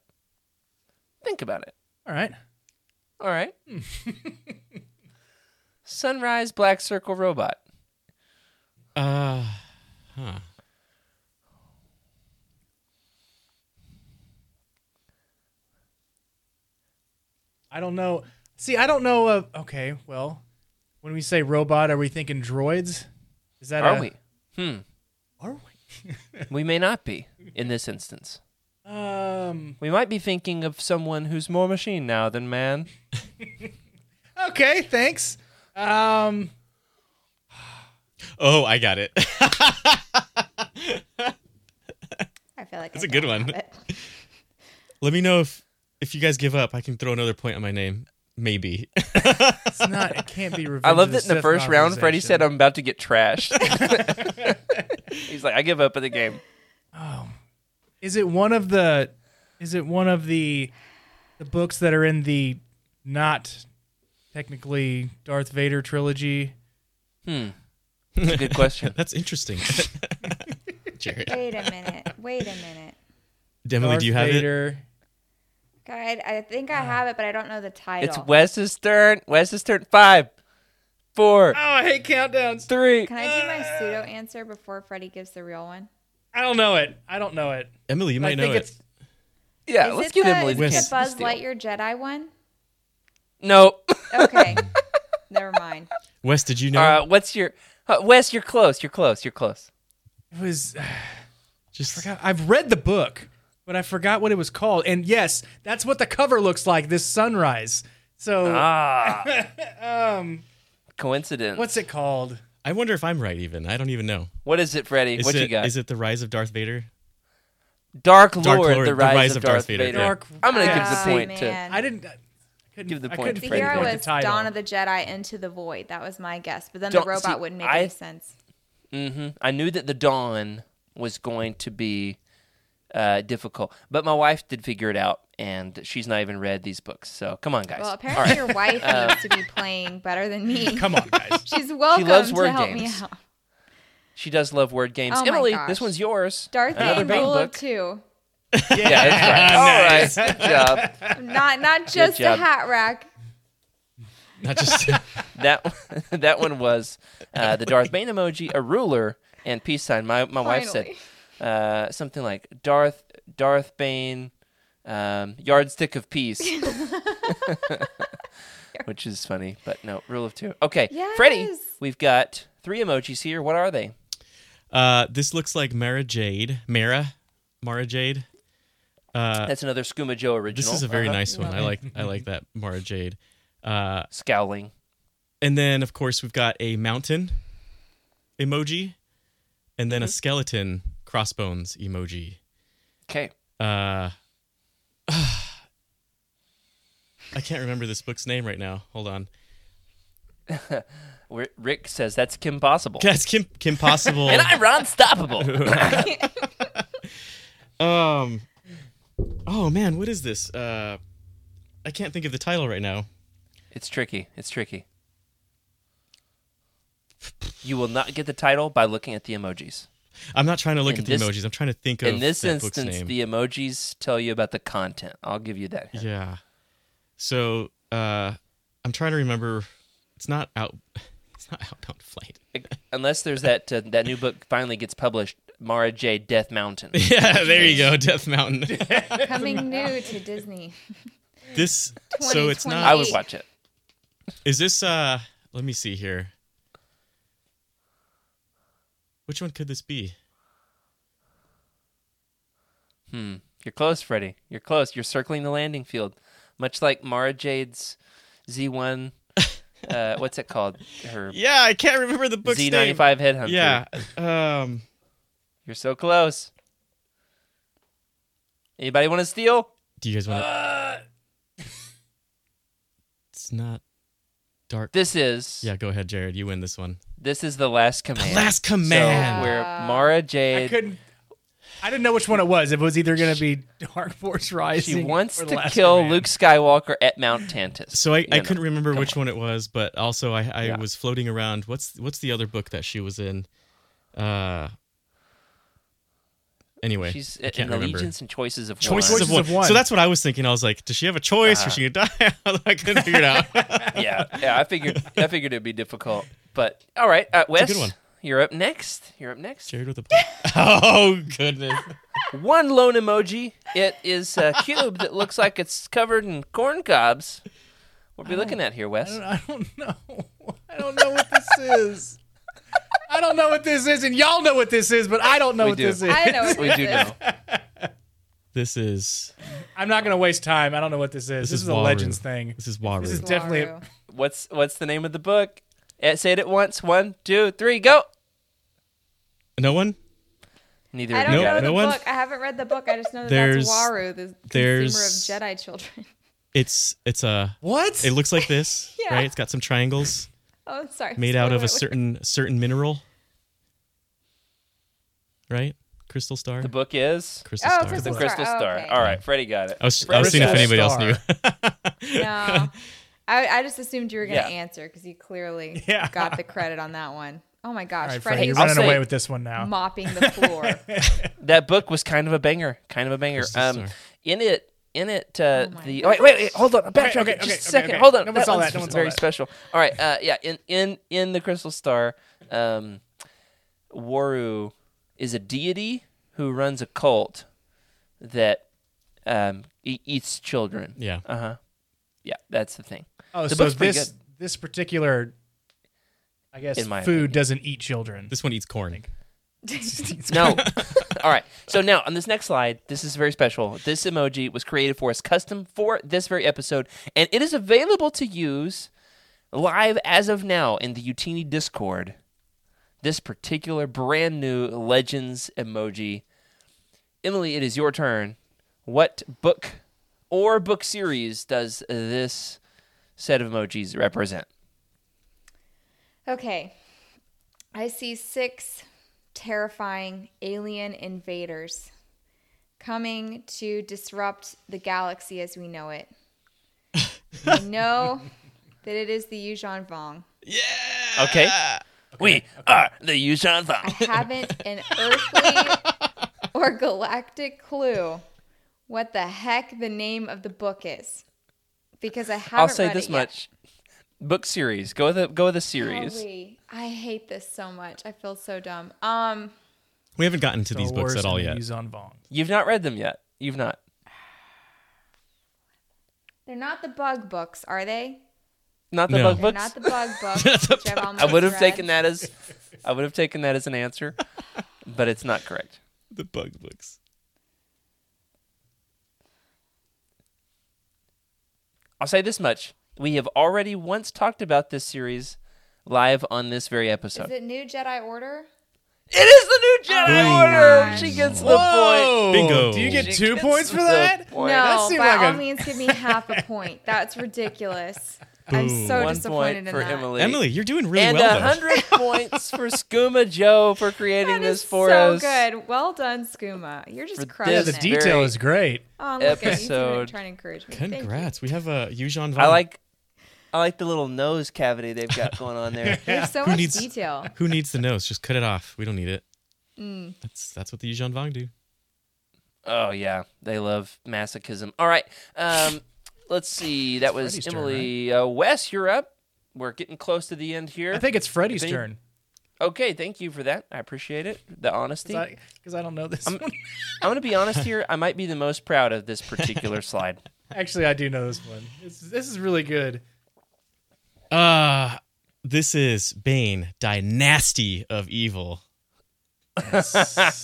[SPEAKER 3] Think about it.
[SPEAKER 6] All right.
[SPEAKER 3] All
[SPEAKER 6] *laughs*
[SPEAKER 3] right. sunrise, black circle, robot.
[SPEAKER 4] Uh,
[SPEAKER 6] I don't know. See, I don't know. Uh, okay, well, when we say robot, are we thinking droids? Is that
[SPEAKER 3] Are
[SPEAKER 6] a-
[SPEAKER 3] we? Hmm.
[SPEAKER 6] Are
[SPEAKER 3] We may not be in this instance.
[SPEAKER 6] we? Um.
[SPEAKER 3] We might be thinking of someone who's more machine now than man.
[SPEAKER 6] Okay. Thanks. Um.
[SPEAKER 4] oh, I got it. *laughs*
[SPEAKER 5] I feel like
[SPEAKER 4] That's
[SPEAKER 5] I
[SPEAKER 4] a good
[SPEAKER 5] don't
[SPEAKER 4] one.
[SPEAKER 5] have it.
[SPEAKER 4] Let me know if if you guys give up. I can throw another point on my name. Maybe. *laughs*
[SPEAKER 6] It's not. It can't be.
[SPEAKER 3] I
[SPEAKER 6] Revenge
[SPEAKER 3] love
[SPEAKER 6] of
[SPEAKER 3] that in the
[SPEAKER 6] Sith
[SPEAKER 3] first round, Freddy said,
[SPEAKER 6] conversation.
[SPEAKER 3] I'm about to get trashed. *laughs*
[SPEAKER 6] *laughs*
[SPEAKER 3] He's like, I give up on the game.
[SPEAKER 6] "Is it one of the? Is it one of the, the books that are in the, not, technically Darth Vader trilogy?
[SPEAKER 3] Hmm. That's a good question.
[SPEAKER 4] That's interesting. *laughs* Jared.
[SPEAKER 5] Wait a minute. Wait a minute.
[SPEAKER 4] Emily,
[SPEAKER 6] Darth
[SPEAKER 4] do you have it?
[SPEAKER 6] Vader.
[SPEAKER 5] God, I think I have it, but I don't know the title.
[SPEAKER 3] It's Wes's turn. Wes's turn. Five, four,
[SPEAKER 6] Oh, I hate countdowns.
[SPEAKER 3] three.
[SPEAKER 5] Can I do my pseudo answer before Freddie gives the real one?
[SPEAKER 6] I don't know it. I don't know it.
[SPEAKER 4] Emily, you
[SPEAKER 6] I
[SPEAKER 4] might know
[SPEAKER 6] think
[SPEAKER 4] it.
[SPEAKER 6] it's
[SPEAKER 3] Yeah,
[SPEAKER 5] Is
[SPEAKER 3] Uh, let's
[SPEAKER 5] it
[SPEAKER 3] give
[SPEAKER 5] the,
[SPEAKER 3] Emily
[SPEAKER 5] is
[SPEAKER 3] the
[SPEAKER 5] it
[SPEAKER 3] chance
[SPEAKER 5] the
[SPEAKER 3] to
[SPEAKER 5] Buzz
[SPEAKER 3] steal.
[SPEAKER 5] Lightyear Jedi one?
[SPEAKER 3] No. *laughs*
[SPEAKER 5] Okay. Never mind.
[SPEAKER 4] Wes, did you know?
[SPEAKER 3] Uh, what's your uh, Wes? You're close. You're close. You're close.
[SPEAKER 6] It was. *sighs*
[SPEAKER 4] Just
[SPEAKER 6] God, I've read the book, but I forgot what it was called. And yes, that's what the cover looks like. This sunrise. So
[SPEAKER 5] *laughs*
[SPEAKER 3] Ah.
[SPEAKER 5] Um,
[SPEAKER 3] Coincidence.
[SPEAKER 6] what's it called?
[SPEAKER 4] I wonder if I'm right. Even I don't even know.
[SPEAKER 3] What is it, Freddy?
[SPEAKER 4] Is
[SPEAKER 3] what
[SPEAKER 4] it,
[SPEAKER 3] you got?
[SPEAKER 4] Is it the rise of Darth Vader?
[SPEAKER 3] Dark, Lord,
[SPEAKER 4] Lord,
[SPEAKER 3] the, rise of Darth, Vader.
[SPEAKER 4] yeah.
[SPEAKER 6] Dark.
[SPEAKER 3] I'm gonna give
[SPEAKER 5] Ah,
[SPEAKER 3] the point to.
[SPEAKER 5] man.
[SPEAKER 6] I didn't. I couldn't,
[SPEAKER 3] Give the
[SPEAKER 6] I
[SPEAKER 3] point
[SPEAKER 6] couldn't
[SPEAKER 3] to
[SPEAKER 5] The
[SPEAKER 6] figure
[SPEAKER 3] Freddy.
[SPEAKER 5] hero
[SPEAKER 6] out
[SPEAKER 3] What
[SPEAKER 5] was
[SPEAKER 6] the title.
[SPEAKER 5] Dawn of the Jedi Into the Void. That was my guess, but then
[SPEAKER 3] Don't-
[SPEAKER 5] the robot
[SPEAKER 3] see,
[SPEAKER 5] wouldn't make
[SPEAKER 3] I-
[SPEAKER 5] any sense.
[SPEAKER 3] hmm I knew that the dawn was going to be uh, difficult, but my wife did figure it out, and she's not even read these books. So come on, guys.
[SPEAKER 5] Well,
[SPEAKER 3] All
[SPEAKER 5] apparently
[SPEAKER 3] right. Uh,
[SPEAKER 5] your
[SPEAKER 3] *laughs*
[SPEAKER 5] wife needs to be playing better than me.
[SPEAKER 6] Come on, guys.
[SPEAKER 5] She's welcome
[SPEAKER 3] loves word
[SPEAKER 5] to help me
[SPEAKER 3] games.
[SPEAKER 5] out.
[SPEAKER 3] She does love word games.
[SPEAKER 5] Oh my
[SPEAKER 3] Emily,
[SPEAKER 5] gosh.
[SPEAKER 3] this one's yours.
[SPEAKER 5] Darth
[SPEAKER 3] Another
[SPEAKER 5] Bane
[SPEAKER 3] Bane
[SPEAKER 5] Rule of
[SPEAKER 3] book.
[SPEAKER 5] Two.
[SPEAKER 3] Yeah,
[SPEAKER 4] *laughs*
[SPEAKER 3] that's right. All right, good job.
[SPEAKER 5] Not not just a
[SPEAKER 3] job. *laughs*
[SPEAKER 5] hat rack.
[SPEAKER 4] Not just
[SPEAKER 3] That *laughs* that one was uh, the Darth Bane emoji, a ruler, and peace sign. My my wife said
[SPEAKER 5] Finally.
[SPEAKER 3] uh, something like Darth Darth Bane um, yardstick of
[SPEAKER 5] *laughs*
[SPEAKER 3] peace, *laughs* which is funny, but no rule of two. Okay, Freddie,
[SPEAKER 5] Yes.
[SPEAKER 3] we've got three emojis here. What are they?
[SPEAKER 4] uh, this looks like Mara Jade. Mara, Mara Jade.
[SPEAKER 3] That's another Skooma Joe original.
[SPEAKER 4] Uh, This is a very
[SPEAKER 6] Uh-huh.
[SPEAKER 4] nice one. I like I like that Mara Jade. Uh,
[SPEAKER 3] scowling.
[SPEAKER 4] and then of course we've got a mountain emoji, and then a skeleton crossbones emoji.
[SPEAKER 3] Okay,
[SPEAKER 4] Uh, *sighs* I can't remember this book's name right now. Hold on.
[SPEAKER 3] Ri- Rick says that's Kim Possible,
[SPEAKER 4] That's Kim Kim Possible.
[SPEAKER 3] *laughs* and I'm
[SPEAKER 4] *laughs*
[SPEAKER 3] Ron Stoppable.
[SPEAKER 4] um, oh man, what is this? Uh, I can't think of the title right now.
[SPEAKER 3] it's tricky. It's tricky. You will not get the title by looking at the emojis.
[SPEAKER 4] I'm not trying to look
[SPEAKER 3] In
[SPEAKER 4] at the
[SPEAKER 3] this-
[SPEAKER 4] emojis. I'm trying to think of
[SPEAKER 3] In this
[SPEAKER 4] that book's name.
[SPEAKER 3] instance, the emojis tell you about the content. I'll give you that. hint.
[SPEAKER 4] Yeah. So uh, I'm trying to remember. It's not out. *laughs* It's not outbound flight. *laughs*
[SPEAKER 3] Unless there's that uh, that new book finally gets published, Mara J. Death Mountain.
[SPEAKER 4] Yeah, there you go, Death Mountain.
[SPEAKER 3] *laughs*
[SPEAKER 5] Coming new to Disney.
[SPEAKER 4] this. So it's not.
[SPEAKER 3] I would watch it.
[SPEAKER 4] Is this? uh Let me see here. Which one could this be?
[SPEAKER 3] You're close, Freddy. You're close. You're circling the landing field, much like Mara Jade's Z1. Uh, what's it called? Her
[SPEAKER 4] *laughs* Yeah, I can't remember the book's name.
[SPEAKER 3] Z95 headhunter.
[SPEAKER 4] Yeah. Um.
[SPEAKER 3] you're so close. Anybody want to steal?
[SPEAKER 4] Do you guys want? to... *laughs* It's not dark.
[SPEAKER 3] This is
[SPEAKER 4] Yeah, go ahead, Jared. You win this one.
[SPEAKER 3] this is the last command.
[SPEAKER 4] Last
[SPEAKER 3] So
[SPEAKER 4] command.
[SPEAKER 3] where Mara
[SPEAKER 6] I
[SPEAKER 3] Jade
[SPEAKER 6] couldn't. I didn't know which one it was. If it was either going to be Dark Force Rising.
[SPEAKER 3] she wants
[SPEAKER 6] or The
[SPEAKER 3] to
[SPEAKER 6] Last
[SPEAKER 3] kill
[SPEAKER 6] Command.
[SPEAKER 3] Luke Skywalker at Mount Tantus.
[SPEAKER 4] So I,
[SPEAKER 3] You
[SPEAKER 4] I
[SPEAKER 3] know.
[SPEAKER 4] couldn't remember which one it was, but also I, I was floating around. What's what's the other book that she was in? Uh. Anyway,
[SPEAKER 3] She's
[SPEAKER 4] I
[SPEAKER 3] in
[SPEAKER 4] can't remember.
[SPEAKER 3] allegiance and choices of
[SPEAKER 4] Choices,
[SPEAKER 3] one. Uh-huh.
[SPEAKER 4] of, one.
[SPEAKER 6] of one.
[SPEAKER 4] So that's what I was thinking. I was like, does she have a choice or is she gonna die? *laughs* I couldn't figure it
[SPEAKER 3] *laughs*
[SPEAKER 4] out.
[SPEAKER 3] yeah, yeah. I figured I figured it'd be difficult, but all right. Uh, Wes,
[SPEAKER 4] good one.
[SPEAKER 3] you're up next. You're up next.
[SPEAKER 4] Jared with a *laughs* oh goodness.
[SPEAKER 3] One lone emoji. It is a cube that looks like it's covered in corn cobs. What are we looking at here, Wes?
[SPEAKER 6] I don't know. I don't know what this is. I don't know what this is, and y'all know what this is, but I don't know
[SPEAKER 3] We
[SPEAKER 6] what
[SPEAKER 3] do.
[SPEAKER 6] this is.
[SPEAKER 3] *laughs*
[SPEAKER 5] I know what
[SPEAKER 3] We
[SPEAKER 5] this
[SPEAKER 3] do
[SPEAKER 5] *laughs* is.
[SPEAKER 3] know.
[SPEAKER 4] This is
[SPEAKER 6] I'm not going to waste time. I don't know what this is. This,
[SPEAKER 4] is
[SPEAKER 6] is, a
[SPEAKER 4] Waru.
[SPEAKER 6] Legends thing.
[SPEAKER 4] this is Waru.
[SPEAKER 6] This is definitely a-
[SPEAKER 5] Laru.
[SPEAKER 3] What's What's the name of the book? Eh, say it at once. One, two, three, go.
[SPEAKER 4] no one.
[SPEAKER 3] Neither.
[SPEAKER 5] I
[SPEAKER 3] of
[SPEAKER 5] don't
[SPEAKER 3] you
[SPEAKER 4] Nope,
[SPEAKER 5] know
[SPEAKER 3] got
[SPEAKER 5] the
[SPEAKER 4] no
[SPEAKER 3] it.
[SPEAKER 4] one?
[SPEAKER 5] book. I haven't read the book. I just know that
[SPEAKER 4] There's-
[SPEAKER 5] that's Waru, the consumer of
[SPEAKER 4] there's-
[SPEAKER 5] Jedi children. *laughs*
[SPEAKER 4] It's it's a.
[SPEAKER 6] what?
[SPEAKER 4] It looks like
[SPEAKER 3] *laughs*
[SPEAKER 4] this,
[SPEAKER 5] Yeah.
[SPEAKER 4] right? It's got some triangles
[SPEAKER 5] Oh, sorry.
[SPEAKER 4] made out of a
[SPEAKER 5] Spoiler alert.
[SPEAKER 4] certain certain mineral, right? Crystal star.
[SPEAKER 3] The book is
[SPEAKER 4] Crystal
[SPEAKER 5] Oh,
[SPEAKER 4] star.
[SPEAKER 5] Crystal
[SPEAKER 3] the Crystal
[SPEAKER 5] Star. Oh,
[SPEAKER 3] Star.
[SPEAKER 5] okay.
[SPEAKER 3] All right, Freddie got it.
[SPEAKER 4] I was I was
[SPEAKER 3] Crystal
[SPEAKER 4] seeing if anybody
[SPEAKER 6] star.
[SPEAKER 4] else knew.
[SPEAKER 5] No. I, I just assumed you were going to
[SPEAKER 3] Yeah.
[SPEAKER 5] answer because you clearly
[SPEAKER 6] Yeah.
[SPEAKER 5] got the credit on that one. Oh my gosh,
[SPEAKER 6] All right, Freddie,
[SPEAKER 5] Freddie
[SPEAKER 6] you're
[SPEAKER 3] I'll
[SPEAKER 6] running
[SPEAKER 3] say-
[SPEAKER 6] away with this one now.
[SPEAKER 5] mopping the floor.
[SPEAKER 3] that book was kind of a banger, kind of a banger.
[SPEAKER 4] Crystal
[SPEAKER 3] Um,
[SPEAKER 4] Star.
[SPEAKER 3] in it, in it, uh,
[SPEAKER 5] my
[SPEAKER 3] the oh, wait, wait, wait, hold on, backtrack
[SPEAKER 6] okay,
[SPEAKER 3] it just
[SPEAKER 6] okay,
[SPEAKER 3] a second.
[SPEAKER 6] okay, okay.
[SPEAKER 3] Hold on,
[SPEAKER 6] No one
[SPEAKER 3] that
[SPEAKER 6] saw
[SPEAKER 3] one's
[SPEAKER 6] that, no one saw
[SPEAKER 3] very
[SPEAKER 6] that.
[SPEAKER 3] special. All right, uh, yeah, in in in the Crystal Star, um, Waru is a deity who runs a cult that um, e- eats children.
[SPEAKER 4] *laughs* Yeah.
[SPEAKER 3] Uh huh. Yeah, that's the thing.
[SPEAKER 6] Oh,
[SPEAKER 3] The
[SPEAKER 6] so
[SPEAKER 3] book's pretty
[SPEAKER 6] this
[SPEAKER 3] good.
[SPEAKER 6] this particular, I guess,
[SPEAKER 3] In
[SPEAKER 6] food
[SPEAKER 3] my
[SPEAKER 6] doesn't eat children.
[SPEAKER 4] This one eats corn.
[SPEAKER 6] *laughs*
[SPEAKER 3] No. All right. So now on this next slide, this is very special. This emoji was created for us custom for this very episode, and it is available to use live as of now in the Utini Discord. This particular brand new Legends emoji. Emily, it is your turn. What book or book series does this set of emojis represent?
[SPEAKER 5] Okay. I see six terrifying alien invaders coming to disrupt the galaxy as we
[SPEAKER 3] *laughs*
[SPEAKER 5] know it. I know that it is the Yuuzhan Vong.
[SPEAKER 6] *laughs*
[SPEAKER 3] Okay. We are the Yushan
[SPEAKER 5] I haven't an earthly or galactic clue what the heck the name of the book is because I haven't.
[SPEAKER 3] I'll say
[SPEAKER 5] read
[SPEAKER 3] this
[SPEAKER 5] it yet.
[SPEAKER 3] much. Book series. Go with the go with the series.
[SPEAKER 5] Holy, I hate this so much. I feel so dumb. Um,
[SPEAKER 4] We haven't gotten to these
[SPEAKER 6] Star
[SPEAKER 4] books
[SPEAKER 6] Wars
[SPEAKER 4] at all
[SPEAKER 6] and
[SPEAKER 4] yet.
[SPEAKER 6] Movies on Vaughn.
[SPEAKER 3] You've not read them yet. You've not.
[SPEAKER 5] they're not the bug books, are they?
[SPEAKER 3] Not the
[SPEAKER 4] No.
[SPEAKER 3] bug
[SPEAKER 5] They're
[SPEAKER 3] books.
[SPEAKER 5] *laughs* not the bug books.
[SPEAKER 4] Not the
[SPEAKER 5] which I've almost
[SPEAKER 3] I would have
[SPEAKER 5] read.
[SPEAKER 3] taken that as
[SPEAKER 5] *laughs*
[SPEAKER 3] I would have taken that as an answer, but it's not correct.
[SPEAKER 4] The bug books.
[SPEAKER 3] I'll say this much. We have already once talked about this series live on this very
[SPEAKER 5] Is
[SPEAKER 3] episode.
[SPEAKER 5] it New Jedi Order?
[SPEAKER 3] it is the new Jedi
[SPEAKER 5] Oh my
[SPEAKER 3] Order.
[SPEAKER 5] gosh.
[SPEAKER 3] She gets the point.
[SPEAKER 6] Whoa!
[SPEAKER 4] Bingo.
[SPEAKER 6] Do you get
[SPEAKER 3] She
[SPEAKER 6] two
[SPEAKER 3] gets
[SPEAKER 6] points for
[SPEAKER 3] the
[SPEAKER 6] that?
[SPEAKER 3] point.
[SPEAKER 6] That
[SPEAKER 5] no,
[SPEAKER 6] seemed
[SPEAKER 5] by
[SPEAKER 6] like
[SPEAKER 5] all
[SPEAKER 6] a-
[SPEAKER 5] means,
[SPEAKER 4] *laughs*
[SPEAKER 5] give me half a point. That's ridiculous. I'm
[SPEAKER 4] Boo.
[SPEAKER 5] so
[SPEAKER 3] One
[SPEAKER 5] disappointed
[SPEAKER 3] point
[SPEAKER 5] in
[SPEAKER 3] for
[SPEAKER 5] that.
[SPEAKER 3] Emily.
[SPEAKER 4] Emily, you're doing really
[SPEAKER 3] and
[SPEAKER 4] well.
[SPEAKER 3] a
[SPEAKER 4] though.
[SPEAKER 6] *laughs*
[SPEAKER 3] hundred points for Skooma Joe for creating
[SPEAKER 5] That
[SPEAKER 3] this
[SPEAKER 5] is
[SPEAKER 3] for
[SPEAKER 5] so
[SPEAKER 3] us.
[SPEAKER 5] good. Well done, Skooma. You're just
[SPEAKER 3] For
[SPEAKER 5] crushing
[SPEAKER 6] Yeah,
[SPEAKER 3] this
[SPEAKER 6] the
[SPEAKER 5] it.
[SPEAKER 3] deep-
[SPEAKER 6] detail
[SPEAKER 3] Very-
[SPEAKER 6] is great.
[SPEAKER 5] oh, look at you
[SPEAKER 3] episode.
[SPEAKER 5] trying to encourage me. Thank you.
[SPEAKER 4] Congrats. We have a Yuuzhan Vong.
[SPEAKER 3] I like, I like the little nose cavity they've got going on
[SPEAKER 6] *laughs*
[SPEAKER 3] there.
[SPEAKER 5] There's so
[SPEAKER 4] Who
[SPEAKER 5] much
[SPEAKER 4] needs-
[SPEAKER 5] detail.
[SPEAKER 4] Who needs the nose? Just cut it off. We don't need it. That's that's what the Yuuzhan Vong do.
[SPEAKER 3] Oh yeah, they love masochism. All right, um, let's see. That was
[SPEAKER 6] Freddy's turn,
[SPEAKER 3] Emily. uh, Wes, you're up. We're getting close to the end here.
[SPEAKER 6] I think it's Freddy's
[SPEAKER 3] I think-
[SPEAKER 6] turn
[SPEAKER 3] okay, thank you for that. I appreciate it. The honesty. I-
[SPEAKER 6] because I, don't know this one. *laughs*
[SPEAKER 3] am gonna be honest here. I might be the most proud of this
[SPEAKER 6] *laughs*
[SPEAKER 3] particular slide.
[SPEAKER 6] Actually, I do know this one. This, this is really good.
[SPEAKER 4] Uh this is Bane, Dynasty of Evil.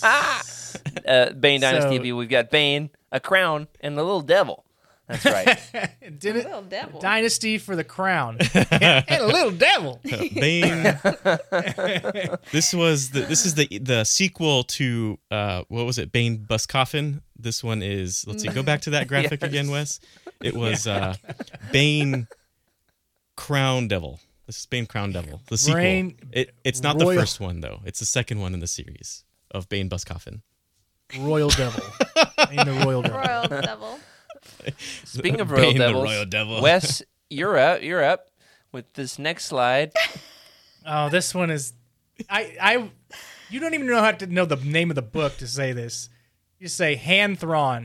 [SPEAKER 3] Uh, Bane
[SPEAKER 6] So-
[SPEAKER 3] Dynasty. B. We've got Bane, a crown, and the little devil. That's
[SPEAKER 6] *laughs*
[SPEAKER 3] right.
[SPEAKER 6] Did
[SPEAKER 5] *laughs*
[SPEAKER 6] it?
[SPEAKER 5] Little devil.
[SPEAKER 6] Dynasty for the crown and a little devil. *laughs*
[SPEAKER 4] Bane. *laughs* this was the this is the the sequel to uh what was it? Bane Bus Coffin. This one is let's see, go back to that graphic again, Wes. It was uh Bane Crown Devil. This is Bane Crown Devil. The sequel.
[SPEAKER 6] Brain-
[SPEAKER 4] it, it's not
[SPEAKER 6] Royal-
[SPEAKER 4] the first one though. It's the second one in the series of Bane Bus Coffin.
[SPEAKER 6] Royal devil. Ain't the royal devil.
[SPEAKER 5] Royal *laughs* devil.
[SPEAKER 4] *laughs*
[SPEAKER 3] Speaking of royal
[SPEAKER 4] Bane the
[SPEAKER 3] devils,
[SPEAKER 4] royal devil.
[SPEAKER 3] Wes, you're up. You're up with this next slide.
[SPEAKER 6] Oh, this one is. I I. You don't even know how to know the name of the book to say this. You say Hanthron.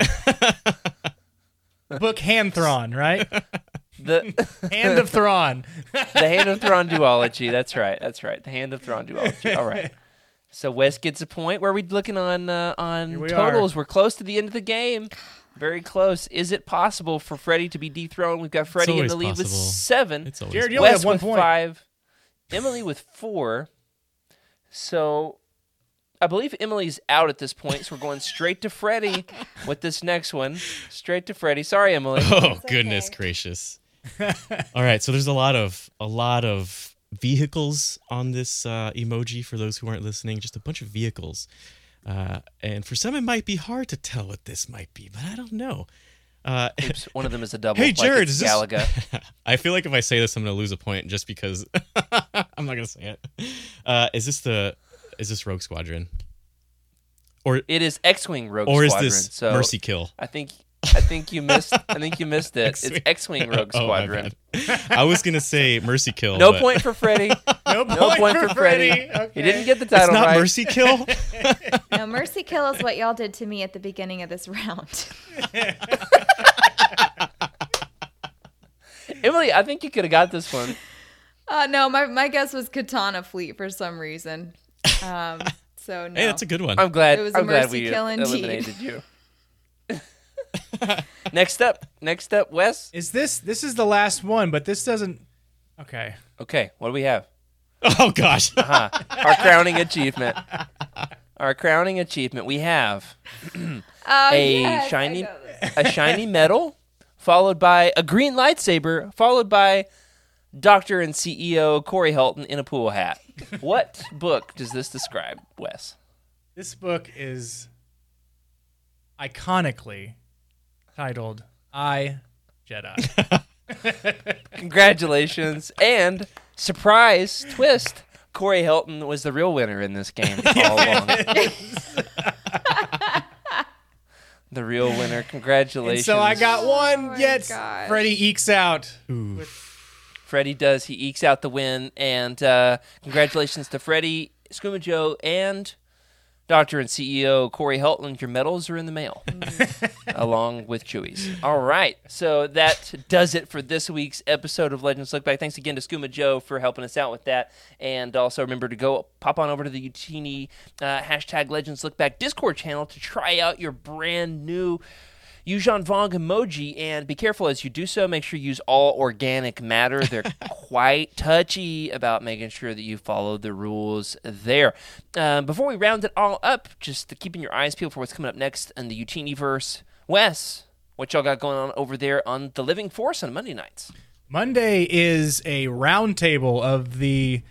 [SPEAKER 6] book Hanthron, right?
[SPEAKER 4] *laughs*
[SPEAKER 3] The
[SPEAKER 6] Hand of Thrawn.
[SPEAKER 3] the hand of Thrawn duology. That's right. That's right. The hand of Thrawn duology. All right. So Wes gets a point. Where are we looking on uh, on
[SPEAKER 6] we
[SPEAKER 3] totals? We're close to the end of the game. Very close. Is it possible for Freddy to be dethroned? We've got Freddy in
[SPEAKER 4] always
[SPEAKER 3] the lead with
[SPEAKER 4] possible.
[SPEAKER 3] seven.
[SPEAKER 4] It's always
[SPEAKER 6] Jared, you only
[SPEAKER 3] Wes
[SPEAKER 6] have one
[SPEAKER 3] with
[SPEAKER 6] point.
[SPEAKER 3] five. Emily with four. So I believe Emily's out at this point. So we're going straight to Freddy with this next one. Straight to Freddy. Sorry, Emily.
[SPEAKER 4] *laughs* Oh goodness
[SPEAKER 5] okay.
[SPEAKER 4] gracious! All right, so there's a lot of a lot of vehicles on this uh, emoji for those who aren't listening. Just a bunch of vehicles, uh, and for some it might be hard to tell what this might be, but I don't know. Uh,
[SPEAKER 3] Oops, one of them is a double.
[SPEAKER 4] hey
[SPEAKER 3] like
[SPEAKER 4] Jared,
[SPEAKER 3] it's
[SPEAKER 4] is this?
[SPEAKER 3] Galaga.
[SPEAKER 4] *laughs* I feel like if I say this, I'm gonna lose a point just because *laughs* I'm not gonna say it. Uh, is this the? Is this Rogue Squadron? Or
[SPEAKER 3] It is X-wing Rogue
[SPEAKER 4] or is
[SPEAKER 3] Squadron.
[SPEAKER 4] this
[SPEAKER 3] so
[SPEAKER 4] Mercy Kill?
[SPEAKER 3] I think I think you missed. I think you missed it. It's
[SPEAKER 4] X-Wing.
[SPEAKER 3] X-wing Rogue
[SPEAKER 4] *laughs* Oh, my
[SPEAKER 3] Squadron.
[SPEAKER 4] bad. I was gonna say Mercy Kill.
[SPEAKER 3] no
[SPEAKER 4] but-
[SPEAKER 3] point
[SPEAKER 4] *laughs*
[SPEAKER 3] for Freddy.
[SPEAKER 6] No
[SPEAKER 3] No point for Freddy. He didn't get the title
[SPEAKER 4] It's not
[SPEAKER 3] right.
[SPEAKER 4] Mercy
[SPEAKER 3] *laughs*
[SPEAKER 4] Kill.
[SPEAKER 5] No, mercy kill is what y'all did to me at the beginning of this *laughs* round.
[SPEAKER 3] Emily, I think you could have got this one.
[SPEAKER 5] Uh, no, my, my guess was Katana Fleet for some reason. Um, so no.
[SPEAKER 4] *laughs* Hey, that's a good one.
[SPEAKER 3] I'm glad.
[SPEAKER 5] It was a
[SPEAKER 3] I'm glad
[SPEAKER 5] mercy
[SPEAKER 3] we
[SPEAKER 5] kill indeed.
[SPEAKER 3] eliminated
[SPEAKER 4] *laughs*
[SPEAKER 5] *laughs*
[SPEAKER 3] you. next up, next up, Wes.
[SPEAKER 6] Is this this is the last one? But this doesn't. Okay.
[SPEAKER 3] Okay, what do we have?
[SPEAKER 4] oh gosh.
[SPEAKER 3] Huh. Our
[SPEAKER 4] *laughs*
[SPEAKER 3] crowning achievement. Our crowning achievement. We have
[SPEAKER 5] Oh,
[SPEAKER 3] a
[SPEAKER 5] yes, I
[SPEAKER 3] shiny,
[SPEAKER 5] know this.
[SPEAKER 3] a shiny medal, followed by a green lightsaber, followed by Doctor and CEO Corey Helton in a pool hat. What book does this describe, Wes?
[SPEAKER 6] This book is iconically titled "I Jedi."
[SPEAKER 3] Congratulations and surprise twist. Corey Helton was the real winner in this game
[SPEAKER 6] *laughs*
[SPEAKER 3] all along. the real winner.
[SPEAKER 6] And
[SPEAKER 3] Congratulations.
[SPEAKER 6] so I got one.
[SPEAKER 5] Oh my
[SPEAKER 6] yet
[SPEAKER 5] gosh.
[SPEAKER 6] Freddy ekes out.
[SPEAKER 3] Freddie does. He ekes out the win, and uh, congratulations to Freddie, Skooma Joe, and Doctor and CEO Corey Heltland, your medals are in the mail, *laughs* along with Chewy's. All right, so that does it for this week's episode of Legends Look Back. Thanks again to Skooma Joe for helping us out with that, and also remember to go pop on over to the Utini uh, hashtag Legends Look Back Discord channel to try out your brand new. Yuuzhan Vong emoji, and be careful as you do so. Make sure you use all organic matter. They're quite touchy about making sure that you follow the rules there. Um, before we round it all up, just keeping your eyes peeled for what's coming up next in the Utiniverse. Wes, what y'all got going on over there on the Living Force on Monday nights?
[SPEAKER 6] Monday is a roundtable of the,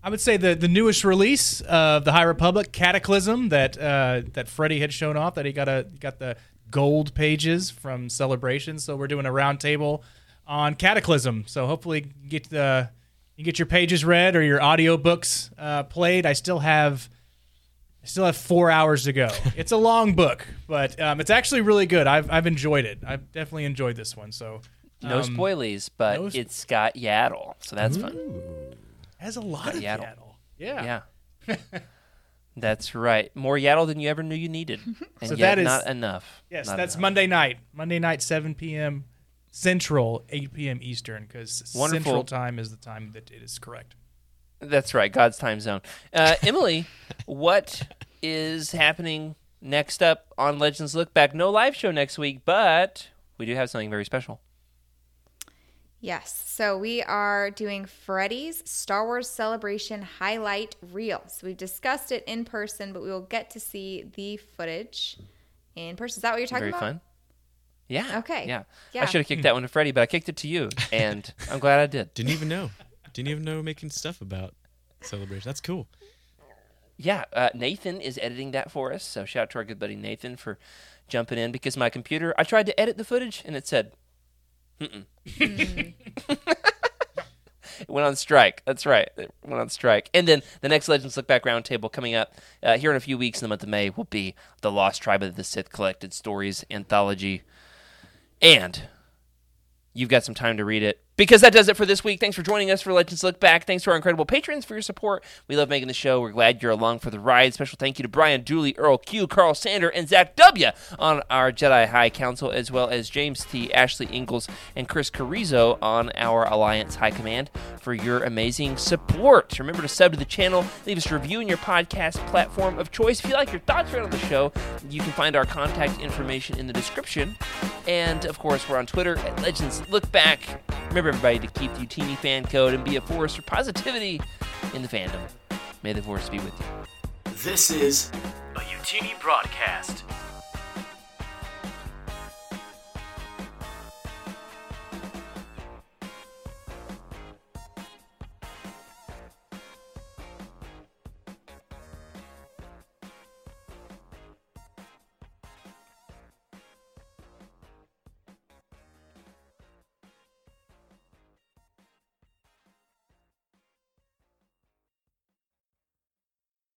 [SPEAKER 6] I would say the the newest release of the High Republic Cataclysm that uh, that Freddie had shown off that he got a got the gold pages from Celebration. So we're doing a roundtable on Cataclysm. So hopefully you get the you get your pages read or your audiobooks uh, played. I still have I still have four hours to go. It's a long book, but um, it's actually really good. I've I've enjoyed it. I've definitely enjoyed this one. So.
[SPEAKER 3] No spoilies, but
[SPEAKER 6] Um, no sp-
[SPEAKER 3] it's got Yaddle, so that's fun.
[SPEAKER 6] Has a lot of
[SPEAKER 3] Yaddle.
[SPEAKER 6] Yaddle. Yeah. *laughs*
[SPEAKER 3] Yeah. That's right. More Yaddle than you ever knew you
[SPEAKER 6] *laughs*
[SPEAKER 3] needed. And
[SPEAKER 6] So
[SPEAKER 3] yet
[SPEAKER 6] that is-
[SPEAKER 3] not enough.
[SPEAKER 6] Yes,
[SPEAKER 3] Not
[SPEAKER 6] that's
[SPEAKER 3] enough.
[SPEAKER 6] Monday night. Monday night, 7 p.m. Central, 8 p.m. Eastern, because
[SPEAKER 3] Wonderful.
[SPEAKER 6] Central time is the time that it is correct.
[SPEAKER 3] That's right, God's time zone. Uh, Emily, what is happening next up on Legends Look Back? No live show next week, but we do have something very special.
[SPEAKER 5] Yes. So we are doing Freddy's Star Wars Celebration highlight reel. So we've discussed it in person, but we will get to see the footage in person. Is that what you're talking
[SPEAKER 3] very
[SPEAKER 5] about?
[SPEAKER 3] fun. Yeah.
[SPEAKER 5] Okay.
[SPEAKER 3] Yeah. I
[SPEAKER 5] Yeah.
[SPEAKER 3] should have kicked that one to Freddie, but I kicked it to you, and I'm glad I did.
[SPEAKER 4] Didn't even know. Didn't even know making stuff about celebration. That's cool.
[SPEAKER 3] Yeah, uh, Nathan is editing that for us. So shout out to our good buddy Nathan for jumping in because my computer, I tried to edit the footage and it said, mm-mm. it went on strike. That's right. It went on strike. And then the next Legends Look Back Roundtable coming up uh, here in a few weeks in the month of May will be The Lost Tribe of the Sith Collected Stories Anthology. And you've got some time to read it. Because that does it for this week. Thanks for joining us for Legends Look Back. Thanks to our incredible patrons for your support. We love making the show. We're glad you're along for the ride. Special thank you to Brian Dooley, Earl Q, Carl Sander, and Zach W. on our Jedi High Council, as well as James T, Ashley Ingalls, and Chris Carrizo on our Alliance High Command for your amazing support. Remember to sub to the channel, leave us a review in your podcast platform of choice. If you like your thoughts right on the show, you can find our contact information in the description. And of course, we're on Twitter at Legends Look Back. Remember, everybody, to keep the Utini fan code and be a force for positivity in the fandom. May the force be with you.
[SPEAKER 7] This is
[SPEAKER 2] A Utini broadcast